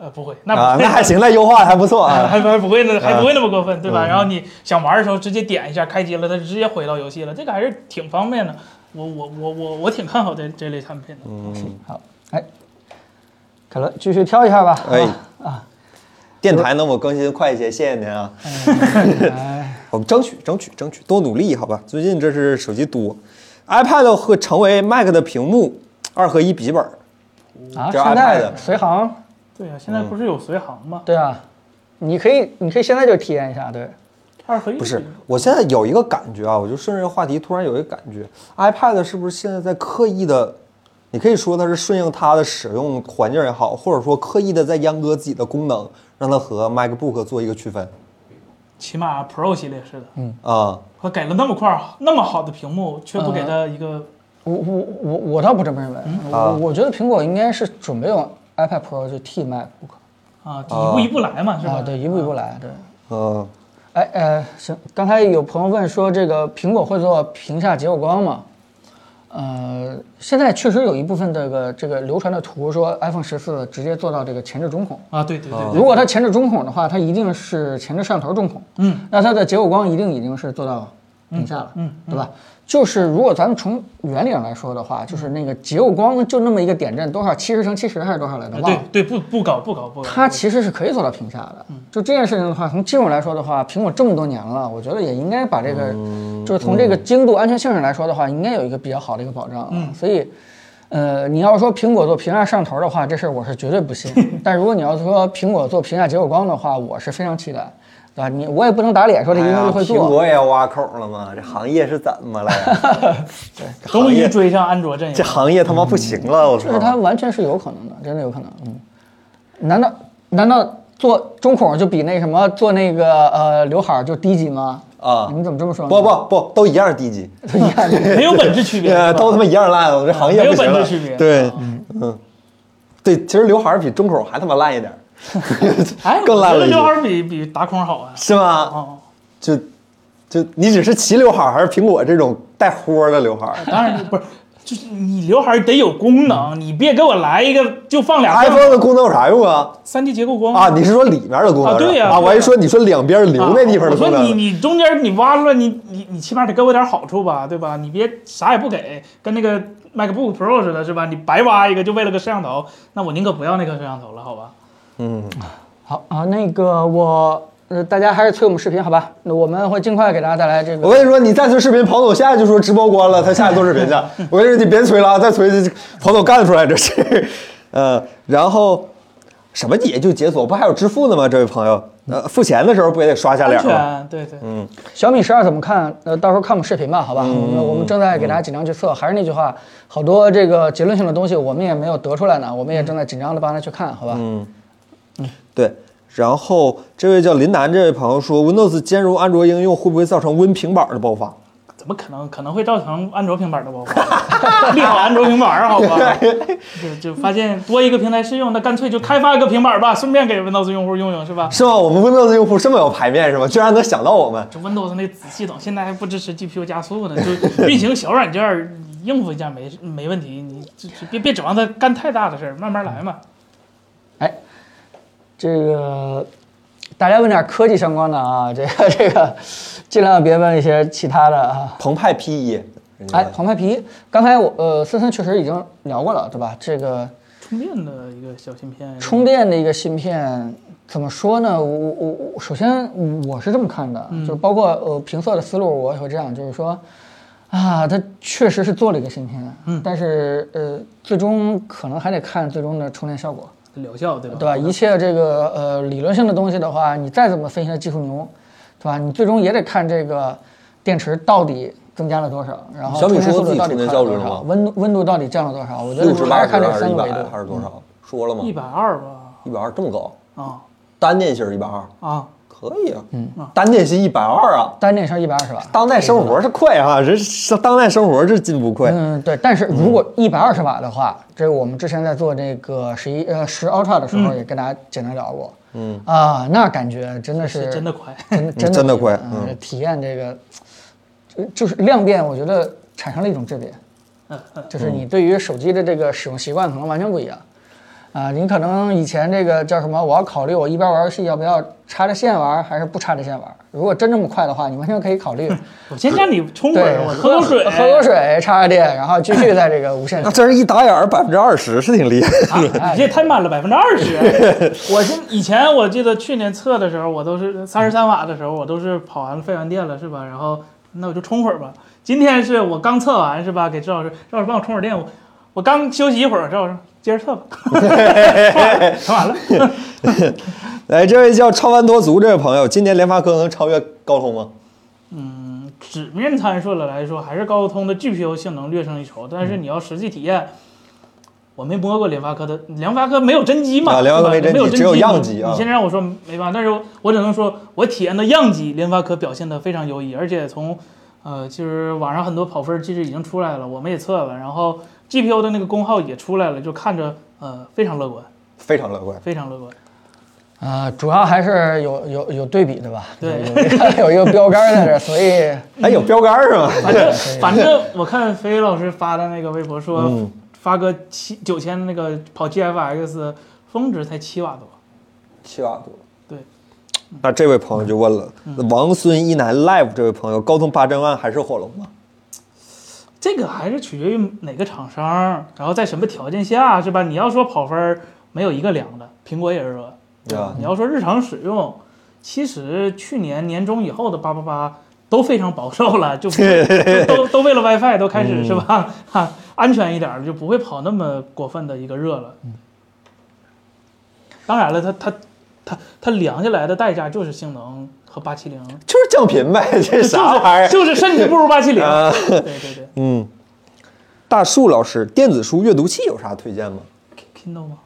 S3: 呃不会，那
S2: 啊，
S3: 不会
S2: 那
S3: <laughs>
S2: 还行，那优化还不错
S3: 啊，
S2: 啊。
S3: 还还不会那还
S2: 啊
S3: 不会那么过分，对吧？
S2: 嗯
S3: 然后你想玩的时候直接点一下开机了，它直接回到游戏了，这个还是挺方便的。我我我我我挺看好这这类产品的。
S2: 嗯
S1: 好，哎，凯伦继续挑一下吧。好吧
S2: 哎啊， <laughs> 电台能否更新快一些？谢谢您啊。<laughs>
S3: 哎
S1: 哎
S2: 我们争取争取争取，多努力好吧？最近这是手机多，iPad 会成为 Mac 的屏幕二合一笔记本儿。
S1: 啊，
S2: 这
S1: 现
S2: iPad
S1: 在随行，
S3: 对啊，现在不是有随行吗？
S1: 对啊，你可以，你可以现在就体验一下，对。
S3: 二合一
S2: 不是，我现在有一个感觉啊，我就顺着这话题，突然有一个感觉，iPad 是不是现在在刻意的？你可以说它是顺应它的使用环境也好，或者说刻意的在阉割自己的功能，让它和 MacBook 做一个区分
S3: 起码 Pro 系列是的，
S2: 啊、
S3: 我给了那么块儿那么好的屏幕，却不给它一个
S1: 我我我我倒不这么认为，
S3: 嗯
S2: 啊
S1: 我我觉得苹果应该是准备用 iPad Pro 去替 MacBook，
S3: 啊，一步一步来嘛，是吧
S1: 啊，？对，一步一步来，对。
S2: 嗯，
S1: 哎呃，行，刚才有朋友问说，这个苹果会做屏下结构光吗？呃，现在确实有一部分这个这个流传的图说 iPhone 十四直接做到这个前置中控。
S3: 啊，对对
S2: 哦
S3: 对
S1: 如果它前置中控的话，它一定是前置摄像头中控。
S3: 嗯，
S1: 那它的结构光一定已经是做到屏下了，嗯，对吧？就是如果咱们从原理上来说的话，就是那个结构光就那么一个点阵，多少七十乘七十还是多少来着？
S3: 对啊
S1: 忘
S3: 呃对
S1: 了。
S3: 对，不不搞不搞不搞，
S1: 它其实是可以做到屏下的。就这件事情的话，从技术来说的话，苹果这么多年了，我觉得也应该把这个，
S2: 嗯
S1: 就是从这个精度、安全性上来说的话，应该有一个比较好的一个保障啊。所以，呃，你要说苹果做屏下摄像头的话，这事儿我是绝对不信。但如果你要说苹果做屏下结构光的话，我是非常期待，对吧？你我也不能打脸说这一
S2: 哎
S1: 定
S2: 呀
S1: 就会做。
S2: 苹果也要挖孔了吗？这行业是怎么了呀？
S3: 终于追上安卓阵
S2: 这
S3: 营。
S2: 行业他妈不行了，我操！
S1: 就是它完全是有可能的，真的有可能。嗯，难道难道做中孔就比那什么做那个呃刘海儿就低级吗？
S2: 啊
S1: 你们怎么这么说呢？
S2: 不不不，都一样低级，
S1: 不，一样。
S3: 没有本
S2: <laughs>
S3: 质区别，
S2: 呃，
S3: 是吧
S2: 都他妈一样烂，我这行业不行
S3: 没有
S2: 了
S3: 本质区别啊
S2: 对，嗯，对，其实刘海儿比中口还他妈烂一点儿，
S3: <laughs>
S2: <laughs>
S3: 哎，
S2: 更烂了
S3: 我觉得
S2: 一
S3: 刘海
S2: 些，
S3: 儿比比打孔好啊。
S2: 是吗？
S3: 哦， <laughs>
S2: 就就你只是齐刘海儿还是苹果这种带豁儿的刘海儿？
S3: 当然不是，就是你刘海儿得有功能，你别给我来一个就放俩
S2: 嗯
S3: 放
S2: iPhone 的功能有啥用啊？
S3: 三 D 结构光
S2: 啊，你是说里面的功能是吧？
S3: 啊对呀
S2: 啊，我还
S3: 对呀
S2: 说你说两边留那地方的功
S3: 啊我说你
S2: 能。
S3: 你中间你挖出来，你你你起码得给我点好处吧，对吧？你别啥也不给，跟那个 MacBook Pro 似的，是吧？你白挖一个就为了个摄像头，那我宁可不要那个摄像头了，好吧？
S2: 嗯，
S1: 好啊，那个我呃，大家还是催我们视频好吧？那我们会尽快给大家带来这
S2: 我
S1: 个。
S2: 跟你说，你再催视频，彭总现在就说直播关了，他下去做视频去。我跟你说，你别催了，啊，再催彭总干出来这是。呃，然后什么也就解锁，不还有支付呢吗？这位朋友，呃，付钱的时候不也得刷下
S3: 安
S2: 脸吗？
S3: 全，对对，
S2: 嗯
S1: 小米十二怎么看？呃，到时候看我们视频吧，好吧？我们我们正在给大家紧张去测，还是那句话，好多这个结论性的东西我们也没有得出来呢，我们也正在紧张的帮他去看，好吧？
S2: 嗯对。然后这位叫林楠这位朋友说，Windows 兼容安卓应用会不会造成 Win 平板的爆发？
S3: 怎么可能可能会造成安卓平板的爆发？ <laughs> 利好安卓平板儿，好吧？就 <laughs> 就发现多一个平台适用，那干脆就开发一个平板儿吧，顺便给 Windows 用户用用，是吧？
S2: 是吗？我们 Windows 用户这么有排面是吗？居然能想到我们。
S3: 这 Windows 那子系统现在还不支持 GPU 加速呢，就 <laughs> 运行小软件儿你应付一下没没问题，你就就别别指望它干太大的事儿，慢慢来嘛。
S1: 哎，这个大家问点科技相关的啊，这个 <laughs> 这个尽量别问一些其他的啊。
S2: 澎湃 P 一，人家
S1: 哎，澎湃皮，刚才我呃森森确实已经聊过了，对吧？这个
S3: 充电的一个小芯片，
S1: 充电的一个芯片怎么说呢？我我我首先我是这么看的，
S2: 嗯
S1: 就是包括呃评测的思路，我也会这样，就是说。啊，它确实是做了一个芯片，嗯，但是呃，最终可能还得看最终的充电效果，
S3: 疗效对吧？
S1: 对吧？一切这个呃理论性的东西的话，你再怎么分析它技术牛，对吧？你最终也得看这个电池到底增加了多少，然后
S2: 小米
S1: 充电
S2: 说
S1: 速
S2: 自
S1: 度
S2: 己
S1: 到底
S2: 充电
S1: 快了
S2: 效率
S1: 多
S2: 了
S1: 少，
S2: 吗
S1: 温度温度到底降了多少？我觉得
S2: 六
S1: 主
S2: 十
S1: 要
S2: 八
S1: 还
S2: 还
S1: 是看这三
S2: 一
S1: 个维
S2: 百
S1: 度嗯
S2: 还。是多少？说了吗？
S3: 一百二吧，
S2: 一百二这么高，
S3: 啊
S2: 单电芯一百二，
S3: 啊，
S2: 可以啊。嗯，单电芯一百二啊，
S1: 单电芯一百二十瓦，
S2: 当代生活是快啊，这是当代生活是进步快。
S1: 嗯，对。但是如果一百二十瓦的话，这个我们之前在做这个十一呃十 Ultra 的时候也跟大家简单聊过，嗯啊，那感觉真的是
S3: 是真的快。
S1: 真真
S2: 真的
S1: 不一样
S2: 快
S1: 嗯
S2: 嗯
S1: 体验这个，就就是量变，我觉得产生了一种质变，就是你对于手机的这个使用习惯可能完全不一样，啊，你可能以前这个叫什么，我要考虑我一边玩游戏要不要插着线玩，还是不插着线玩。如果真这么快的话，你完全可以考虑，
S3: 我先让你充会
S1: 对
S3: 儿，，我喝口水，
S1: 喝口。水，插插电，然后继续在这个无线
S2: 那。真是一打眼儿百分之二十是挺厉害的。
S3: 哎你这也太慢了，百分之二十。我今以前我记得去年测的时候，我都是三十三瓦的时候，我都是跑完费完电了，是吧？然后那我就充会儿吧。今天是我刚测完，是吧？给赵老师，赵老师帮我充会儿电，我我刚休息一会儿，赵老师接着测吧，测完了。
S2: 来，这位叫超凡多族这位朋友，今年联发科能超越高通吗？
S3: 纸面参数的来说，还是高通的 GPU 性能略胜一筹，但是
S2: 嗯
S3: 你要实际体验，我没摸过联发科的，联发科没有真机嘛，
S2: 啊联发科没
S3: 对吧
S2: 真机
S3: 没有
S2: 只有
S3: 机
S2: 样机啊
S3: 你现在让我说没办法，但是我我只能说，我体验的样机，联发科表现的非常优异，而且从呃，就是网上很多跑分儿其实已经出来了，我们也测了，然后 GPU 的那个功耗也出来了，就看着呃非常乐观，
S2: 非常乐观。
S3: 非常乐观。
S1: <laughs> 啊，主要还是有有有对比，对吧？
S3: 对
S1: 有一个 <laughs> 有一个标杆在这儿，所以
S2: 哎，有标杆儿是吗？<laughs>
S3: 反正反正我看飞老师发的那个微博说，
S2: 嗯
S3: 发哥七九千那个跑 GFX 峰值才七瓦多，
S2: 七瓦多。
S3: 对，
S2: 那这位朋友就问了，王孙一男 live 这位朋友，高通八千万还是火龙吗？
S3: 这个还是取决于哪个厂商，然后在什么条件下是吧？你要说跑分儿没有一个凉的，苹果也是说，
S2: 对吧？
S3: 你要说日常使用，其实去年年中以后的八八八都非常保守了，就不
S2: <laughs>
S3: 都都都为了 WiFi 都开
S2: 嗯
S3: 始是吧？哈，安全一点儿了，就不会跑那么过分的一个热了。
S2: 嗯
S3: 当然了，它它它它凉下来的代价就是性能和八七零，
S2: 就是降频呗，这
S3: 就是
S2: 啥玩意儿？
S3: 就是甚至不如八七零。
S2: 啊 <laughs>
S3: 对对对
S2: 嗯，大树老师，电子书阅读器有啥推荐吗？
S3: ，Kindle 吗？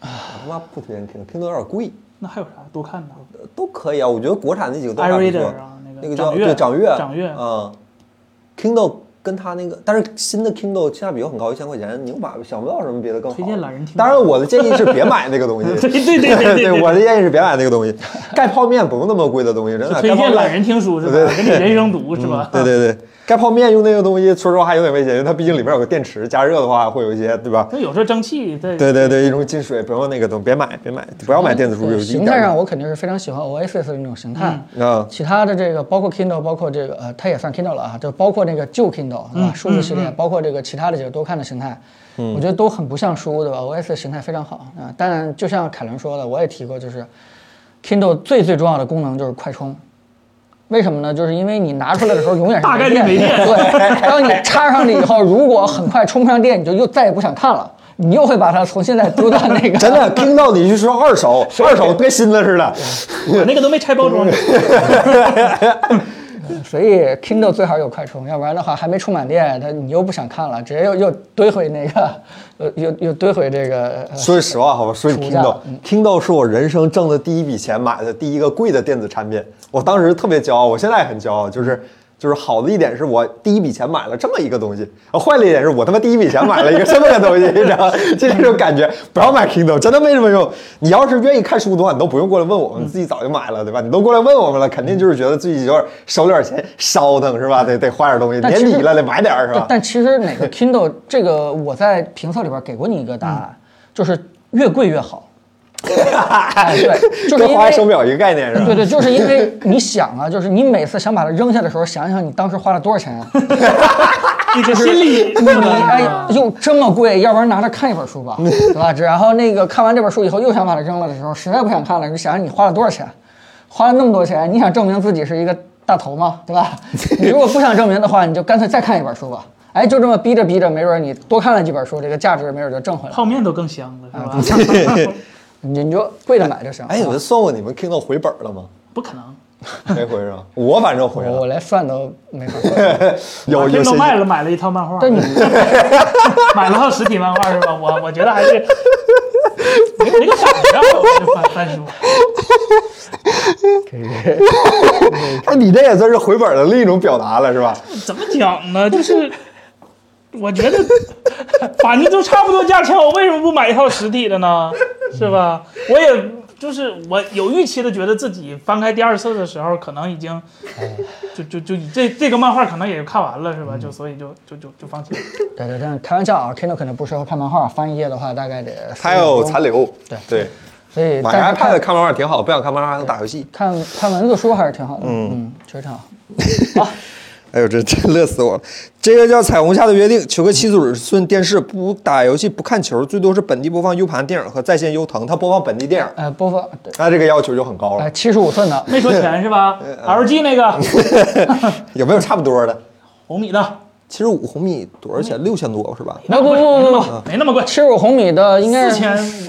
S2: 我他妈不推荐 Kindle，Kindle 有点贵，
S3: 那还有啥多看的
S2: 呃都可以啊。我觉得国产那几个都还不错
S3: iReader 啊，那
S2: 那个
S3: 个
S2: 叫
S3: 月
S2: 对掌阅，
S3: 掌阅，
S2: 嗯，Kindle 跟它那个，但是新的 Kindle 性价比又很高，一千块钱，牛马想不到什么别的更好。
S3: 推荐懒人听
S2: 当然，我的建议是别买那个东西。
S3: <laughs> 对对对
S2: <laughs>
S3: 对对
S2: 我的建议是别买那个东西，盖泡面不用那么贵的东西，真的。
S3: 推
S2: 盖泡
S3: 荐
S2: 面
S3: 懒人听书是吧？
S2: 对对嗯
S3: 跟你人生读是吧？
S2: 对对对，盖泡面用那个东西，说实话还有点危险，因为它毕竟里面有个电池，加热的话会有一些，对吧？
S3: 那有时候蒸汽在
S2: 对对对，一种进水，不用那个东，别买，别买，不要买电子书
S1: 对
S2: 游戏。
S1: 形态上，我肯定是非常喜欢 Oasis 的那种形态。
S2: 啊，
S3: 嗯
S1: 其他的这个包括 Kindle，包括这个呃，它也算 Kindle 了啊，就包括那个旧 Kindle 对
S3: 嗯
S1: 吧？数字系列，包括这个其他的几个多看的形态，我觉得都很不像书，对吧？OS 形态非常好啊。当然，就像凯伦说的，我也提过，就是 Kindle 最最重要的功能就是快充。为什么呢？就是因为你拿出来的时候
S3: <laughs>
S1: 永远是
S3: 大概率没电
S1: 对，当你插上去以后，如果很快充不上电，你就又再也不想看了，你又会把它重新再丢到那
S3: <laughs>
S1: 个
S2: 真的听到你去说二
S1: <laughs>
S2: 手，二手跟新的似的。
S3: 我那个都没拆
S2: <laughs>
S3: 包装，
S1: 所以 Kindle 最好有快充，要不然的话还没充满电，它你又不想看了，直接又又堆回那个，呃，又又堆回这个。呃
S2: 说句实话，好吧，说你
S1: 暑假
S2: Kindle，Kindle 是我人生挣的第一笔钱买的第一个贵的电子产品，我当时特别骄傲，我现在也很骄傲，就是。就是好的一点是我第一笔钱买了这么一个东西，啊，坏的一点是我他妈第一笔钱买了一个这么个东西，你知道吗？ <laughs> 就这种感觉，不要买 Kindle，真的没什么用。你要是愿意看书的话，你都不用过来问我们，你自己早就买了，对吧？你都过来问我们了，肯定就是觉得自己有点少点钱，烧腾是吧？得得花点东西，
S1: 但
S2: 年
S1: 其实
S2: 底了得买点儿是
S1: 但
S2: 吧？
S1: 但其实哪个 Kindle 这个，我在评测里边给过你一个答案，就是越贵越好。哎
S2: <laughs>
S1: 对，就是
S2: 跟
S1: 因
S2: 花
S1: 为
S2: 手表一个概念是吧？
S1: 对对，就是因为你想啊，就是你每次想把它扔下的时候，想想你当时花了多少钱、啊。
S3: 你这心里
S1: 你
S2: 嗯
S1: 哎又这么贵，要不然拿着看一本
S2: <laughs>
S1: 书吧，对吧？然后那个看完这本书以后，又想把它扔了的时候，实在不想看了，你想想你花了多少钱，花了那么多钱，你想证明自己是一个大头吗？对
S2: <laughs>
S1: 吧？你如果不想证明的话，你就干脆再看一本书吧。哎，就这么逼着逼着，没准你多看了几本书，这个价值没准就挣回来了。
S3: 泡面都更香
S2: 啊
S3: 了，是吧？
S1: 你你就贵的买就行。
S2: 哎，你们算过你们 Kindle 回本 <laughs> 了吗？
S3: 不可能，
S2: 没回是吧？我反正回
S1: 我
S2: 了，
S1: 我连算都没法
S2: <laughs>
S1: 算。
S2: 有有
S3: 天
S2: 些
S3: 都卖了，买了一套漫画，
S1: 但你
S3: 买了套实体漫画是吧？我我觉得还是没没个感觉啊，我翻翻书。
S2: 哎，你这也算是回本的另一种表达了是吧？
S3: 怎么讲呢？就是我觉得，反正都差不多价钱，我为什么不买一套实体的呢？是吧？我也就是我有预期的，觉得自己翻开第二次的时候，可能已经就就就这这个漫画可能也就看完了，是吧？就所以就就就就放弃了。
S1: 对对，但是开玩笑啊，Kindle 可能不适合看漫画，翻一页的话大概得15
S2: 它有
S1: 分钟
S2: 残留，
S1: 对
S2: 对，哎
S1: 所以
S2: 买
S1: 但是看
S2: iPad 看漫画挺好，不想看漫画还能打游戏。
S1: 看看文字书还是挺好的，嗯，其实挺好。
S2: 哎呦，这真乐死我了！这个叫《彩虹下的约定》，求个妻子顺电视，不打游戏，不看球，最多是本地播放 U 盘电影和在线优腾。它播放本地电影，
S1: 呃，播放对，
S2: 那这个要求就很高了
S1: 呃，。七十五寸的，
S3: 没说钱是
S2: <laughs>
S3: 吧？LG 那个
S2: 有没有差不多的？
S3: 红米的
S2: 七十五毫米多少钱？六千多是吧？
S1: 不不不不
S2: 嗯
S1: 不，
S3: 没那么贵
S1: 七，十五毫米的应该是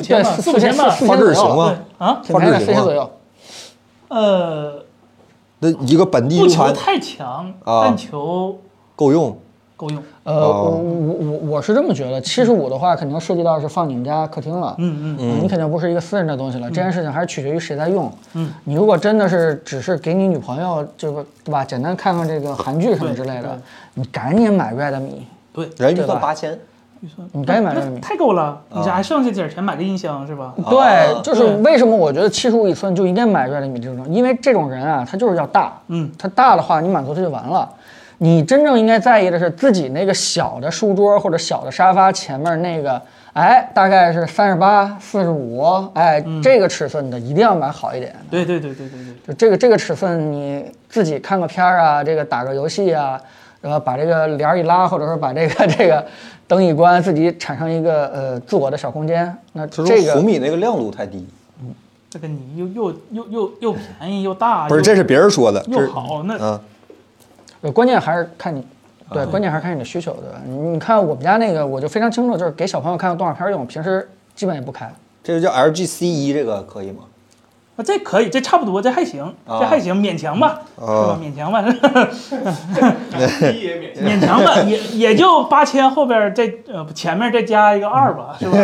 S3: 4000 5000吧
S1: 对，
S3: 4000
S1: 千
S3: 吧
S1: 四
S2: 画
S1: 千
S2: 质
S1: 左
S2: 行
S1: 右，
S2: 吗？
S3: 啊，
S1: 挺便宜的，
S2: 画质
S1: 四
S2: 行
S1: 千
S2: 吗
S1: 左右。
S3: 呃，
S2: 那一个本地
S3: 不
S2: U
S3: 求
S2: 盘
S3: 太强，
S2: 啊
S3: 但求
S2: 够用？
S3: 够用。
S1: 呃，我
S2: 哦
S1: 我我我是这么觉得，七十五的话肯定涉及到是放你们家客厅了，
S3: 嗯嗯，
S1: 嗯，你肯定不是一个私人的东西了。这件事情还是取决于谁在用。嗯，你如果真的是只是给你女朋友，就是对吧？简单看看这个韩剧什么之类
S3: 对对
S1: 的，你赶紧买 Redmi，
S3: 对，
S2: 人预
S1: 对
S2: 算
S1: 吧
S2: 八千，
S3: 预算
S1: 嗯你该买
S3: 那
S1: 了你
S3: 太够了，你这还剩下点钱买个音箱是吧？
S2: 啊
S1: 对，就是为什么我觉得七十五以寸就应该买 Redmi 这种，因为这种人啊，他就是要大，
S3: 嗯，
S1: 他大的话你满足他就完了。你真正应该在意的是自己那个小的书桌或者小的沙发前面那个，哎，大概是三十八、四十五，哎，
S2: 嗯
S1: 这个尺寸的一定要买好一点。
S3: 对对对对对
S1: 就
S3: 对，
S1: 这个这个尺寸，你自己看个片儿啊，这个打个游戏啊，然后把这个帘儿一拉，或者说把这个这个灯一关，自己产生一个呃自我的小空间。那
S2: 他
S1: 这
S2: 说
S1: 个
S2: 红米那个亮度太低，
S3: 这个你又又又又又便宜又大，
S2: 不是，
S3: 又
S2: 这是别人说的，
S3: 又
S2: 这是
S3: 好那
S2: 嗯，
S1: 呃，关键还是看你，对，关键还是看你的需求，对吧？你你看我们家那个，我就非常清楚，就是给小朋友看动画片用，平时基本也不开。
S2: 这个叫 LG C 一，这个可以吗？
S3: 啊这可以，这差不多，这还行，
S2: 啊
S3: 这还行，勉强吧，是吧？勉强吧，
S4: 第一也免
S2: <laughs>
S4: 钱。
S3: 勉强吧，也也就八千，后边再呃不前面再加一个二
S2: <laughs>
S3: 吧，是吧？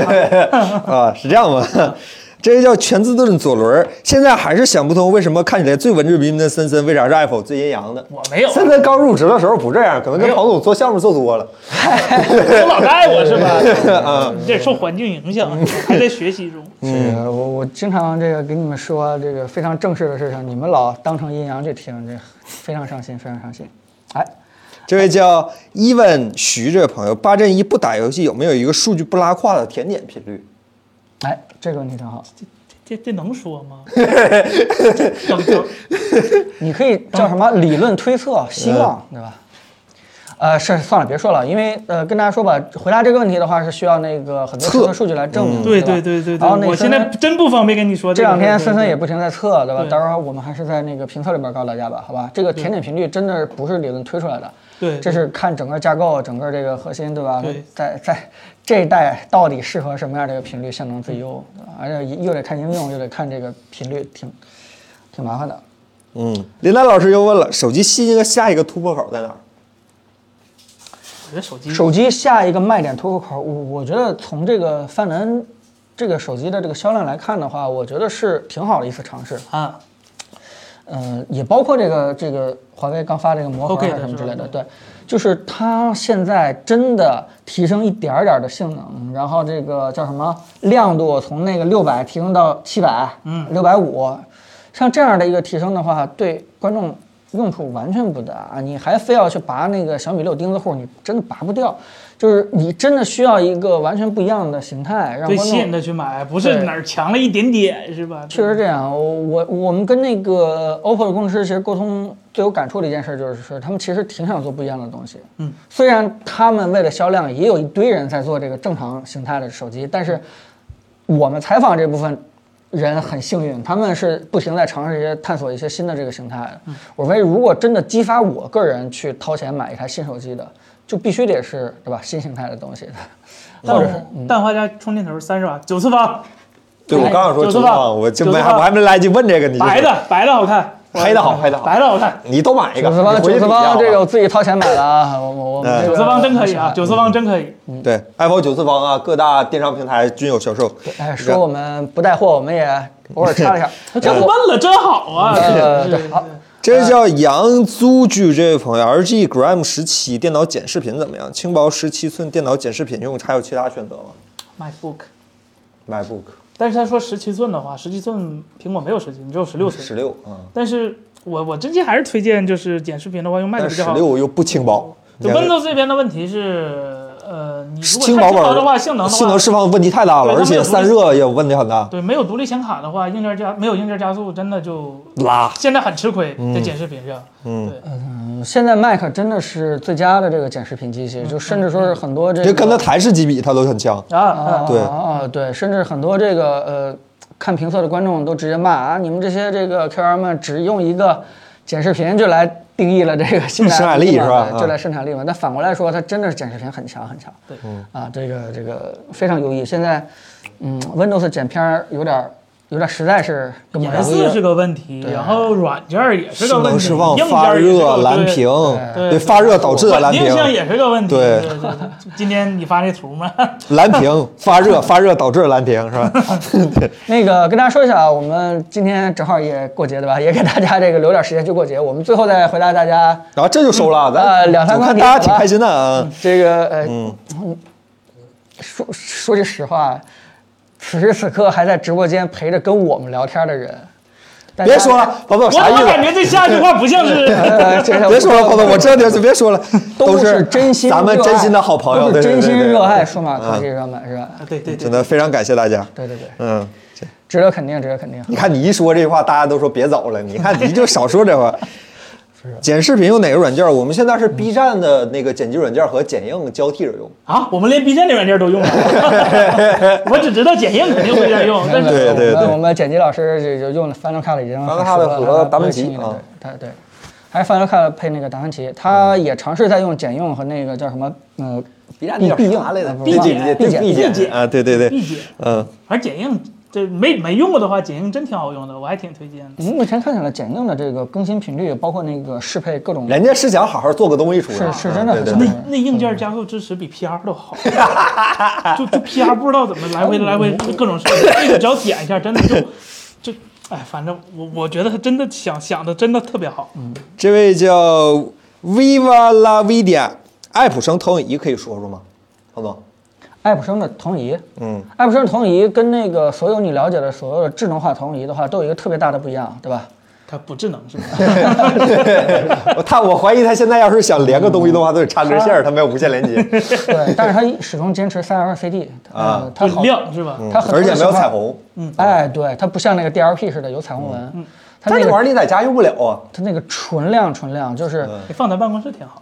S2: <laughs> 啊，是这样吗？ <laughs> 这个叫全自动左轮儿，现在还是想不通为什么看起来最文质彬彬的森森，为啥是 Apple 最阴阳的？
S3: 我没有，
S2: 森森刚入职的时候不这样，可能跟
S3: 没有
S2: 彭总做项目做多了。
S3: 我老带我是
S1: <laughs>
S3: 吧？你这受环境影响，还在学习中。
S1: 啊嗯，我我经常这个跟你们说这个非常正式的事情，你们老当成阴阳去听，这非常伤心，非常伤心。哎，
S2: 这位叫 Even 徐这位朋友，八阵一不打游戏有没有一个数据不拉胯的甜点频率？
S1: 哎，这个问题挺好，
S3: 这这能说
S1: <laughs>
S3: 吗？整整
S1: 嗯你可以叫什么理论推测、希望，对吧？呃，是算了，别说了，因为呃，跟大家说吧，回答这个问题的话是需要那个很多
S2: 测
S1: 测数据来证明，
S3: 对
S1: 对
S3: 对对对
S1: 吧然后那
S3: 对，我
S1: 森
S3: 现在真不方便跟你说
S1: 这
S3: 个
S1: 两天森森
S3: 对
S1: 也不停在测，对吧？
S3: 对
S1: 到时候我们还是在那个评测里边告诉大家吧，好吧？这个甜点频率真的不是理论推出来的，
S3: 对
S1: 这是看整个架构、整个这个核心，对吧？
S3: 对
S1: 在在这一代到底适合什么样的一个频率性能最优，对吧而且啊又得看应用，又得看这个频率，挺挺麻烦的。
S2: 嗯，林丹老师又问了，手机新一个下一个突破口在哪儿？
S3: 我的手机
S1: 手机下一个卖点突破口，我我觉得从这个范蓝这个手机的这个销量来看的话，我觉得是挺好的一次尝试。
S3: 啊，
S1: 呃，也包括这个这个华为刚发这个魔盒啊
S3: OK 的
S1: 还是什么之类的，
S3: 是吧
S1: 对，就是它现在真的提升一点儿点儿的性能，然后这个叫什么亮度从那个六百提升到七百，嗯，六百五，像这样的一个提升的话，对观众用处完全不大，啊你还非要去拔那个小米六钉子户，你真的拔不掉，就是你真的需要一个完全不一样的形态，让
S3: 对，
S1: 观众
S3: 吸引他去买，不是
S1: 啊对
S3: 哪儿强了一点点是吧？
S1: 确实这样，我我我们跟那个 OPPO 的工程师其实沟通最有感触的一件事就是说，他们其实挺想做不一样的东西。
S3: 嗯，
S1: 虽然他们为了销量，也有一堆人在做这个正常形态的手机，但是我们采访这部分人很幸运，他们是不停地在尝试一些探索一些新的这个形态
S3: 嗯
S1: 的。我认为，如果真的激发我个人去掏钱买一台新手机的，就必须得是对吧新形态的东西，
S3: 但
S1: 或者是
S3: 我氮化镓充电头三十瓦，九次方，
S2: 对，我刚想说
S3: 九
S2: 哎九
S3: 字棒
S2: 我就
S3: 九字
S2: 没
S3: 棒
S2: 还我还没来及问这个，你就
S3: 白的白的好看，
S2: 黑的好黑的好
S3: 白的好看，
S2: 你都买一个，
S1: 九次
S2: 你
S1: 方，
S2: 回去
S1: 九次
S2: 比较
S1: 方
S2: 好
S1: 这个我自己掏钱买的啊，我我我们
S2: 嗯
S1: 这
S3: 九
S1: 个
S3: 次方真可以啊，
S1: 是
S3: 九次方真可以。
S2: 对 Apple 九次方啊，各大电商平台均有销售。
S1: 哎，说我们不带货，我们也偶尔插了一
S2: <laughs>
S1: 下。
S3: 他真问了，真好啊！
S1: 呃
S3: 是是
S1: 对好
S3: 是
S2: 这位叫杨租居这位朋友，LG Gram 十七电脑剪视频怎么样？轻薄十七寸电脑剪视频用，还有其他选择吗
S3: MacBook，
S2: ？MacBook
S3: 但是他说十七寸的话，十七寸苹果没有十七，你只有十六
S2: 十
S3: 寸。
S2: 六，嗯，
S3: 但是我我真心还是推荐，就是剪视频的话用 Mac
S2: 但
S3: 比
S2: 十
S3: 较好。
S2: 六又不轻薄。
S3: 就 Windows 这边的问题是，呃，你如果
S2: 轻薄
S3: 太
S2: 版
S3: 的话，性能的话，
S2: 性能释放问题太大了，
S3: 对
S2: 而且
S3: 它没有
S2: 散热也有问题很大，
S3: 对没有独立显卡的话，硬件加没有硬件加速，真的就
S2: 拉。
S3: 现在很吃亏在剪视频上。
S2: 嗯
S3: 对，
S1: 嗯现在 Mac 真的是最佳的这个剪视频机器，就甚至说是很多这个
S2: 这跟它台式机比，它都很强。
S3: 啊
S1: 啊
S3: 啊，
S2: 对
S1: 啊啊对，甚至很多这个呃看评测的观众都直接骂啊，你们这些这个 KOL 们只用一个剪视频就来定义了这个现在
S2: 生产力是吧啊
S1: 对就来生产力嘛。但反过来说，它真的是剪视频很强很强。
S3: 对，
S2: 嗯
S1: 啊，这个这个非常优异。现在嗯，Windows 剪片儿有点儿有点儿实在是跟不上
S3: 颜色是个问题，然后软件也是个
S2: 性
S3: 问
S2: 能
S3: 题，
S2: 释
S3: 硬
S2: 放、
S3: 件
S2: 发
S3: 也是
S2: 热、
S3: 个
S2: 蓝
S3: 对
S2: 屏，
S3: 对
S2: 对发热导致的蓝
S3: 稳定
S2: 屏，
S3: 性也是个问题。
S2: 对
S3: 对，对今天你发这图吗？
S2: 蓝
S3: <laughs>
S2: 屏发热，发热导致的蓝屏是吧？ <laughs>
S1: 那个跟大家说一下啊，我们今天正好也过节对吧？也 <laughs> 给大家这个留点时间去过节。我们最后再回答大家
S2: 然后这就收了，咱
S1: 呃两三
S2: 我
S1: 块
S2: 看
S1: 钱
S2: 大家挺开心的啊。
S1: 这个呃，嗯说说句实话，此时此刻还在直播间陪着跟我们聊天的人，大家
S2: 别说了，宝宝
S3: <laughs> 我
S2: 啥
S3: 怎
S2: 意
S3: 么感
S2: 思？
S3: 觉这下一句话不
S2: <laughs>
S3: 像是
S1: 呃，这个
S2: 别说了，宝宝，我知道你是别说了，
S1: 都
S2: 是
S1: 真心热爱，
S2: 咱们真心的好朋友，
S1: 都是
S2: 对
S1: 真心热爱，
S2: 对嗯
S1: 数码科技热门是吧？
S3: 啊对对
S2: 对对真
S3: 对，
S2: 的非常感谢大家。
S1: 对对对，
S2: 嗯，
S1: 值得肯定，值得肯定。
S2: 你看你一说这话，大家都说别走了，你看你就少说
S1: <laughs>
S2: 这话。
S1: 啊
S2: 剪视频用哪个软件？我们现在
S1: 嗯
S2: 是 B 站的那个剪辑软件和剪映交替着用。
S3: 啊，我们连 B 站的软件都用了，我只知道剪映肯定会在
S1: <laughs>
S3: 用，但是
S2: 对对
S1: 哦我
S2: 对
S1: 们我们剪辑老师就就用了 Final Cut 已经
S2: Final
S1: 很熟
S2: Cut
S1: 了
S2: 和达芬奇
S1: 对
S2: 啊
S1: 对对，还是 Final Cut 配那个达芬奇，他
S2: 嗯
S1: 也尝试在用剪用和那个叫什么呃
S2: B 站
S1: 必
S2: 那
S1: 必
S2: 叫
S1: 应
S2: 啥来着
S1: 呃不
S2: ？B
S1: 忘
S2: 姐
S1: 了
S2: 对
S1: 必剪
S2: B
S3: 必
S2: 姐
S3: 剪
S2: 啊，对对对，
S3: 毕姐，
S2: 嗯，
S3: 反正剪映这没没用过的话，剪映真挺好用的，我还挺推荐的。
S1: 嗯目前看起来剪映的这个更新频率，包括那个适配各种，
S2: 人家是想好好做个东西出来，
S1: 是是真的
S2: 嗯
S1: 很
S2: 对对
S3: 那
S2: 对
S1: 像
S3: 那硬件加速支持比 PR 都好，就就 PR 不知道怎么来回来回各种设计，这个只要点一下，真的就就哎，反正我我觉得他真的想想的真的特别好，
S2: 这位叫 Viva La Vida，爱普生投影仪可以说说吗？彭总，
S1: 爱普生的投影仪，
S2: 嗯，
S1: 爱
S2: <laughs>
S1: 普生的投影仪跟那个所有你了解的所有的智能化投影仪的话，都有一个特别大的不一样，对吧？
S3: 它不智能是吧？
S2: <laughs> 我他我怀疑他现在要是想连个东西的话，都得插根
S1: 嗯
S2: 线儿，他没有无线连接
S1: 对，但是它始终坚持三二 CD
S2: 啊
S1: 呃，它
S3: 就
S1: 好，
S3: 亮是吧？
S1: 它很多
S2: 而且没
S1: 情
S2: 有
S1: 况
S2: 彩，虹。
S1: 哎，对，它不像那个 DLP 似的有彩虹纹，它
S2: 但
S1: 那
S2: 嗯这
S1: 个
S2: 玩意儿你在家用不了啊，
S1: 它那个纯亮纯亮，就是
S3: 你哎放在办公室挺好。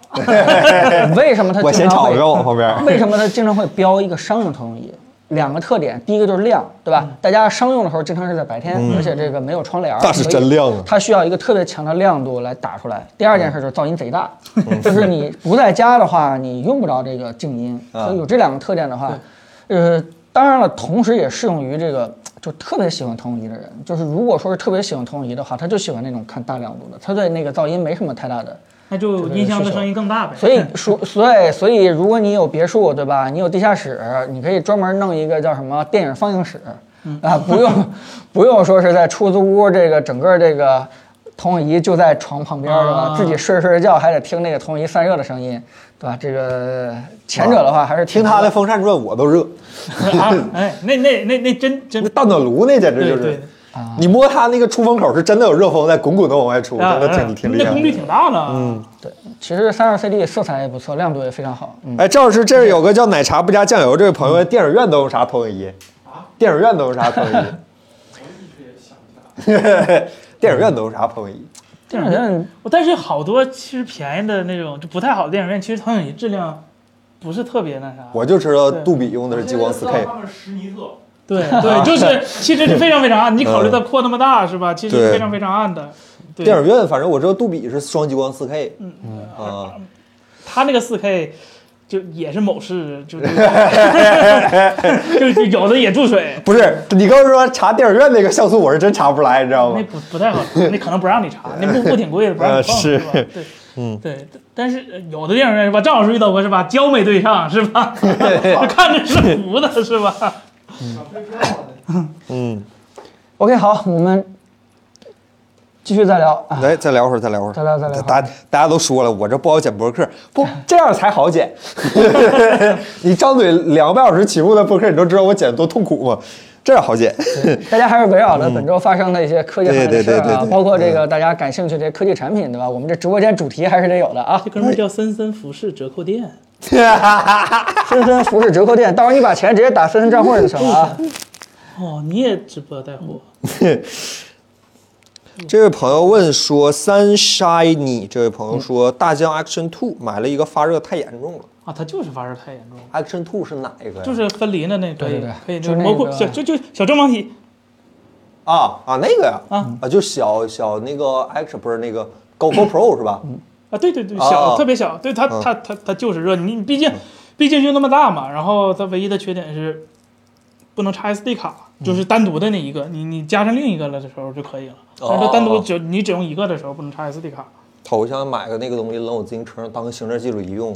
S1: 为什么它
S2: 嗯我
S1: 经
S2: 嫌
S1: 常
S2: 吵
S1: 会
S2: 呗，我旁边。
S1: 为什么它经常会标一个商用投影仪？两个特点，第一个就是亮，对吧？大家商用的时候经常是在白天，而且这个没有窗帘儿，
S2: 嗯那是
S1: 所以
S2: 真亮啊
S1: 它需要一个特别强的亮度来打出来。第二件事就是噪音贼大，
S2: 嗯
S1: 就是你不在家的话，你用不着这个静音。
S2: 啊
S1: 所以有这两个特点的话，呃，当然了，同时也适用于这个就特别喜欢投影仪的人。就是如果说是特别喜欢投影仪的话，他就喜欢那种看大亮度的，他对那个噪音没什么太大的
S3: 那就音箱的声音更大呗。
S1: 所以说，所以所以，如果你有别墅，对吧？你有地下室，你可以专门弄一个叫什么电影放映室，
S2: 嗯
S1: 啊，不用不用说是在出租屋，这个整个这个投影仪就在床旁边，对吧
S3: 啊？
S1: 自己睡着睡着觉还得听那个投影仪散热的声音，对吧？这个前者的话还是
S2: 听他的风扇转，我都热。
S3: 啊，
S2: <coughs>
S3: 哎，那那那那真真
S2: 那大暖炉那简直就
S3: 对
S2: 是
S3: 对，
S2: 你摸它那个出风口是真的有热风在滚滚的往外出，真的
S3: 啊
S2: 挺挺厉
S3: 那功率
S2: 害。
S3: 挺大的。嗯，
S1: 对。其实三二 CD 色彩也不错，亮度也非常好，嗯。
S2: 哎，赵老师，这儿有个叫奶茶不加酱油这位朋
S3: 嗯
S2: 友，电影院都用啥投影仪？
S3: 啊
S2: 电影院都用啥投影仪？ <laughs> 电影院都用啥投影仪？
S1: 电
S2: 嗯
S1: 影院
S3: 但是好多其实便宜的那种就不太好的电影院，其实投影仪质量不是特别那啥。
S2: 我就知道杜比用的是激光
S4: 我现
S2: 4K
S4: 在就知道。他们是施尼特，
S3: 对
S2: <laughs>
S3: 对，就是其实是非常非常暗。你考虑它扩那么大是吧？其实
S2: 嗯对
S3: 是非常非常暗的。对
S2: 电影院反正我知道杜比是双激光 4K。嗯啊，
S3: 它那个四 K 就也是某市，
S2: <laughs>
S3: 就就就就有的也注水，
S2: 不是，你跟我说查电影院那个像素，我是真查不出来，你知道
S3: 那
S2: 吗？
S3: 不不太好，那可能不让你查，那幕布挺贵的，不让你放，
S1: 啊
S2: 呃是
S3: 吧？对，嗯，对。但是呃有的电影院是吧？赵老师遇到过是吧？胶没对上是吧？ <laughs> 看着是糊的是吧？
S4: 想退票了。
S2: 嗯，
S1: OK，好，我们继续再聊啊。
S2: 来再聊会儿，再聊会儿，
S1: 再聊再聊
S2: 大家大家都说了，我这不好剪博客，
S1: <laughs>
S2: 不这样才好剪。 <laughs> 你张嘴两个半小时起步的播客，你都知道我剪得多痛苦吗？这样好剪。
S1: 大家还是围绕着本周发生的一些科技行业的事儿
S2: 嗯对对对对嗯
S1: 啊
S2: 对，
S1: 包括这个大家感兴趣的科技产品，对吧？我们这直播间主题还是得有的
S2: <laughs>
S1: 啊
S3: <laughs> 这。哥们儿叫森森服饰折扣店，
S1: 森森服饰折扣店，到时候你把钱直接打森森账户就行了
S2: <laughs>
S1: 啊。
S3: 哦，你也直播带货，
S2: 这位朋友问说，Sunshiny，这位朋友说，大疆 Action Two 买了一个发热太严重了。
S3: 啊，它就是发热太严重了。
S2: Action Two 是哪一个呀？
S3: 就是分离的那可
S1: 对
S3: 以
S1: 对对
S3: 可以，
S1: 就那
S3: 包括
S1: 个
S3: 小就就小正方体，
S2: 啊啊那个呀
S3: 啊
S2: 啊，就小小那个 Action 不是那个 Go
S3: <coughs>
S2: Go Pro 是吧？
S3: 啊，对对对，
S2: 啊
S3: 小、
S2: 啊
S3: 特别小，对它它它它就是热，你你毕竟毕竟就那么大嘛，然后它唯一的缺点是不能插 SD 卡，就是
S2: 嗯
S3: 单独的那一个，你你加上另一个了的时候就可以了。但是它单独
S2: 哦
S3: 只你只用一个的时候不能插 SD 卡。
S2: 头想买个那个东西，扔我自行车上当个行车记录仪
S3: <laughs>
S2: 用。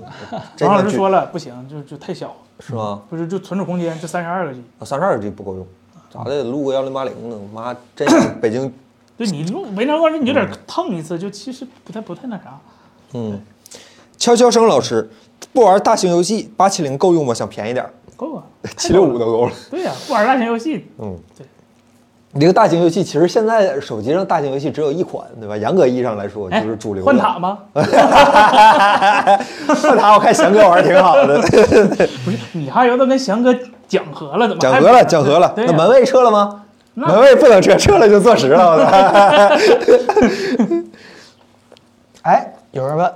S2: 这
S3: 王老师
S2: 个
S3: 说了不行，就就太小，
S2: 是吗？
S3: 不是就存储空间就三十二个 G，
S2: 啊三十二 G 不够用，咋的也录个幺零八零呢？妈，真想北京，
S3: 对你
S2: 嗯
S3: 录围栏光是你有点蹭一次，就其实不太不太那啥。
S2: 嗯。悄悄声老师，不玩大型游戏，八七零够用吗？想便宜点儿，
S3: 够啊，
S2: 七六五都够了。
S3: 对呀、不玩大型游戏，
S2: 嗯你这个大型游戏，其实现在手机上大型游戏只有一款，对吧？严格意义上来说，
S3: 哎，
S2: 就是主流。哎
S3: 换塔，吗？
S2: 换塔，我看翔哥玩的挺好
S3: <laughs>
S2: 的，
S3: 你还有的跟翔哥讲和了，怎么
S2: 讲
S3: 还
S2: 和了，讲和了。
S3: 对呀
S2: 那门卫撤了吗？
S3: 那
S2: 门卫不能撤，撤了就坐实了。我
S3: <laughs>
S2: 操！
S1: 哎，有人问，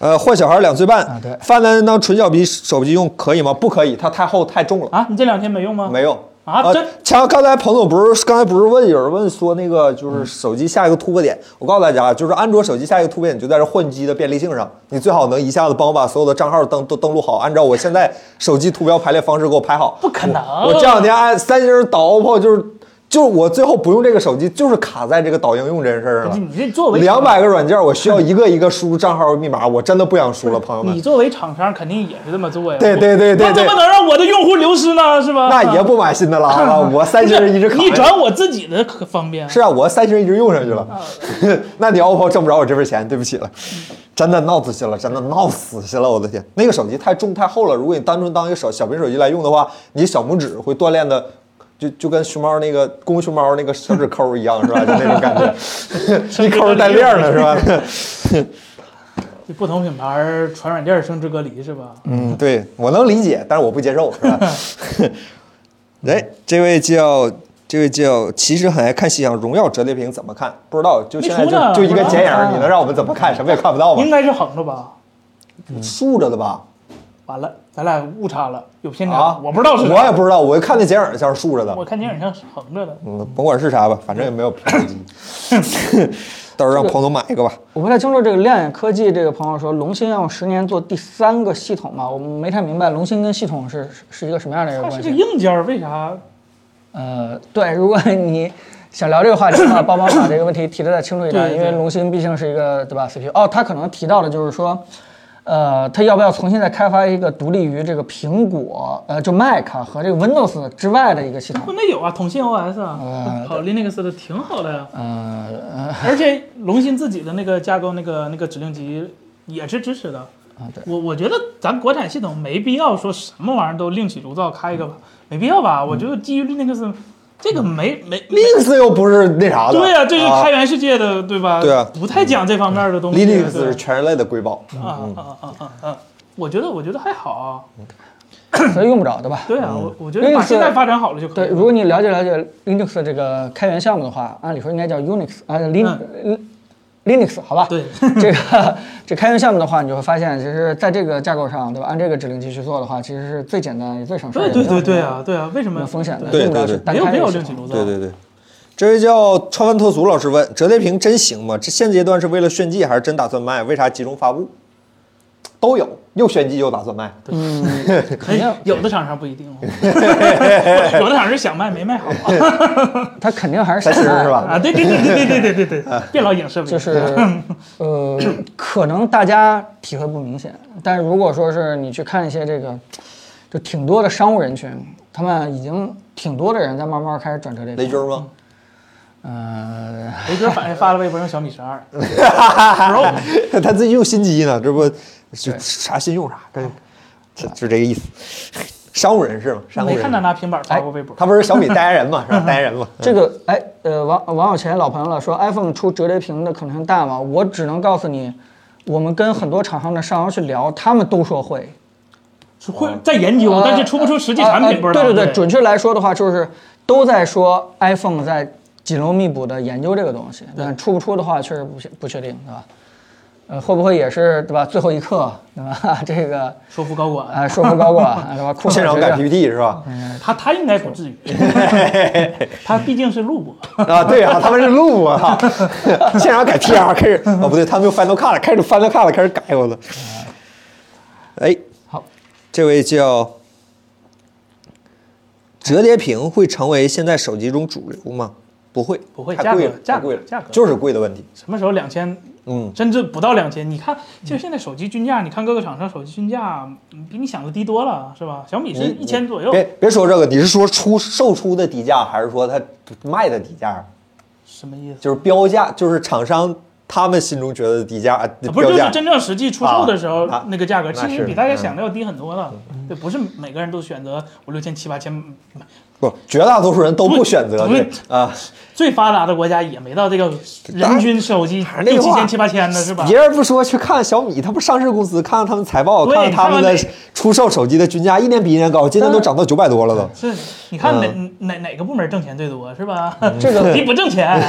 S2: 呃，换小孩两岁半，
S1: 啊对
S2: 发单当纯小笔手机用可以吗？不可以，它太厚太重了，
S3: 啊？你这两天没用吗？
S2: 没用。
S3: 啊
S2: 呃
S3: 真
S2: 像刚才彭总不是刚才不是问有人问说那个就是手机下一个突破点，我告诉大家，就是安卓手机下一个突破点就在这换机的便利性上，你最好能一下子帮我把所有的账号登都登录好，按照我现在手机图标排列方式给我排好。
S3: 不可能
S2: 我我这两天按三星导 OPPO 就是就是我最后不用这个手机，就是卡在这个导应用这件事儿
S3: 不
S2: 了
S3: 是。你这作为
S2: 两百个软件，我需要一个一个输入账号密码，我真的不想输了，朋友们
S3: 你。作为厂商肯定也是这么做呀。
S2: 对对对对
S3: 那怎
S2: 对
S3: 么，能让我的用户流失呢？是吧？
S2: 那也不买新的了，好吧？我三
S3: 不
S2: 星
S3: 是
S2: 一直卡。
S3: 啊你转我自己的可方便。
S2: 是啊，我三星一直用上去了。 <laughs> 那你 OPPO 挣不着我这份钱，对不起了，真的闹死心了，真的闹死心了，我的天！那个手机太重太厚了，如果你单纯当一个手小屏手机来用的话，你小拇指会锻炼的就就跟熊猫那个公熊猫那个小指抠一样，是吧？就那种感觉，一抠带链儿的是吧？
S3: 就不同品牌儿传软件儿生殖隔离是吧？
S2: 嗯，对我能理解，但是我不接
S3: <laughs>
S2: 受，是吧？哎，这位叫这位叫，其实很爱看夕阳，《荣耀》折叠屏怎么看？不知道，就现在
S3: 没出呢
S2: 就就一个
S3: 不知道
S2: 剪影儿，你能让我们怎么看？什么也看不到
S3: 应
S2: 吗？
S3: 该是横着吧？
S2: 竖着的吧？
S3: 完了，咱俩误差了，有偏差，
S2: 啊，
S3: 我不知道是啥
S2: 我也不知道，我一看那剪影儿像是竖着的
S3: 我，看电影像是横着的，
S2: 嗯，甭管是啥吧，反正也没有评
S3: <laughs>
S2: 级。到时候让彭总买一个吧。
S1: 我不太清楚这个亮眼科技这个朋友说，龙芯要用十年做第三个系统嘛？我没太明白龙芯跟系统是是是一个什么样的一个
S3: 它
S1: 关
S3: 是个
S1: 系。啊
S3: 硬件儿，为啥？
S1: 呃，对，如果你想聊这个话题的话，帮忙把这个问题提的再清楚一点，
S3: 对
S1: 因为龙芯毕竟是一个对吧 CPU。哦，他可能提到的就是说，呃，他要不要重新再开发一个独立于这个苹果呃就 Mac 和这个 Windows 之外的一个系统？
S3: 不没有啊，统信 OS 啊
S1: 嗯，
S3: 跑 Linux 的挺好的
S2: <laughs>
S3: 呀。
S1: 呃呃
S3: 而且龙芯自己的那个架构那个那个指令集也是支持的。
S1: 啊对。
S3: 我我觉得咱国产系统没必要说什么玩意儿都另起炉造开一个吧，没必要吧？我觉得基于 Linux 这个没没没
S2: Linux 又不是那啥的，啊
S3: 对呀，这是开源世界的对吧？
S2: 对啊
S3: 不太讲这方面的东西。
S2: Linux
S3: 对
S2: 是全人类的瑰宝。
S3: 啊啊啊啊啊！我觉得我觉得还好啊，
S1: 所以用不着，对吧？
S3: 对啊，我我觉得把
S1: Linux-
S3: 现在发展好了就可
S1: 对，
S3: 以
S1: 如
S3: 了。
S1: 果你了解了解 Linux 这个开源项目的话，按理说应该叫 Unix 啊，Lin、Linux 好吧？
S3: 嗯对，
S1: <laughs> 这个这开源项目的话，你就会发现，其实在这个架构上，对吧？按这个指令集去做的话，其实是最简单也最省事儿
S3: 对
S1: 也
S3: 对
S1: 没有
S3: 对对啊，对啊，为什
S1: 什
S3: 么
S1: 么风险的，
S2: 对
S1: 用不着
S2: 对
S1: 去
S2: 对
S1: 单
S3: 没有
S1: 开
S3: 没
S1: 一个
S3: 有
S1: 系
S3: 另起
S1: 统
S3: 炉造。
S2: 对对对，这位叫川湾特俗老师问：折叠屏真行吗？这现阶段是为了炫技还是真打算卖？为啥集中发布？都有，又炫技又打算卖。
S3: 肯定有的厂商不一定，有的厂商是想卖没卖好啊
S1: 它肯定还是
S2: 咱
S1: 想
S2: 试试
S1: 卖
S2: 是吧？
S3: <laughs> 啊！对对对对对对对对对，别老影射别人。
S1: 就是呃，可能大家体会不明显，但如果说是你去看一些这个，就挺多的商务人群，他们已经挺多的人在慢慢开始转折这个。
S2: 雷军吗？ <laughs>
S1: 呃，
S3: 雷军反正发了微博用小米十二，
S2: <laughs> 他自己用新机呢，这不就啥新用啥，跟这就这个意思。商务人士嘛，商务
S3: 没
S2: 人
S3: 看
S2: 士
S3: 他。拿平板发过微博。
S2: 他不是小米代言人嘛，是
S3: <laughs>
S2: 吧？代言人嘛。
S3: 嗯
S1: 这个哎，呃，王王小钱老朋友了，说 iPhone 出折叠屏的可能性大吗？我只能告诉你，我们跟很多厂商的商友去聊，他们都说会。
S2: 哦
S3: 会在研究，但是出不出实际产品不
S1: 呃呃
S3: 知道。
S1: 对
S3: 对
S1: 对，准确来说的话，就是都在说 iPhone 在紧锣密鼓的研究这个东西，但出不出的话，确实不确不确定，对吧？呃，会不会也是对吧？最后一刻，对吧？ <laughs> 这个
S3: 说服高
S2: 哎
S3: 管，
S1: 啊，说服
S3: <laughs>
S1: 高管，啊对吧？库克
S2: 现场
S1: 学
S2: 改
S1: 院
S2: PPT 是吧？
S3: 哎他他应该不
S2: <laughs>
S3: 至于，他毕竟是录播，
S2: 啊，对啊，他们是录我操， <laughs> 现场改 PR 开始，哦不对，他们又翻到看了，开始翻到看了，开始改我了。
S3: 嗯
S2: 哎，
S1: 好，
S2: 这位叫折叠屏会成为现在手机中主流吗？不会，
S3: 不会
S2: 太贵了，
S3: 价格
S2: 太贵了，
S3: 价格
S2: 就是贵的问题。
S3: 什么时候两千，
S2: 嗯，
S3: 甚至不到两千？你看，就是现在手机均价，你看各个厂商手机均价嗯比你想的低多了，是吧？小米是
S2: 你
S3: 一千左右，
S2: 别别说这个，你是说出售出的低价，还是说它卖的低价？
S3: 什么意思？
S2: 就是标价，就是厂商他们心中觉得的低价，啊
S3: 啊不是，
S2: 标
S3: 就是
S2: 价。
S3: 真正实际出售的时候
S2: 啊啊
S3: 那个价格，
S2: 那
S3: 其实
S2: 是嗯
S3: 比大家想的要低很多了。对，不是每个人都选择五六千、七八千，
S2: 不，绝大多数人都不选择
S3: 对
S2: 对啊。
S3: 最发达的国家也没到这个人均手机
S2: 是那
S3: 六
S2: 个
S3: 七
S2: 话
S3: 千、七八千的是吧？
S2: 别人不说，去看小米，它不上市公司，看看他们财报，
S3: 对
S2: 看看他们的
S3: 看看
S2: 出售手机的均价，一年比一年高，今年都涨到九百多了都。
S3: 是，你看哪、
S1: 嗯
S3: 哪哪个部门挣钱最多是吧？ <laughs>
S1: 这个
S3: 你不
S1: <laughs>
S3: 挣钱，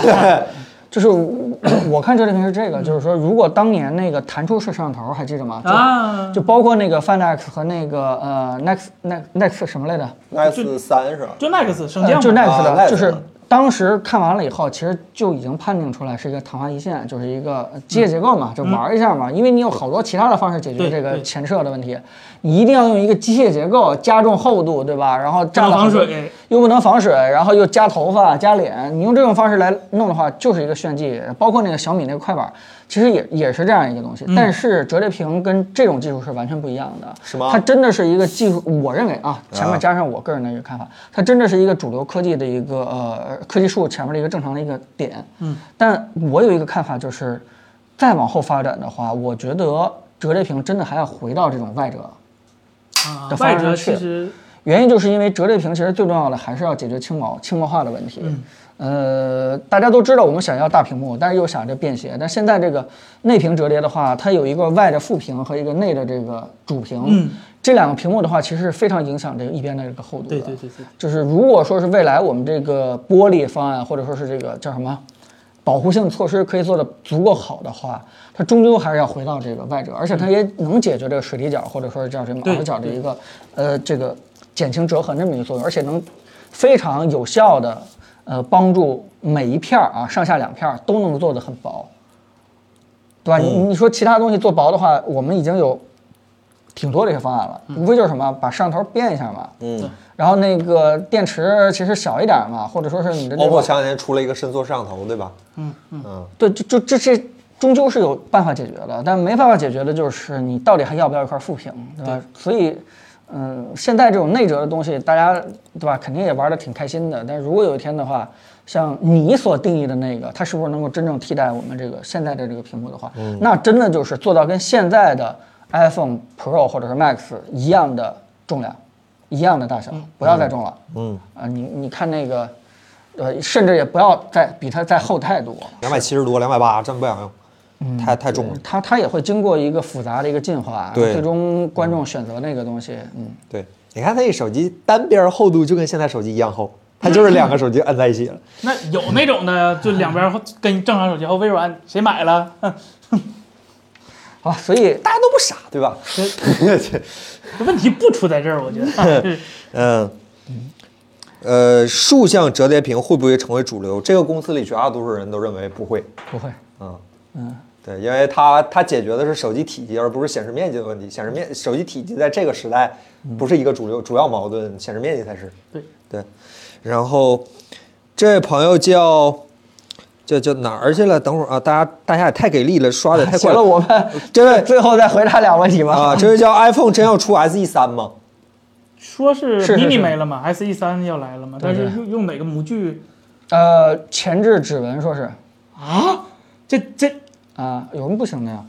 S1: 就是我 <coughs> 我看折叠屏是这个，就是说，如果当年那个弹出式摄像头还记得吗？就
S3: 啊
S1: 就包括那个 Find X 和那个呃 Nex Nex Nex 什么来着？
S2: X 三是吧？
S3: 就 Nex 升
S1: 呃
S3: 降
S1: 就
S3: 嘛，
S1: Nex
S2: 啊，Nex
S1: 的，就是当时看完了以后，其实就已经判定出来是一个昙花一现，就是一个
S3: 嗯
S1: 呃机械结构嘛，就玩一下嘛，因为你有好多其他的方式解决
S3: 对
S1: 这个
S3: 对
S1: 前摄的问题，你一定要用一个机械结构加重厚度，对吧？然后占了
S3: 防
S1: 很多
S3: 水，
S1: 又不能防水，然后又加头发、加脸，你用这种方式来弄的话，就是一个炫技。包括那个小米那个快板，其实也也是这样一个东西。但是折叠屏跟这种技术是完全不一样的，
S2: 是吗
S1: 它真的是一个技术，我认为啊，前面加上我个人的一个看法，它真的是一个主流科技的一个呃科技树前面的一个正常的一个点。嗯，但我有一个看法就是，再往后发展的话，我觉得折叠屏真的还要回到这种外折。
S3: 啊
S1: 这，
S3: 外
S1: 方
S3: 折
S1: 向去
S3: 其实
S1: 原因就是因为折叠屏其实最重要的还是要解决轻薄轻薄化的问题。
S3: 嗯
S1: 呃，大家都知道我们想要大屏幕，但是又想着便携。但现在这个内屏折叠的话，它有一个外的副屏和一个内的这个主屏。
S3: 嗯，
S1: 这两个屏幕的话，其实是非常影响这个一边的这个厚度的。
S3: 对对对对。
S1: 就是如果说是未来我们这个玻璃方案，或者说是这个叫什么保护性措施可以做的足够好的话，它终究还是要回到这个外折，而且它也能解决这个水滴角或者说是叫什么
S3: 对
S1: 马角的一个呃这个减轻折痕这么一个作用，而且能非常有效的呃帮助每一片儿啊上下两片儿都能做得很薄，对吧？
S3: 嗯
S1: 你你说其他东西做薄的话，我们已经有挺多的一些方案了，
S3: 嗯
S1: 无非就是什么把摄像头变一下嘛，
S2: 嗯
S1: 然后那个电池其实小一点嘛，或者说是你的这
S2: 嗯，OPPO
S1: 个
S2: 前两天出了一个伸缩摄像头，对吧？嗯嗯，
S1: 对，就就这这终究是有办法解决的，但没办法解决的就是你到底还要不要一块副屏，对吧？所以，嗯，现在这种内折的东西，大家对吧，肯定也玩的挺开心的。但如果有一天的话，像你所定义的那个，它是不是能够真正替代我们这个现在的这个屏幕的话，那真的就是做到跟现在的 iPhone Pro 或者是 Max 一样的重量，一样的大小，不要再重了。
S2: 嗯，
S1: 啊，你你看那个。呃，甚至也不要再比它再厚太多，
S2: 两百七十多，两百八，真不想用，太太重了。
S1: 它它也会经过一个复杂的一个进化，啊
S2: 对
S1: 最终观众选择那个东西，嗯，
S2: 对，你看它这手机单边厚度就跟现在手机一样厚，它就是两个手机摁在一起了。
S3: 那有那种的，就两边后跟正常手机后哦微软谁买了？哼
S1: 好吧，所以
S2: 大家都不傻，对吧？ <laughs>
S3: 这问题不出在这儿，我觉得。 <laughs> 啊就是
S2: 嗯，呃，竖向折叠屏会不会成为主流？这个公司里绝大多数人都认为不会。
S1: 不会，
S2: 嗯对，因为它它解决的是手机体积，而不是显示面积的问题。显示面手机体积在这个时代不是一个主流主要矛盾，显示面积才是。
S3: 对
S2: 对，然后这位朋友叫叫叫哪儿去了？等会儿啊，大家大家也太给力了，刷的也太
S1: 行
S2: 快
S1: 了，
S2: 了。
S3: 啊
S1: 我 <laughs> 们
S2: 这位
S1: 最后再回答两个问题吧。
S2: 呃啊，这位叫 iPhone 真要出 SE 三吗？
S3: 说是
S1: 是是
S3: mini 没了嘛，S E 三要来了嘛，但是
S1: 对
S3: 用用哪个模具
S1: 呃，前置指纹说是
S3: 啊？这这
S1: 啊，有什么不行的呀？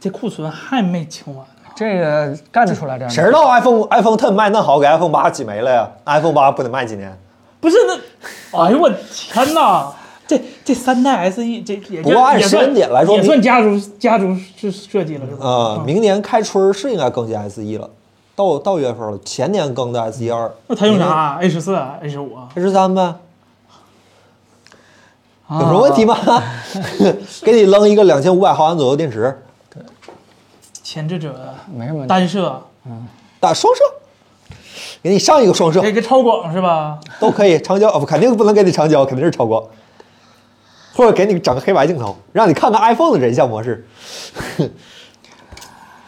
S3: 这库存还没清完呢，
S1: 这个干得出
S3: 嗯
S1: 来这样
S2: 谁
S1: 的？
S2: 知道 iPhone iPhone Ten 卖那好，给 iPhone 八挤没了呀？iPhone 八不得卖几年？
S3: 不是那，哎呦我天哪！这这三代 S E 这也
S2: 不过按
S3: 也
S2: 时间
S3: 算
S2: 点来说
S3: 也
S2: 明
S3: 算家族家族设设计了是吧？
S2: 啊、明年开春儿是应该更新 SE 了，到到月份了，前年更的 SE 二，
S3: 那他
S2: 嗯
S3: 用啥？A 十四、A 啊十五？
S2: 十三呗，有
S1: 有
S2: 什么问
S1: <laughs>
S2: 题？吗？给你扔一个两千五百毫安左右电池，
S3: 前置指纹、
S1: 没什么问题。啊
S3: 单摄，
S2: 打双摄，给你上一个双摄
S1: 哎
S3: 这个超广是吧？
S2: 都可以，长焦哦不肯定不能给你长焦，肯定是超广，或者给你整个黑白镜头，让你看看 iPhone 的人像模式。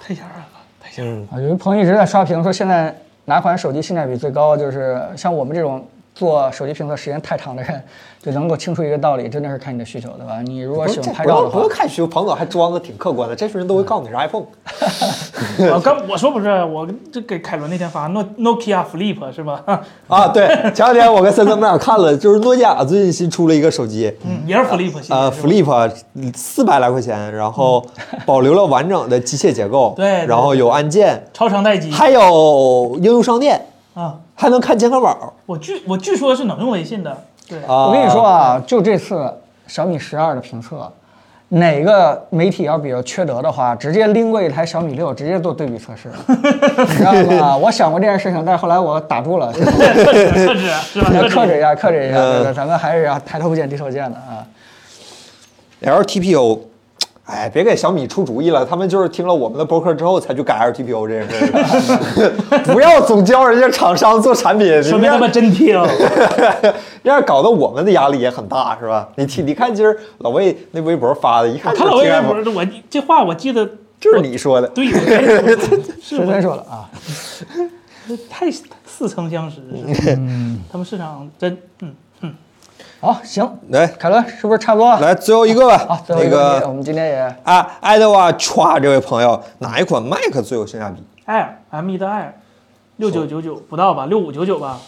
S3: 太吓人了，
S2: <laughs>
S3: 太吓人了！
S2: 嗯，
S1: 啊，有一朋友一直在刷屏说，现在哪款手机性价比最高？就是像我们这种做手机评测时间太长的人，就能够清楚一个道理，真的是看你的需求，对吧？你如果
S2: 不
S1: 喜
S2: 是这
S1: 欢拍
S2: 不
S1: 照
S2: 用
S1: 的
S2: 不
S1: 话
S2: 用，看需求，彭总还装的挺客观的，这群人都会告诉你是 iPhone。
S3: 我刚我说不是，我这给凯伦那天发诺 Nokia Flip 是吧？ <laughs>
S2: 啊，对，前两天我跟森森们俩看了，就是诺基亚最近新出了一个手机，
S3: 嗯，也是 Flip 系列。
S2: 呃
S3: 是吧
S2: ，Flip 四百来块钱，然后保留了完整的机械结构，
S3: 嗯对对对
S2: 然后有按键，
S3: 超长待机
S2: 还有应用商店，
S3: 啊！
S2: 还能看健康宝
S3: 我据我据说是能用微信的，对，
S2: 啊。
S1: 我跟你说，啊，就这次小米十二的评测，哪个媒体要比较缺德的话，直接拎过一台小米六，直接做对比测试，你知道吗？我想过这件事情，但是后来我打住了， <laughs>
S3: 克制克制是吧？
S1: 要克
S3: 克
S1: 制一
S3: 制。
S1: 下，克制一下，
S2: 嗯
S1: 对对咱们还是要抬头不见低头见的啊。
S2: LTPO，哎，别给小米出主意了，他们就是听了我们的博客之后才去改 LTPO 这件事儿， <laughs> 不要总教人家厂商做产品，
S3: 说明他
S2: <laughs>
S3: 们真听，
S2: 这样搞得我们的压力也很大，是吧？你听，你看今儿老魏那微博发的，一看
S3: 哦他
S2: 就是
S3: 老为
S2: TF
S3: 微博，我这话我记得
S2: 就是你说的，
S3: 对，我是
S1: 深
S3: 我
S1: 深说了啊，
S3: <laughs> 太似曾相识，是吧
S2: 嗯
S3: 他们市场真嗯，
S1: 好，行，
S2: 来
S1: 凯伦是不是差不多了？
S2: <laughs> 来最后一个吧，
S1: 啊好，最后
S2: 那
S1: 一个问题，我
S2: 个
S1: 们今天也
S2: 啊，爱德华歘这位朋友，哪一款 Mac 最有性价比？
S3: 艾尔 M E 1的艾尔，六九九九不到吧，六五九九吧，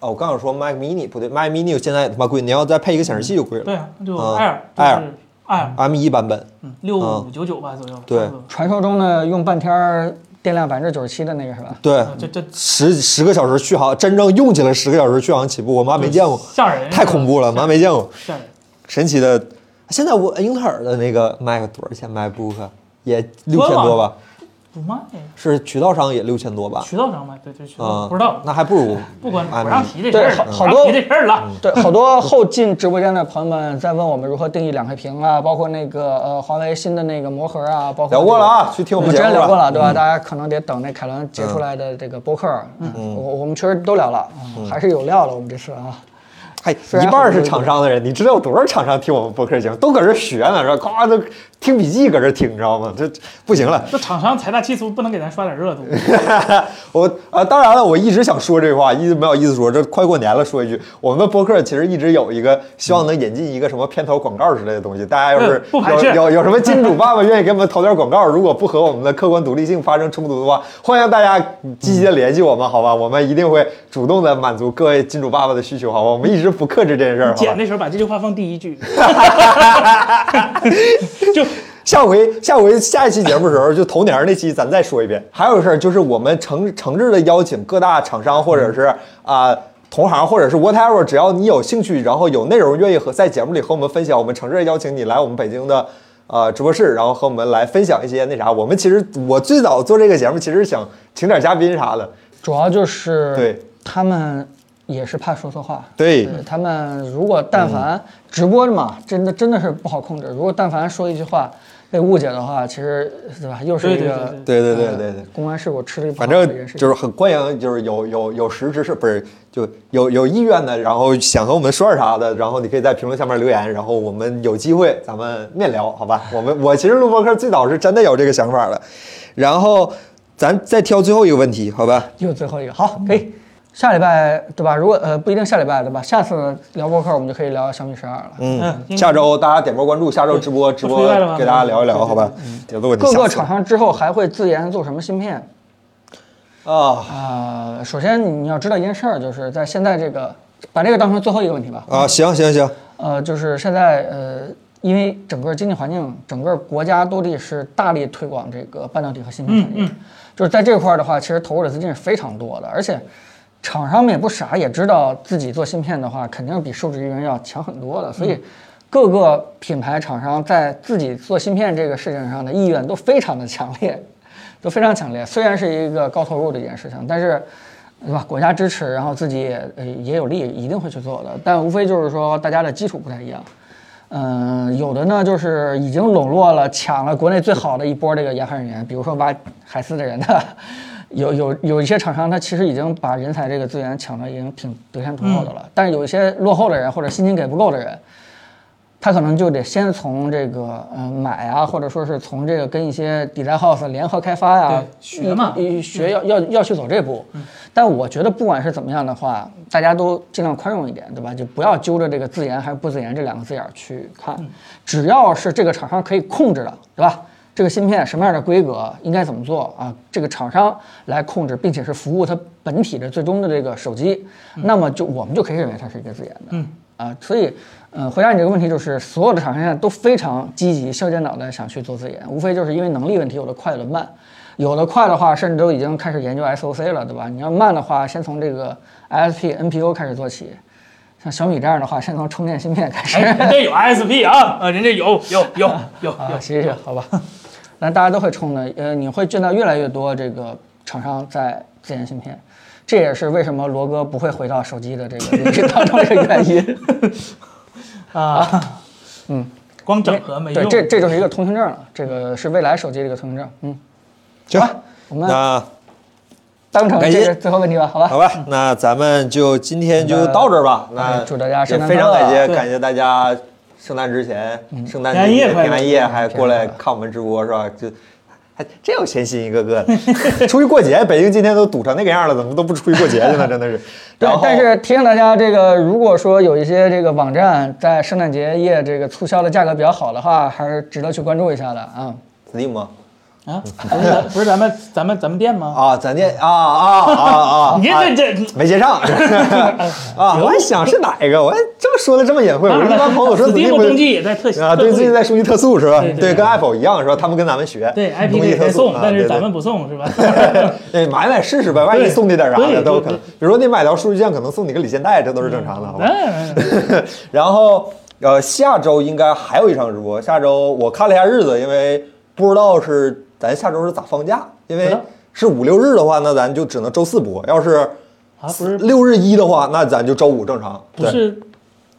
S2: 哦，我刚想说 Mac Mini 不对，Mac Mini 现在他妈贵，你要再配一个显示器就贵
S3: 对
S2: 了。
S3: 啊，就
S2: 嗯
S3: 艾尔就
S2: 艾尔
S3: 是艾尔，
S2: M 一版本，
S3: 嗯，六五九九吧左右，
S2: 对
S3: 差不多
S1: 传说中呢，用半天儿电量百分之九十七的那个是吧？
S2: 对，
S3: 啊这这
S2: 十十个小时续航，真正用起来十个小时续航起步，我妈没见过，
S3: 吓
S1: 嗯
S3: 人，
S2: 太恐怖了，妈没见过，
S3: 吓人。
S2: 神奇的。现在我英特尔的那个 Mac 多少钱？MacBook 也六千多吧，
S3: 不卖，
S2: 是渠道商也六千多吧？
S3: 渠道商卖，对对，渠道
S2: 啊、
S3: 商不知道，
S2: 那还不如
S3: 不管不
S2: M1
S3: 让提这事儿
S1: 对
S3: 了，
S1: 好
S3: 不
S1: 多
S3: 让提这事儿了。
S2: 嗯
S1: 对，好多后进直播间的朋友们在问我们如何定义两黑屏啊，包括那个呃华为新的那个魔盒啊，包括
S2: 聊过了啊，去
S1: 这
S2: 听
S1: 个。我
S2: 我们
S1: 们之
S2: 节
S1: 前
S2: 目
S1: 聊过了，对吧？大家可能得等那凯伦截出来的这个播客，嗯，我我们确实都聊了，嗯还是有料了，我们这次啊，
S2: 还哎一半儿是厂商的人，你知道有多少厂商听我们播客节目都搁这学呢，是吧？夸都听笔记搁这听，你知道吗？这这不行了。 <laughs>
S3: 这厂商财大气粗，不能给咱刷点热度。
S2: 我啊、当然了，我一直想说这话，一直没有意思说。这快过年了，说一句，我们的播客其实一直有一个希望能引进一个什么片头广告之类的东西。大家要是
S3: 嗯不排
S2: 有
S3: 斥
S2: 有有什么金主爸爸愿意给我们投点广告，如果不和我们的客观独立性发生冲突的话，欢迎大家积极的联系我们，好吧？我们一定会主动的满足各位金主爸爸的需求，好吧？我们一直不克制这件事儿，好吧
S3: 剪？的时候把这句话放第一句，就
S2: 下回下回下一期节目的时候，就头年儿那期咱再说一遍。还有个事儿，就是我们诚诚挚的邀请各大厂商或者是啊、同行或者是 whatever，只要你有兴趣，然后有内容愿意和在节目里和我们分享，我们诚挚地邀请你来我们北京的。呃，直播室，然后和我们来分享一些那啥。我们其实我最早做这个节目，其实想请点嘉宾啥的。
S1: 主要就是
S2: 对
S1: 他们也是怕说错话，
S2: 对嗯
S1: 对他们如果但凡直播的嘛，真的真的是不好控制，如果但凡说一句话被误解的话，其实对吧，又是一
S3: 对对
S1: 个
S3: 对
S2: 对对对
S1: 呃
S2: 对对，
S1: 公安事故吃力不
S2: 反
S1: 讨好的一
S2: 正
S1: 件事情
S2: 就是很欢迎，就是有有有识之士，不是就有有意愿的，然后想和我们说点啥的，然后你可以在评论下面留言，然后我们有机会咱们面聊，好吧？我们我其实录播课最早是真的有这个想法的，然后咱再挑最后一个问题，好吧？
S1: 又最后一个，好，可以。下礼拜对吧？如果呃不一定下礼拜对吧？下次聊播客我们就可以聊小米十二了。
S3: 嗯应该
S2: 下周大家点波关注，下周直播直播
S3: 我出来了吗
S2: 给大家聊一聊，
S3: 对对
S2: 好吧？有的问
S1: 嗯
S2: 题
S1: 各
S2: 下
S1: 个
S2: 次
S1: 厂商之后还会自研做什么芯片？
S2: 啊
S1: 啊？首先你要知道一件事儿，就是在现在这个，把这个当成最后一个问题吧。
S2: 啊，行行行，
S1: 呃，就是现在呃，因为整个经济环境，整个国家都得是大力推广这个半导体和芯片产
S2: 嗯
S1: 业。就是在这块儿的话，其实投入的资金是非常多的，而且厂商们也不傻，也知道自己做芯片的话，肯定比受制于人要强很多的，所以。各个品牌厂商在自己做芯片这个事情上的意愿都非常的强烈， <laughs> 都非常强烈。虽然是一个高投入的一件事情，但是对吧？国家支持，然后自己也呃也有利，一定会去做的。但无非就是说大家的基础不太一样。嗯、有的呢就是已经笼络了、抢了国内最好的一波这个研发人员，比如说挖海思的人呢， <laughs> 有有有一些厂商他其实已经把人才这个资源抢的已经挺得天独厚的了。
S3: 嗯
S1: 但是有一些落后的人或者薪金给不够的人，他可能就得先从这个嗯买啊，或者说是从这个跟一些 design house 联合开发呀、
S3: 对学嘛
S1: 一一学要要要去走这步。但我觉得不管是怎么样的话，大家都尽量宽容一点，对吧？就不要揪着这个自研还是不自研这两个字眼儿去看，只要是这个厂商可以控制的，对吧？这个芯片什么样的规格应该怎么做啊？这个厂商来控制，并且是服务它本体的最终的这个手机，那么就我们就可以认为它是一个自研的。嗯啊，所以，呃，回答你这个问题，就是所有的厂商现在都非常积极、削尖脑袋想去做自研，无非就是因为能力问题，有的快，有的慢。有的快的话，甚至都已经开始研究 SOC 了，对吧？你要慢的话，先从这个 ISP、NPU 开始做起。像小米这样的话，先从充电芯片开始。
S3: 哎，
S1: <laughs>
S3: 人家有 ISP 啊，啊，人家有有有有
S1: 啊，
S3: 有，
S1: 谢谢，好吧。 <laughs> 那大家都会冲的，呃，你会见到越来越多这个厂商在自研芯片，这也是为什么罗哥不会回到手机的这个领域 <laughs> 当中的原因。
S3: 啊，
S1: 嗯，
S3: 光整合没
S1: 对，
S3: 用。
S1: 这这就是一个通行证了，这个是未来手机的一个通行证。嗯，
S2: 行，
S1: 吧，我们
S2: 那
S1: 当成
S2: 感
S1: 这
S2: 谢
S1: 个最后问题吧，好吧？
S2: <laughs> 好吧，那咱们就今天就到这儿吧。那
S1: 哎祝大家圣
S2: 也
S1: 诞
S2: 非
S1: 快
S2: 常
S1: 乐嗯
S2: 感谢
S3: 对
S2: 感谢大家，圣诞之前、圣诞
S3: 平安
S2: 节
S3: 夜快
S2: 平
S3: 乐
S2: 安夜还过
S1: 平
S2: 来
S1: 安夜快乐
S2: 看我们直播是吧？就还真有闲心一个个的。 <laughs> 出去过节，北京今天都堵成那个样了，怎么都不出去过节去呢？真的是。
S1: <laughs> 对
S2: 然后，
S1: 但是提醒大家，这个如果说有一些这个网站在圣诞节夜这个促销的价格比较好的话，还是值得去关注一下的啊。
S2: Steam 吗
S3: 啊，不是咱不是咱们咱们咱们店吗？
S2: 啊，咱这啊啊啊啊！
S3: 你
S2: 啊
S3: 这这这
S2: 没
S1: <laughs>
S2: 接上啊！我还想是哪一个，我还这么说的这么隐晦。我
S3: 当
S2: 一
S3: 然
S2: 般
S3: 了
S2: 朋友说
S3: s
S2: 怎
S3: t e
S2: 么不
S3: a m
S2: 是
S3: 冬季也在特 <laughs>
S2: 啊，对，自己在数据特速是吧？
S3: 对对
S2: 跟 Apple 一样是吧？他们跟咱们学，
S3: 对 IP
S2: 东
S3: 可
S2: 西
S3: 以
S2: 特
S3: 再
S2: 速
S3: 送
S2: 啊，
S3: 但
S2: 对
S3: 是
S2: 对
S3: 咱们不送是吧？ <laughs>
S2: 对，哎买买试试呗，万一
S3: 对
S2: 送你点啥
S3: 对
S2: 的
S3: 对
S2: 都有可能
S3: 对。
S2: 比如说你买条数据线，可能送你个锂线带，这都是正常的，好吧？
S3: 嗯，
S2: <laughs> 然后呃，下周应该还有一场直播，下周我看了一下日子，因为不知道是咱下周是咋放假，因
S3: 不知
S2: 为
S3: 道
S2: 是五六日的话，那咱就只能周四播；要是
S3: 啊不是
S2: 六日一的话，那咱就周五正常。
S3: 不
S2: 对
S3: 是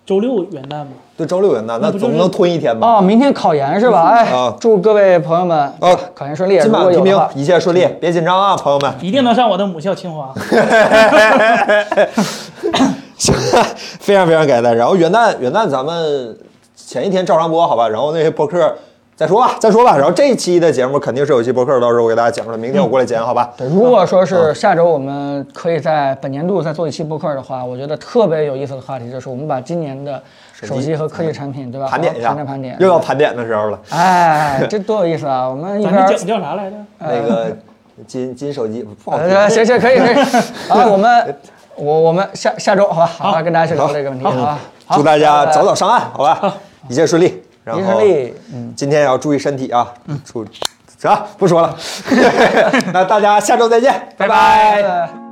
S3: 周六元旦吗？
S2: 对，周六元旦，那
S3: 不就是
S2: 总能吞一天吧？
S1: 哦，明天考研是吧？哎
S2: 啊，
S1: 祝各位朋友们
S3: 哦
S2: 啊
S1: 考研顺利，如
S2: 金
S1: 果
S2: 榜题
S1: 有的
S2: 名
S1: 话，嗯
S2: 一切顺利，别紧张啊，朋友们。 <laughs>
S3: 一定能上我的母校清华。
S2: 行，非常非常感谢大家。然后元旦元旦咱们前一天照常播好吧，然后那些播客再说吧，再说吧。然后这一期的节目肯定是有一期播客，到时候我给大家讲出来，明天我过来剪好吧。
S1: 对，如果说是下周我们可以在本年度再做一期播客的话，我觉得特别有意思的话题就是我们把今年的手机和科技产品，对吧？
S2: 盘点一下，
S1: 好好嗯盘点盘
S2: 又
S1: 点。
S2: 要盘点的时候了。
S1: 哎，这多有意思啊！我们一
S3: 咱
S1: 边
S3: 们
S1: 儿
S3: 讲叫啥来着？
S2: 那个金金手机不好听，
S1: 嗯呃，行行可以可以，啊，我们我我们下下周好吧，好好跟大家去聊这个问题啊。好
S2: <laughs> 祝大家
S1: 拜拜
S2: 早早上岸好吧，一切顺利。然
S1: 一切
S2: 后
S1: 顺利嗯
S2: 今天也要注意身体啊，
S1: <laughs>
S2: <laughs> 注行不说了，那大家下周再见，拜
S1: 拜拜。